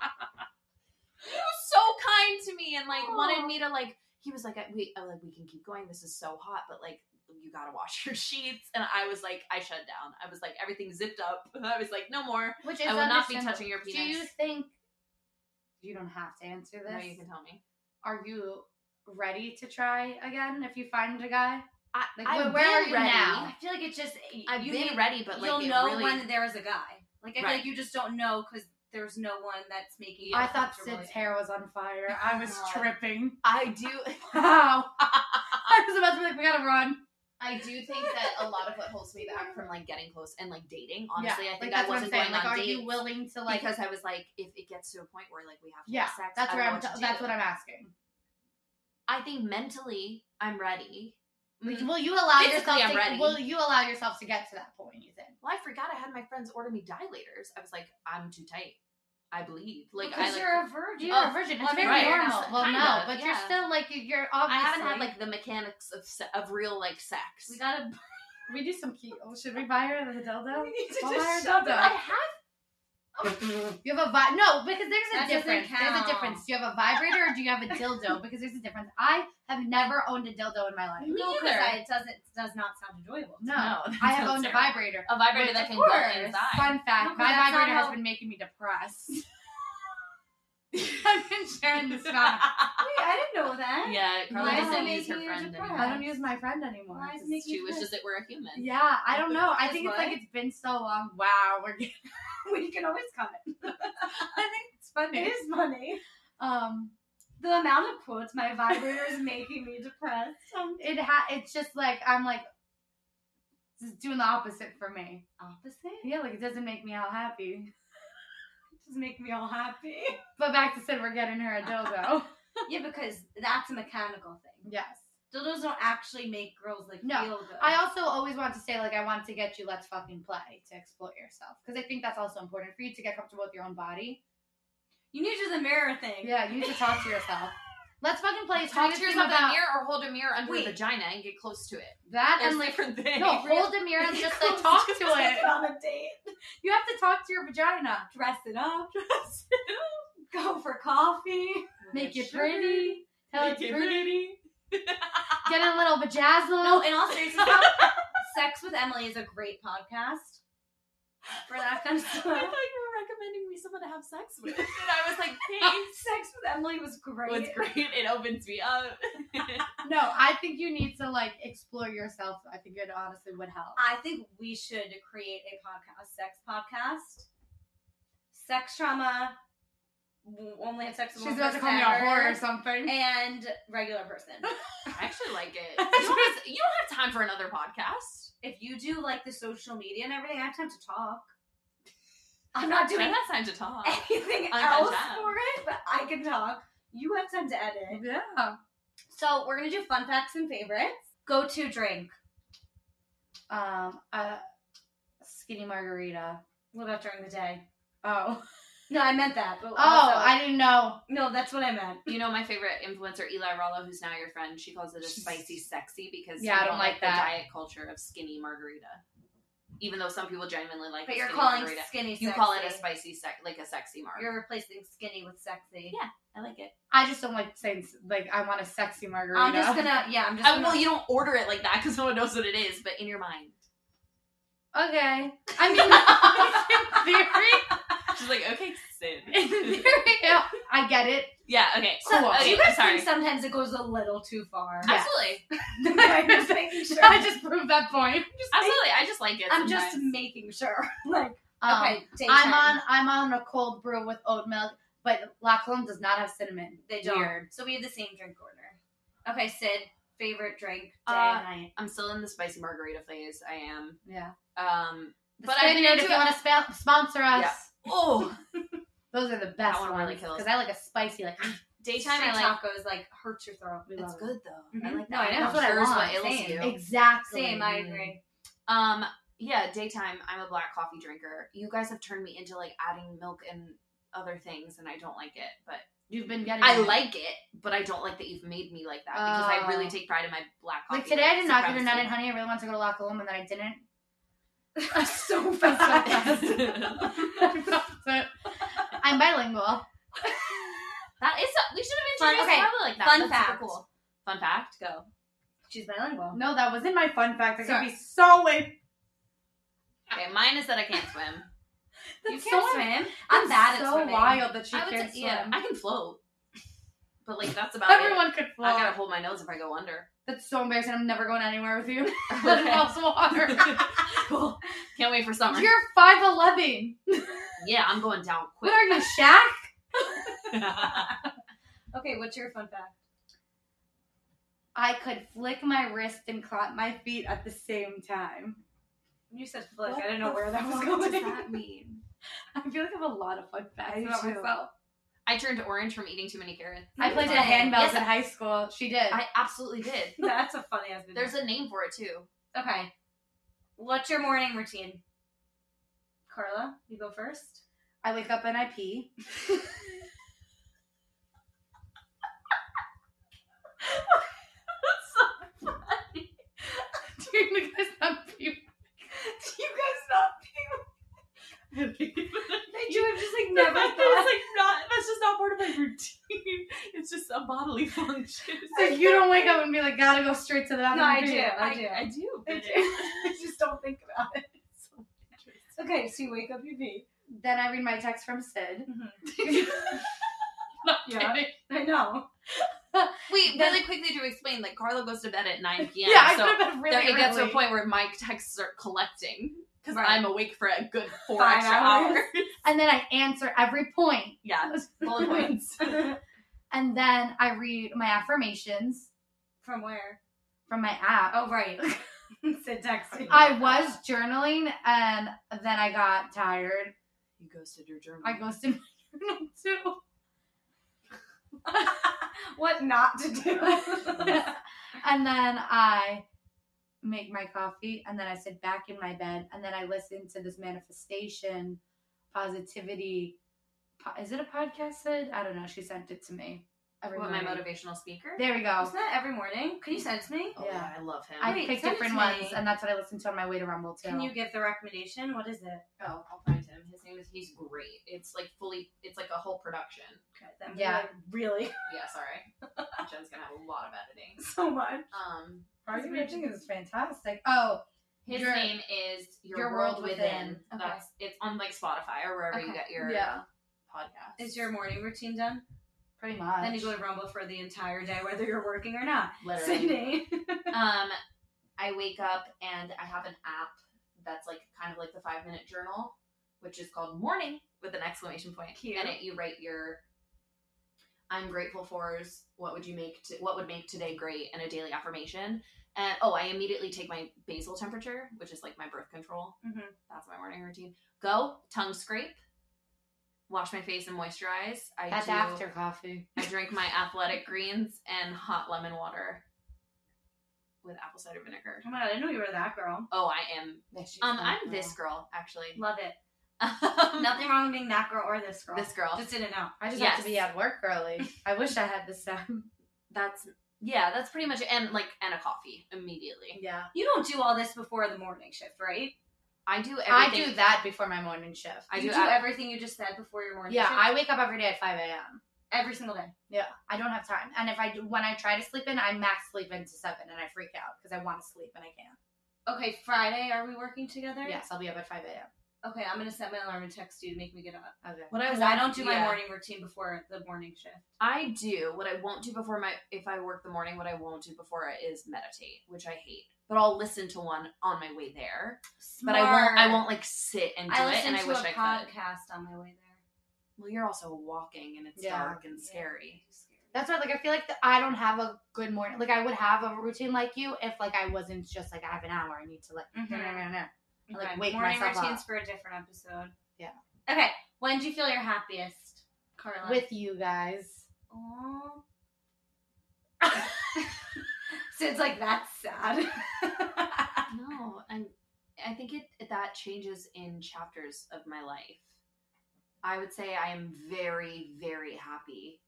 Speaker 3: he was so kind to me and like wanted me to like. He was like, I- "We, I'm like, we can keep going. This is so hot, but like, you gotta wash your sheets." And I was like, I shut down. I was like, everything zipped up. (laughs) I was like, no more.
Speaker 2: Which is
Speaker 3: I will not be
Speaker 2: understandable.
Speaker 3: touching your
Speaker 2: Do you
Speaker 3: penis.
Speaker 2: think you don't have to answer this?
Speaker 3: Now you can tell me.
Speaker 2: Are you ready to try again if you find a guy?
Speaker 3: I,
Speaker 2: Like where,
Speaker 3: I've
Speaker 2: where are
Speaker 3: been
Speaker 2: you
Speaker 3: ready.
Speaker 2: now? I feel like it's just
Speaker 3: I've
Speaker 2: you
Speaker 3: been
Speaker 2: need-
Speaker 3: ready, but like
Speaker 1: You'll
Speaker 3: it
Speaker 1: know
Speaker 3: really,
Speaker 1: when there is a guy. Like I feel
Speaker 3: Right.
Speaker 1: like you just don't know because there's no one that's making. You
Speaker 4: I thought
Speaker 1: uncomfortable
Speaker 4: Sid's
Speaker 1: yet.
Speaker 4: hair was on fire.
Speaker 3: (laughs)
Speaker 4: I was
Speaker 3: God.
Speaker 4: tripping.
Speaker 3: (laughs) (laughs)
Speaker 2: (laughs)
Speaker 3: I do.
Speaker 4: Wow. I was about to be like, we gotta run.
Speaker 3: I do think that a lot of what holds me
Speaker 2: (laughs)
Speaker 3: back from like getting close and like dating, honestly, I
Speaker 2: like
Speaker 3: think I
Speaker 2: that's what I'm
Speaker 3: wasn't
Speaker 2: saying.
Speaker 3: going
Speaker 2: Like,
Speaker 3: on
Speaker 2: are
Speaker 3: dates
Speaker 2: you willing to like?
Speaker 3: because I was like, if it gets to a point where like we have to
Speaker 4: Yeah,
Speaker 3: have sex,
Speaker 2: that's
Speaker 3: I
Speaker 2: where
Speaker 3: don't know
Speaker 2: I'm.
Speaker 3: what
Speaker 2: t-
Speaker 3: to
Speaker 2: that's
Speaker 3: do.
Speaker 2: what I'm asking.
Speaker 3: I think mentally I'm ready.
Speaker 2: Like, will you allow
Speaker 3: Mm-hmm. Physically,
Speaker 2: yourself?
Speaker 3: I'm
Speaker 2: to,
Speaker 3: ready.
Speaker 2: Will you allow yourself to get to that point? You think?
Speaker 3: Well, I forgot I had my friends order me dilators. I was like, I'm too tight. I bleed. Like
Speaker 2: because
Speaker 3: I like,
Speaker 2: you're a virgin. You're
Speaker 3: Oh,
Speaker 2: a virgin. It's
Speaker 3: well,
Speaker 2: very
Speaker 3: right.
Speaker 2: normal. Well,
Speaker 3: Kind
Speaker 2: no,
Speaker 3: of,
Speaker 2: but you're
Speaker 3: yeah.
Speaker 2: still like you- you're
Speaker 3: I
Speaker 2: obviously.
Speaker 3: haven't had like the mechanics of se- of real like sex.
Speaker 2: We gotta.
Speaker 4: We need some key. Oh, should we buy her the dildo?
Speaker 3: (laughs) We need to
Speaker 4: Buy
Speaker 3: just
Speaker 4: her a
Speaker 3: shove
Speaker 4: dildo.
Speaker 2: I have.
Speaker 1: (laughs)
Speaker 2: You have a vi- no because there's a
Speaker 1: That doesn't
Speaker 2: difference. There's a
Speaker 1: count.
Speaker 2: difference. Do you have a vibrator or do you have a dildo? Because there's a difference. I have never owned a dildo in my life.
Speaker 1: No, 'cause
Speaker 3: Neither.
Speaker 1: I- it doesn't does not sound enjoyable.
Speaker 2: No,
Speaker 3: that
Speaker 2: I have owned
Speaker 3: sounds
Speaker 2: a
Speaker 3: terrible.
Speaker 2: vibrator.
Speaker 3: A vibrator that
Speaker 2: Of
Speaker 3: can
Speaker 2: course.
Speaker 3: go inside.
Speaker 4: Fun fact,
Speaker 1: No, 'cause
Speaker 4: my
Speaker 1: that's not
Speaker 4: vibrator
Speaker 1: how-
Speaker 4: has been making me depressed. (laughs) I've been sharing
Speaker 3: (laughs)
Speaker 4: this stuff.
Speaker 1: Wait, I didn't know that.
Speaker 3: yeah, Carly
Speaker 4: Why
Speaker 3: doesn't
Speaker 4: is it
Speaker 3: use her
Speaker 1: making you
Speaker 3: friend
Speaker 1: depressed?
Speaker 3: anymore.
Speaker 4: I don't use my friend anymore.
Speaker 1: Why is
Speaker 4: It's
Speaker 1: it making
Speaker 3: She
Speaker 1: you
Speaker 3: was
Speaker 1: depressed?
Speaker 3: just that we're a human.
Speaker 4: Yeah, I don't know. I
Speaker 1: Is
Speaker 4: think it's like
Speaker 1: what?
Speaker 4: it's been so long. Wow, we're getting,
Speaker 1: (laughs) we can always (laughs) comment.
Speaker 4: I think it's
Speaker 1: It
Speaker 4: funny.
Speaker 1: is funny.
Speaker 4: Um,
Speaker 1: The amount of quotes my vibrator is making me depressed. Um,
Speaker 4: it ha- it's just like I'm like this is doing the opposite for me.
Speaker 1: Opposite.
Speaker 4: Yeah, like it doesn't make me all happy.
Speaker 1: Just make me all happy.
Speaker 4: But back to Sid, we're getting her a
Speaker 3: (laughs)
Speaker 4: dildo.
Speaker 1: yeah, because that's a mechanical thing.
Speaker 4: yes.
Speaker 1: Dildos don't actually make girls like
Speaker 4: No,
Speaker 1: feel good.
Speaker 4: I
Speaker 2: I also always want to say like I want to get you let's fucking play to exploit yourself because I think that's also important for you to get comfortable with your own body.
Speaker 1: you need to do the mirror thing.
Speaker 4: Yeah, you need to talk to yourself.
Speaker 2: Let's fucking play. It's doing
Speaker 3: Talk to
Speaker 2: a thing
Speaker 3: yourself in a
Speaker 2: about-
Speaker 3: mirror or hold a mirror under
Speaker 1: Wait.
Speaker 3: the vagina and get close to it.
Speaker 4: That
Speaker 3: There's
Speaker 4: and like
Speaker 3: different things.
Speaker 4: no, hold the mirror and just
Speaker 3: (laughs)
Speaker 4: like talk to it.
Speaker 1: on a date.
Speaker 4: You have to talk to your vagina.
Speaker 1: Dress it up. (laughs) Dress it up. Go for coffee.
Speaker 4: Make it pretty. Tell it
Speaker 3: Make it
Speaker 4: pretty. (laughs) Get a little vajazzle.
Speaker 1: No, in all seriousness, though, (laughs) Sex with Emily is a great podcast for that kind of
Speaker 3: I thought you
Speaker 1: stuff.
Speaker 3: were recommending me someone to have sex with. And I was like, thanks.
Speaker 1: (laughs) Sex with Emily was great.
Speaker 3: It's great. It opens me up.
Speaker 4: No, I think you need to like explore yourself. I think it honestly would help.
Speaker 1: I think we should create a podcast, sex podcast. Sex trauma. w- Only have sex with
Speaker 4: She's
Speaker 1: one
Speaker 4: about to
Speaker 1: person
Speaker 4: call me a
Speaker 1: ever,
Speaker 4: whore or something.
Speaker 1: And regular person.
Speaker 3: (laughs) I actually like it. (laughs) You don't, have, you don't have time for another podcast.
Speaker 1: if you do like the social media and everything, I have time to talk. I'm not
Speaker 3: I (laughs)
Speaker 1: doing
Speaker 3: have time to talk.
Speaker 1: anything
Speaker 3: I'm
Speaker 1: else
Speaker 3: done.
Speaker 1: for it, but I can talk. You have time to edit.
Speaker 4: Yeah.
Speaker 1: So we're gonna do fun facts and favorites. Go to drink.
Speaker 4: Um. Uh. Skinny margarita.
Speaker 1: What about during the day?
Speaker 4: Oh.
Speaker 1: No, I meant that. But
Speaker 4: Oh,
Speaker 1: also-
Speaker 4: I didn't know.
Speaker 1: no, that's what I meant.
Speaker 3: You know, my favorite influencer, Eli Rollo, who's now your friend, she calls it a spicy sexy because
Speaker 4: Yeah, I
Speaker 3: we
Speaker 4: don't like
Speaker 3: the
Speaker 4: that.
Speaker 3: diet culture of skinny margarita. Even though some people genuinely like
Speaker 1: But
Speaker 3: the
Speaker 1: you're
Speaker 3: skinny
Speaker 1: calling
Speaker 3: margarita.
Speaker 1: skinny.
Speaker 3: You call it a
Speaker 1: sexy.
Speaker 3: spicy sec like a sexy margarita.
Speaker 1: You're replacing skinny with sexy.
Speaker 3: Yeah, I like it.
Speaker 4: I just don't like saying like I want a sexy margarita.
Speaker 1: I'm just gonna. Yeah, I'm just.
Speaker 3: I,
Speaker 1: Gonna,
Speaker 3: Oh, well, you don't order it like that because no one knows what it is, but in your (laughs) mind.
Speaker 4: Okay. I (laughs) mean, in theory,
Speaker 3: She's like, okay, Sid.
Speaker 4: in
Speaker 3: (laughs)
Speaker 4: theory, yeah, I get it.
Speaker 3: yeah, okay.
Speaker 4: So- do
Speaker 3: cool.
Speaker 1: Do
Speaker 3: Okay,
Speaker 1: you guys
Speaker 3: I'm sorry.
Speaker 1: think sometimes it goes a little too
Speaker 3: (laughs)
Speaker 1: far? (laughs)
Speaker 4: Yeah.
Speaker 3: Absolutely.
Speaker 1: I'm just
Speaker 3: (laughs)
Speaker 1: making sure.
Speaker 4: I just proved that point.
Speaker 3: Absolutely. I just like it.
Speaker 1: I'm just
Speaker 3: sometimes.
Speaker 1: making sure. (laughs) Like,
Speaker 4: Um,
Speaker 1: okay, take
Speaker 4: I'm
Speaker 1: ten.
Speaker 4: on. I'm on a cold brew with oat milk, but La Colombe does not have cinnamon.
Speaker 1: They don't.
Speaker 4: Weird.
Speaker 1: So we have the same drink order. Okay, Sid, favorite drink day
Speaker 3: Uh,
Speaker 1: and night.
Speaker 3: I'm still in the spicy margarita phase. I am.
Speaker 4: Yeah.
Speaker 3: Um.
Speaker 4: But
Speaker 3: But
Speaker 4: I
Speaker 3: I've
Speaker 4: mean,
Speaker 3: been
Speaker 4: if
Speaker 3: into
Speaker 4: you want to sp- sponsor us,
Speaker 3: Yeah. Oh.
Speaker 4: those are the best
Speaker 3: one
Speaker 4: ones.
Speaker 3: really kills.
Speaker 4: Because I like a spicy, like
Speaker 3: (laughs) Daytime. I
Speaker 1: Street
Speaker 3: like.
Speaker 1: tacos like hurts your throat.
Speaker 4: We
Speaker 3: It's
Speaker 4: love it.
Speaker 3: good though. I
Speaker 1: Mhm.
Speaker 3: like that.
Speaker 1: No, I know.
Speaker 3: That's
Speaker 4: That's what I want.
Speaker 3: what ails
Speaker 1: Same.
Speaker 3: you.
Speaker 4: exactly.
Speaker 1: Same, I agree.
Speaker 3: Um. Yeah. Daytime. I'm a black coffee drinker. You guys have turned me into like adding milk and other things, and I don't like it. But
Speaker 4: You've been getting.
Speaker 3: I
Speaker 4: it.
Speaker 3: like it. but I don't like that you've made me like that because I really
Speaker 4: Oh.
Speaker 3: take pride in my black coffee.
Speaker 4: Like today, I did not get a nut
Speaker 3: supremacy.
Speaker 4: and honey. I really wanted to go to La Colombe, and then I (laughs) didn't. (laughs)
Speaker 3: so
Speaker 4: fast.
Speaker 3: (laughs)
Speaker 4: I'm bilingual.
Speaker 3: that is. We should have
Speaker 1: Fun-
Speaker 3: introduced
Speaker 1: okay,
Speaker 3: Marla like that.
Speaker 1: fun
Speaker 3: That's super
Speaker 1: fact.
Speaker 3: cool. Fun fact. Go.
Speaker 1: She's bilingual.
Speaker 4: No, that wasn't my fun fact. I could
Speaker 1: Sorry.
Speaker 4: be so late.
Speaker 3: Okay, mine is that I can't (laughs) swim.
Speaker 1: you
Speaker 4: That's
Speaker 1: can't
Speaker 4: so-
Speaker 1: swim.
Speaker 4: that's
Speaker 3: I'm bad at
Speaker 4: so
Speaker 3: swimming.
Speaker 4: wild that she
Speaker 3: I would
Speaker 4: can't
Speaker 3: say- yeah,
Speaker 4: swim. (laughs)
Speaker 3: I can float, but like that's about it.
Speaker 4: Everyone could float.
Speaker 3: I gotta hold my nose if I
Speaker 4: (laughs)
Speaker 3: go under. (laughs)
Speaker 4: That's so embarrassing. I'm never going anywhere (laughs) with you. That
Speaker 3: Okay.
Speaker 4: involves water.
Speaker 3: (laughs) cool. Can't wait for
Speaker 4: (laughs)
Speaker 3: summer.
Speaker 4: You're five eleven.
Speaker 3: yeah, I'm going down
Speaker 4: What
Speaker 3: quick.
Speaker 4: are you, Shaq?
Speaker 1: Okay, what's your fun fact?
Speaker 4: I could flick my wrist and clap my feet at the same time.
Speaker 1: You said flick.
Speaker 4: What
Speaker 1: I didn't know
Speaker 4: the
Speaker 1: where that was
Speaker 4: fuck
Speaker 1: going. (laughs)
Speaker 4: does that
Speaker 1: mean?
Speaker 4: I feel like I have a lot of fun facts
Speaker 1: I
Speaker 4: about
Speaker 1: do.
Speaker 4: myself.
Speaker 3: (laughs) I turned orange from eating too many carrots.
Speaker 4: I played
Speaker 3: Funny.
Speaker 4: at handbells
Speaker 3: Yes,
Speaker 4: in high school. She did.
Speaker 3: I
Speaker 4: (laughs)
Speaker 3: absolutely did.
Speaker 1: That's a funny ass video.
Speaker 3: There's a name for it too.
Speaker 1: okay. What's your morning routine? Carla, you go first.
Speaker 4: I wake up and I
Speaker 3: (laughs)
Speaker 4: pee.
Speaker 3: (laughs)
Speaker 4: Do you guys not pee? Do you guys not
Speaker 1: That you have just like
Speaker 9: Never thought. like not. That's just not part of my routine. (laughs) It's just a bodily (laughs) function.
Speaker 4: So you don't wake up and be like, gotta go straight to the bathroom.
Speaker 1: No, I
Speaker 4: and pee.
Speaker 1: do. I do.
Speaker 9: I do. (laughs)
Speaker 4: I
Speaker 1: (laughs)
Speaker 4: do. I just don't think about it.
Speaker 1: okay, so you wake up, you pee.
Speaker 4: Then I read my text from Sid.
Speaker 1: Yeah, I know.
Speaker 3: Wait, really quickly to explain, like Carla goes to bed at 9 p.m.
Speaker 4: Yeah, I
Speaker 3: so
Speaker 4: could have been really
Speaker 3: there, it gets to a
Speaker 4: early.
Speaker 3: point where my texts are collecting because
Speaker 1: Right.
Speaker 3: I'm awake for a
Speaker 9: (laughs)
Speaker 3: good four
Speaker 1: Five
Speaker 3: extra
Speaker 1: hours.
Speaker 3: hours. (laughs)
Speaker 4: And then I answer every point. (laughs)
Speaker 3: yeah,
Speaker 9: (laughs)
Speaker 3: bullet points.
Speaker 4: And then I read my affirmations
Speaker 1: From where?
Speaker 4: from my app.
Speaker 1: Oh, right. (laughs) Sid texted. me.
Speaker 4: I was journaling and then I got tired.
Speaker 3: You ghosted your journal.
Speaker 4: I ghosted (laughs) my journal too.
Speaker 1: (laughs) what not to do.
Speaker 4: and then I make my coffee and then I sit back in my bed and then I listen to this manifestation positivity. po- Is it a podcast, Sid? I don't know. She sent it to me. Every
Speaker 3: What, my
Speaker 4: morning.
Speaker 3: motivational speaker?
Speaker 4: There we go.
Speaker 1: Isn't that every morning? Can you send it to me?
Speaker 3: Oh,
Speaker 4: Yeah.
Speaker 3: yeah, I love him.
Speaker 4: I
Speaker 1: Wait,
Speaker 4: pick
Speaker 1: send it
Speaker 4: different
Speaker 1: to
Speaker 4: ones,
Speaker 1: me.
Speaker 4: and that's what I listen to on my way to Rumble too.
Speaker 1: Can you give the recommendation? What is it?
Speaker 3: Oh, I'll find him. His name is. He's great. It's like fully. It's like a whole production.
Speaker 1: Okay, then
Speaker 4: Yeah.
Speaker 1: like, really (laughs)
Speaker 3: Yeah, sorry. (laughs) Jen's gonna have a lot of editing.
Speaker 1: so much.
Speaker 3: Um,
Speaker 4: His reaching is fantastic. Oh,
Speaker 3: his
Speaker 4: Your-
Speaker 3: name is Your,
Speaker 4: Your
Speaker 3: World,
Speaker 4: World
Speaker 3: Within.
Speaker 4: Within. Okay.
Speaker 3: That's it's on like Spotify or wherever you
Speaker 1: Okay.
Speaker 3: get your
Speaker 4: Yeah.
Speaker 3: podcast.
Speaker 1: Is your morning routine done?
Speaker 4: pretty much.
Speaker 1: Then you go to Rumble for the entire day, whether you're working or not.
Speaker 4: (laughs)
Speaker 3: literally?
Speaker 1: (laughs) Sydney.
Speaker 3: um, I wake up and I have an app that's like kind of like the five minute journal, which is called Morning with an exclamation point.
Speaker 1: Cute.
Speaker 3: And it you write your I'm grateful for's what would you make to, what would make today great and a daily affirmation. And oh, I immediately take my basal temperature, which is like my birth control.
Speaker 1: Mhm.
Speaker 3: That's my morning routine. Go tongue scrape, wash my face and moisturize. I
Speaker 10: That's
Speaker 3: do-
Speaker 10: after coffee.
Speaker 3: I drink my athletic greens and hot lemon water with apple cider vinegar.
Speaker 1: Oh my god, I know you were that girl.
Speaker 3: Oh, I am.
Speaker 4: Oh,
Speaker 3: Um, I'm this girl actually.
Speaker 1: Love it.
Speaker 3: (laughs) Um,
Speaker 1: Nothing wrong with being that girl or this girl.
Speaker 3: (laughs) This girl.
Speaker 1: Just in and out.
Speaker 4: I just have to
Speaker 3: Yes.
Speaker 4: be at work early. I wish I had this time. (laughs)
Speaker 3: That's yeah. That's pretty much it. and like and a coffee immediately.
Speaker 4: Yeah,
Speaker 1: You don't do all this before the morning shift, right?
Speaker 3: I do everything.
Speaker 4: I do that before my morning shift.
Speaker 3: I
Speaker 1: you
Speaker 3: do
Speaker 1: do
Speaker 3: ab-
Speaker 1: everything you just said before your morning
Speaker 4: yeah,
Speaker 1: shift.
Speaker 4: I wake up every day at five a.m.
Speaker 1: every single day.
Speaker 4: Yeah, I don't have time. And if I do, when I try to sleep in, I max sleep into seven, and I freak out because I want to sleep and I can't.
Speaker 1: Okay, Friday, are we working together?
Speaker 4: Yes, I'll be up at five a.m.
Speaker 1: Okay, I'm gonna set my alarm and text you to make me get up.
Speaker 4: Okay.
Speaker 3: What I
Speaker 1: Because I
Speaker 3: want-
Speaker 1: don't do my
Speaker 3: yeah.
Speaker 1: morning routine before the morning shift.
Speaker 3: I do what I won't do before my if I work the morning. What I won't do before it is meditate, which I hate. But I'll listen to one on my way there. But I won't. I won't like sit and do
Speaker 1: I
Speaker 3: it.
Speaker 1: listened
Speaker 3: And
Speaker 1: to
Speaker 3: I wish
Speaker 1: a
Speaker 3: I could.
Speaker 1: podcast on my way there.
Speaker 3: Well, you're also walking and it's
Speaker 4: Yeah.
Speaker 3: dark and scary.
Speaker 4: That's why, like, I feel like that I don't have a good morning. Like, I would have a routine like you if, like, I wasn't just like I have an hour. I need to like,
Speaker 1: Mhm.
Speaker 4: no, no, no, no. Like,
Speaker 1: Okay,
Speaker 4: wake
Speaker 1: morning
Speaker 4: myself
Speaker 1: routines
Speaker 4: up.
Speaker 1: for a different episode.
Speaker 4: Yeah.
Speaker 1: Okay. When do you feel your happiest, Carla?
Speaker 4: with you guys.
Speaker 1: Aw. (laughs) Sid's like that's
Speaker 3: (laughs)
Speaker 1: sad.
Speaker 3: No, and I think it that changes in chapters of my life. I would say I am very, very happy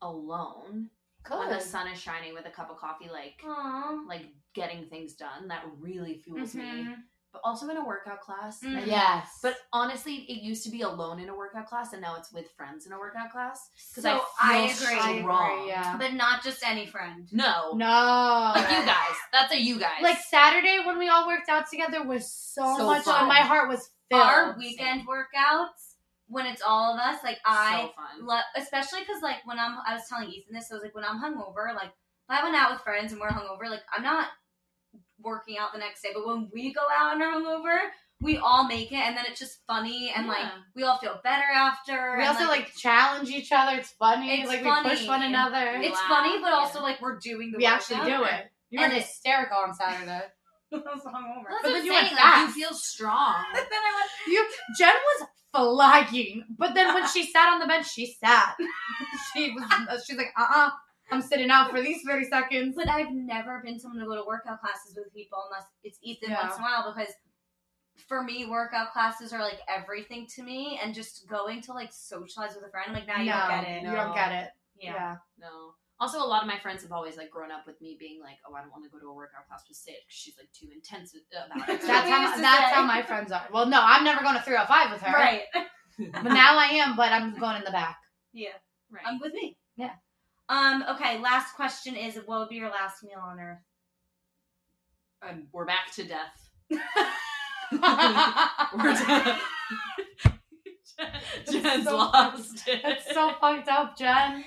Speaker 3: alone when the sun is shining with a cup of coffee, like
Speaker 1: Aww.
Speaker 3: like getting things done. That really fuels me.
Speaker 1: Mm-hmm.
Speaker 3: But also in a workout class. I
Speaker 1: Mhm.
Speaker 3: think-
Speaker 4: Yes.
Speaker 3: But honestly, it used to be alone in a workout class, and now it's with friends in a workout class. Because
Speaker 1: So
Speaker 3: I
Speaker 1: I
Speaker 3: feel
Speaker 1: agree. I agree,
Speaker 3: strong.
Speaker 11: yeah.
Speaker 1: But not just any friend.
Speaker 3: No,
Speaker 4: no.
Speaker 3: like you guys. That's a you guys.
Speaker 4: Like Saturday when we all worked out together was so,
Speaker 3: So
Speaker 4: much
Speaker 3: fun.
Speaker 4: fun. My heart was filled.
Speaker 1: Our weekend workouts, when it's all of us, like I
Speaker 3: so fun.
Speaker 1: love, especially because like when I'm, I was telling Ethan this, I was like, when I'm hungover, like if I went out with friends and we're hungover, like I'm not working out the next day, but when we go out and are hungover, we all make it, and then it's just funny, and like
Speaker 3: Yeah.
Speaker 1: we all feel better after.
Speaker 4: we
Speaker 1: and,
Speaker 4: also like challenge each other. It's funny.
Speaker 1: It's
Speaker 4: like
Speaker 1: funny.
Speaker 4: we push one another.
Speaker 1: it's
Speaker 3: laugh,
Speaker 1: funny, but
Speaker 3: yeah.
Speaker 1: also like we're doing the
Speaker 4: we actually
Speaker 1: workout.
Speaker 4: do
Speaker 1: (laughs)
Speaker 4: it. You were
Speaker 1: And it-
Speaker 4: hysterical on Saturday.
Speaker 1: I was hungover.
Speaker 3: That's
Speaker 4: But
Speaker 3: what
Speaker 4: then
Speaker 3: I'm
Speaker 4: you went
Speaker 3: saying. Like, you
Speaker 4: fast.
Speaker 3: feel strong.
Speaker 1: But then I went.
Speaker 4: (laughs) You Jen was flagging, but then when she sat on the bench, she sat. (laughs) she was she's like, uh uh-uh, uh, i am sitting out for these thirty seconds.
Speaker 1: But I've never been someone to go to workout classes with people unless it's Ethan
Speaker 4: Yeah.
Speaker 1: once in a while because for me, workout classes are like everything to me, and just going to like socialize with a friend, I'm like now you
Speaker 4: No,
Speaker 1: don't get it.
Speaker 4: You don't get it.
Speaker 1: Yeah.
Speaker 3: No. Also, a lot of my friends have always like grown up with me being like, "Oh, I don't want to go to a workout class with Sid 'cause she's like too intense with-
Speaker 4: (laughs)
Speaker 3: about it."
Speaker 4: That's
Speaker 1: We used
Speaker 4: how
Speaker 1: to
Speaker 4: that's
Speaker 1: say.
Speaker 4: how my friends are. Well, no, I'm never going to 305 with her.
Speaker 1: (laughs) Right.
Speaker 4: But now I am, but I'm going in the (laughs) back.
Speaker 1: Yeah.
Speaker 3: right.
Speaker 1: I'm with me.
Speaker 4: Yeah.
Speaker 1: Um. Okay. Last question is: What would be your last meal on Earth? (laughs)
Speaker 3: Um, we're back
Speaker 4: (laughs)
Speaker 3: to death. We're
Speaker 4: That's
Speaker 3: done. (laughs) Jen's
Speaker 4: so
Speaker 3: lost it.
Speaker 4: so fucked up, Jen.
Speaker 1: Ask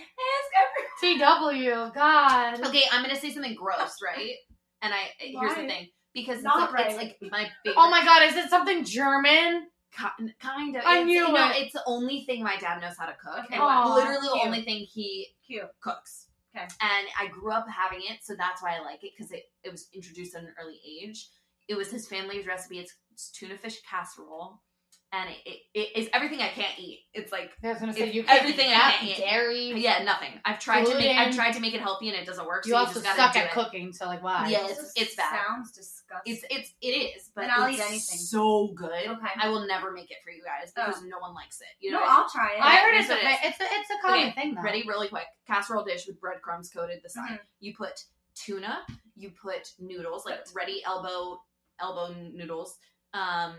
Speaker 4: TW, God.
Speaker 3: okay, I'm gonna say something gross, right? And I here's the
Speaker 1: Why?
Speaker 3: thing because it's
Speaker 1: Not
Speaker 3: like, it's
Speaker 1: right.
Speaker 3: like my favorite.
Speaker 4: Oh my God, is it something German?
Speaker 3: Ki- kind of.
Speaker 4: I
Speaker 3: it's,
Speaker 4: knew
Speaker 3: you know,
Speaker 4: it.
Speaker 3: it's the only thing my dad knows how to cook.
Speaker 1: Okay,
Speaker 3: and
Speaker 4: wow.
Speaker 3: literally the
Speaker 1: Cute.
Speaker 3: only thing he
Speaker 1: Cute.
Speaker 3: cooks.
Speaker 1: Okay.
Speaker 3: And I grew up having it, so that's why I like it because it, it was introduced at an early age. It was his family's recipe. It's, it's tuna fish casserole, and it, it, it is everything I can't eat. It's like
Speaker 4: I was gonna say
Speaker 3: If
Speaker 4: you can't
Speaker 3: everything
Speaker 4: eat
Speaker 3: I
Speaker 4: that,
Speaker 3: can't eat.
Speaker 4: dairy.
Speaker 3: yeah, nothing. I've tried to make I've
Speaker 4: Gluten.
Speaker 3: tried to make it healthy, and it doesn't work.
Speaker 4: You
Speaker 3: so
Speaker 4: also
Speaker 3: you just gotta
Speaker 4: suck
Speaker 3: do
Speaker 4: at
Speaker 3: it.
Speaker 4: cooking, so like why?
Speaker 3: Yeah,
Speaker 1: This
Speaker 3: it's-
Speaker 1: is-
Speaker 3: it's bad.
Speaker 1: Sounds disgusting.
Speaker 3: It's it's it is, but
Speaker 1: Then I'll
Speaker 3: it's
Speaker 1: eat anything.
Speaker 3: so good.
Speaker 1: okay.
Speaker 3: I will never make it for you guys because no one likes it. You know,
Speaker 1: no,
Speaker 3: what I mean?
Speaker 1: I'll try it.
Speaker 4: I heard
Speaker 3: here's
Speaker 4: it's a,
Speaker 3: what it is.
Speaker 4: it's a it's a common
Speaker 3: Okay,
Speaker 4: thing though.
Speaker 3: Ready, really quick. Casserole dish with breadcrumbs coated the side.
Speaker 1: Mm-hmm.
Speaker 3: You put tuna. You put noodles, like ready elbow elbow noodles. Um,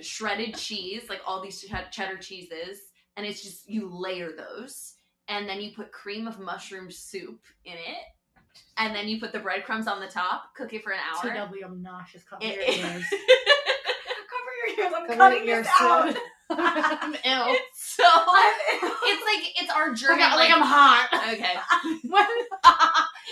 Speaker 3: shredded cheese, like all these ch- cheddar cheeses, and it's just you layer those, and then you put cream of mushroom soup in it, and then you put the breadcrumbs on the top. Cook it for an hour.
Speaker 4: TW, I'm nauseous. Cover
Speaker 3: It-
Speaker 4: your (laughs) ears.
Speaker 1: Cover your ears. I'm
Speaker 4: Cover
Speaker 1: cutting
Speaker 4: your
Speaker 1: this
Speaker 4: ears,
Speaker 1: (laughs)
Speaker 4: (laughs)
Speaker 1: out.
Speaker 4: too. I'm
Speaker 3: (laughs)
Speaker 4: ill.
Speaker 3: (laughs) It's
Speaker 4: (laughs)
Speaker 3: so
Speaker 1: (laughs)
Speaker 3: it's like it's our
Speaker 4: Like,
Speaker 3: German
Speaker 4: I- like I'm hot. (laughs)
Speaker 3: like- okay.
Speaker 4: When,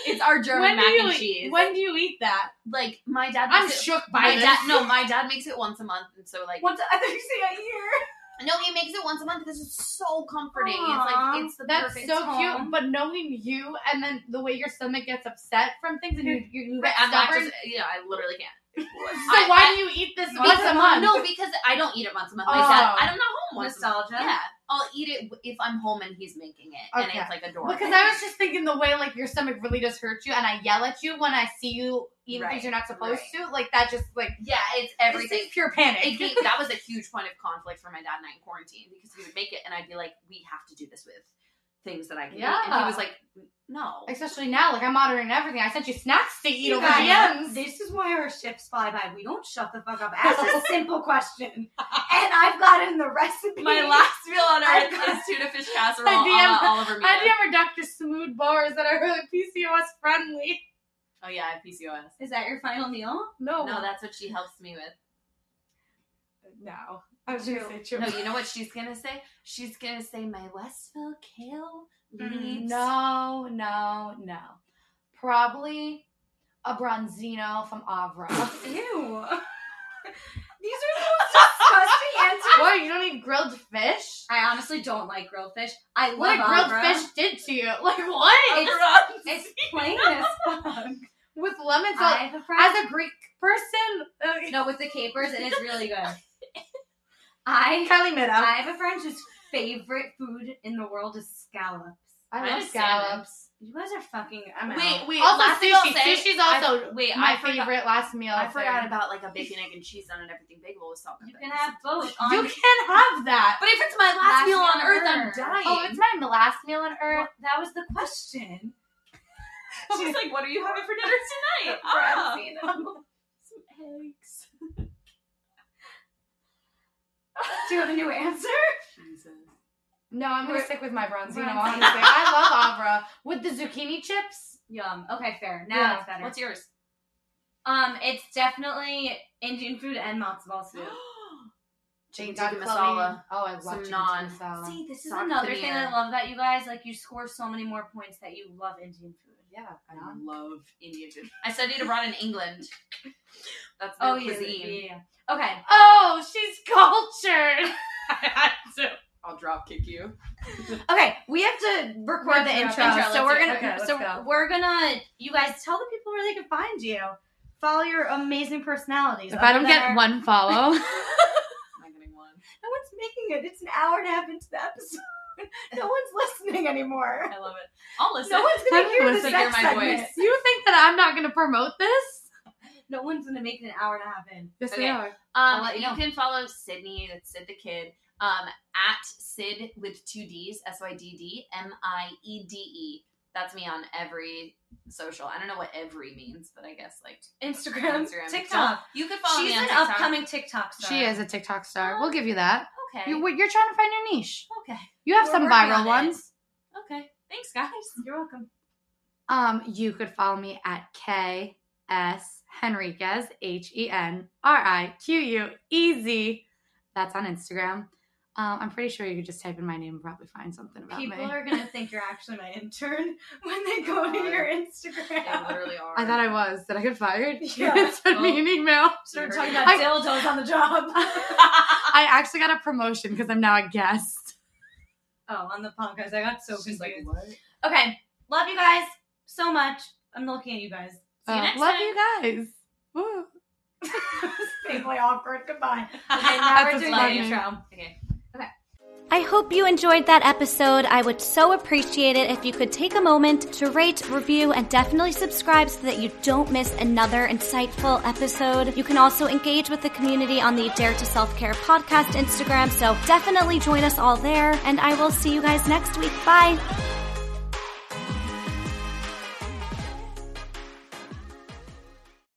Speaker 3: It's our
Speaker 4: when
Speaker 3: German mac
Speaker 4: do you
Speaker 3: and
Speaker 4: eat-
Speaker 3: cheese.
Speaker 4: When do you eat that?
Speaker 3: like my dad.
Speaker 4: I'm
Speaker 3: makes it-
Speaker 4: shook by
Speaker 3: my
Speaker 4: this.
Speaker 3: dad. No, my dad makes it once a month, and so like
Speaker 1: What's I thought you say a year.
Speaker 3: no, he makes it once a month because it's so comforting. It's
Speaker 1: Aw,
Speaker 3: like it's the
Speaker 4: That's
Speaker 3: perfect
Speaker 4: so
Speaker 3: home.
Speaker 4: cute. But knowing you and then the way your stomach gets upset from things and you you
Speaker 3: But
Speaker 4: get
Speaker 3: I'm not
Speaker 4: stubborn.
Speaker 3: just yeah. I literally (laughs) can't.
Speaker 4: so
Speaker 3: I-
Speaker 4: why
Speaker 3: I-
Speaker 4: do you eat this
Speaker 3: Because-
Speaker 4: once a month?
Speaker 3: No, because I don't eat it once a month. Like
Speaker 4: Oh.
Speaker 3: that, I'm not home once a
Speaker 1: Nostalgia.
Speaker 3: month. Yeah, I'll eat it w- if I'm home and he's making it, and
Speaker 4: Okay.
Speaker 3: it's like adorable.
Speaker 4: Because I was just thinking the way like your stomach really does hurt you, and I yell at you when I see you eating
Speaker 3: Right,
Speaker 4: things you're not supposed to. Like that just like
Speaker 3: yeah, it's
Speaker 4: everything
Speaker 3: everything.
Speaker 4: pure panic.
Speaker 3: It
Speaker 4: (laughs)
Speaker 3: gave- that was a huge point of conflict for my dad and I in quarantine because he would make it and I'd be like, we have to do this with things that I can eat. And he
Speaker 4: Yeah.
Speaker 3: was like, no.
Speaker 4: Especially now, like I'm monitoring everything. I sent you snacks to eat
Speaker 1: You
Speaker 4: over
Speaker 1: guys,
Speaker 4: DMs.
Speaker 1: This is why our ships fly by. We don't shut the fuck up. Ask
Speaker 4: (laughs)
Speaker 1: a simple question, and I've gotten the recipe.
Speaker 4: (laughs)
Speaker 3: My last meal on
Speaker 1: I-
Speaker 3: earth is tuna fish casserole
Speaker 4: I
Speaker 3: a la
Speaker 4: DM
Speaker 3: Oliver Meadows.
Speaker 4: I DM her Dr. Smooth bars that are (laughs) really PCOS friendly.
Speaker 3: oh yeah, I have PCOS.
Speaker 1: Is that your final meal?
Speaker 4: No,
Speaker 3: No, that's what she helps me with.
Speaker 4: no. I was gonna say true.
Speaker 3: No, you know what she's gonna say? She's gonna say my Westville kale leaves.
Speaker 4: Mm-hmm. No, no, no. Probably a bronzino from
Speaker 3: (laughs)
Speaker 4: Avra.
Speaker 1: Ew. (laughs) These are the most disgusting answers.
Speaker 4: what? You don't eat grilled fish?
Speaker 1: I honestly don't like grilled fish. I love
Speaker 4: What a grilled
Speaker 1: Abra.
Speaker 4: fish did to you? (laughs) Like what?
Speaker 1: It's plain as (laughs) fuck.
Speaker 4: With lemon salt.
Speaker 1: I have
Speaker 4: As a Greek person, uh,
Speaker 1: no with the capers, and it's really good. I
Speaker 4: Kylie Minogue.
Speaker 1: I have a friend whose favorite food in the world is scallops.
Speaker 4: I
Speaker 3: I
Speaker 4: love
Speaker 3: understand that.
Speaker 4: scallops.
Speaker 1: You guys are fucking. I'm
Speaker 3: Wait,
Speaker 1: out.
Speaker 3: wait.
Speaker 2: Also,
Speaker 3: last thing I'll
Speaker 2: sushi.
Speaker 3: say-
Speaker 2: Sushi's
Speaker 3: I-
Speaker 2: also
Speaker 3: wait.
Speaker 2: my
Speaker 3: I forgot,
Speaker 2: favorite last meal.
Speaker 3: I
Speaker 2: thing.
Speaker 3: forgot about like a bacon, egg, and cheese on and everything bagel with salt. and
Speaker 1: You can
Speaker 3: peppers.
Speaker 1: have both. On,
Speaker 2: You can't have that.
Speaker 3: But if it's my last,
Speaker 1: Last
Speaker 3: meal
Speaker 1: meal
Speaker 3: on
Speaker 1: on
Speaker 3: earth, I'm
Speaker 1: Earth.
Speaker 3: dying.
Speaker 2: Oh, it's my last meal on earth.
Speaker 1: Well, that was the (laughs) question.
Speaker 12: She's like, what are you having for dinner tonight?
Speaker 3: (laughs)
Speaker 1: "Oh."
Speaker 12: Ah.
Speaker 1: (laughs)
Speaker 3: Some eggs.
Speaker 1: Do you have a new answer?
Speaker 3: Jesus.
Speaker 2: No, I'm
Speaker 4: I'm
Speaker 2: gonna
Speaker 4: gonna
Speaker 2: say
Speaker 4: stick with my bronzino.
Speaker 1: Bronzino.
Speaker 4: honestly.
Speaker 2: I love Avra with the zucchini chips.
Speaker 1: Yum. Okay, fair. Now
Speaker 4: Yeah.
Speaker 1: it's better.
Speaker 3: What's yours?
Speaker 1: Um, it's definitely Indian food and matzo ball (gasps) soup.
Speaker 3: Chicken
Speaker 2: Thank
Speaker 3: tikka
Speaker 2: God, Chloe.
Speaker 3: masala.
Speaker 2: Oh, I love
Speaker 3: Some
Speaker 2: chicken tikka
Speaker 3: naan.
Speaker 2: masala.
Speaker 1: See, this is
Speaker 3: Sark
Speaker 1: another
Speaker 3: paneer.
Speaker 1: thing I love about you guys. Like, you score so many more points that you love Indian food.
Speaker 2: Yeah,
Speaker 3: I
Speaker 2: naan.
Speaker 3: love Indian food. I studied abroad in England. (laughs) That's their
Speaker 1: Oh, yeah,
Speaker 3: cuisine.
Speaker 1: yeah, (laughs) yeah, yeah. Okay.
Speaker 2: Oh, she's
Speaker 4: (laughs)
Speaker 2: cultured.
Speaker 3: I had to. I'll drop kick you.
Speaker 1: Okay, we have to record
Speaker 4: have
Speaker 1: the
Speaker 4: to wrap
Speaker 1: intro,
Speaker 4: the intro,
Speaker 1: so
Speaker 4: let's
Speaker 1: we're
Speaker 4: do it.
Speaker 1: gonna.
Speaker 4: Okay, let's
Speaker 1: so
Speaker 4: go.
Speaker 1: we're gonna. You guys tell the people where they can find you. Follow your amazing personalities.
Speaker 4: If I don't
Speaker 1: Other
Speaker 4: get
Speaker 1: than our-
Speaker 4: one (laughs) follow,
Speaker 3: Am I getting one? (laughs)
Speaker 1: no one's making it. It's an hour and a half into the episode. (laughs) No one's listening anymore.
Speaker 3: I love it. I'll listen. Um,
Speaker 1: No one's
Speaker 3: (laughs)
Speaker 1: gonna
Speaker 4: I (laughs)
Speaker 1: hear
Speaker 4: wanna
Speaker 1: the
Speaker 4: hear
Speaker 1: sex
Speaker 3: my
Speaker 1: segment.
Speaker 3: voice.
Speaker 4: you think that I'm not going to promote this?
Speaker 1: No one's gonna make it an hour and a half in.
Speaker 4: Yes,
Speaker 3: Okay.
Speaker 4: they are.
Speaker 3: Um,
Speaker 1: let
Speaker 3: you
Speaker 1: you know.
Speaker 3: can follow Sydney, that's Sid the Kid, um, at Sid with two D's, S Y D D M I E D E. That's me on every social. I don't know what every means, but I guess like
Speaker 1: Instagram,
Speaker 3: Instagram,
Speaker 1: TikTok.
Speaker 3: you can follow
Speaker 1: She's
Speaker 3: me on
Speaker 1: an
Speaker 3: TikTok.
Speaker 1: upcoming TikTok star.
Speaker 4: She is a TikTok star. We'll give you that.
Speaker 3: Okay.
Speaker 4: You, you're trying to find your niche.
Speaker 3: okay.
Speaker 4: You have
Speaker 3: We're
Speaker 4: some
Speaker 3: working on
Speaker 4: viral
Speaker 3: it.
Speaker 4: ones.
Speaker 3: Okay. Thanks, guys.
Speaker 1: You're welcome.
Speaker 4: Um, you could follow me at K S Henriquez, H E N R I Q U E Z. That's on Instagram. Um, I'm pretty sure you could just type in my name and probably find something about
Speaker 1: People
Speaker 4: me.
Speaker 1: are gonna think you're actually my intern (laughs) when they go to your Instagram.
Speaker 3: (laughs) They literally are.
Speaker 4: I thought I was. Did I get fired? (laughs)
Speaker 1: Yeah.
Speaker 4: You sent me an email.
Speaker 1: (laughs) Start
Speaker 3: You
Speaker 1: talking
Speaker 3: heard
Speaker 1: about
Speaker 4: it.
Speaker 1: dildos on the job.
Speaker 4: I actually got a promotion because I'm now a guest.
Speaker 1: (laughs) oh, on the podcast, I got so
Speaker 3: She's
Speaker 1: confused.
Speaker 3: like, what?
Speaker 1: okay, love you guys so much. I'm looking at you guys. See you
Speaker 4: Uh,
Speaker 1: next (laughs)
Speaker 4: love
Speaker 1: time.
Speaker 4: you guys. Woo.
Speaker 1: Painfully awkward. (laughs) Goodbye. Okay, now
Speaker 4: That's
Speaker 1: we're
Speaker 4: what's
Speaker 1: doing the
Speaker 4: funny.
Speaker 1: intro.
Speaker 3: Okay.
Speaker 13: I hope you enjoyed that episode. I would so appreciate it if you could take a moment to rate, review, and definitely subscribe so that you don't miss another insightful episode. You can also engage with the community on the Dare to Self Care podcast Instagram, so definitely join us all there. And I will see you guys next week. Bye.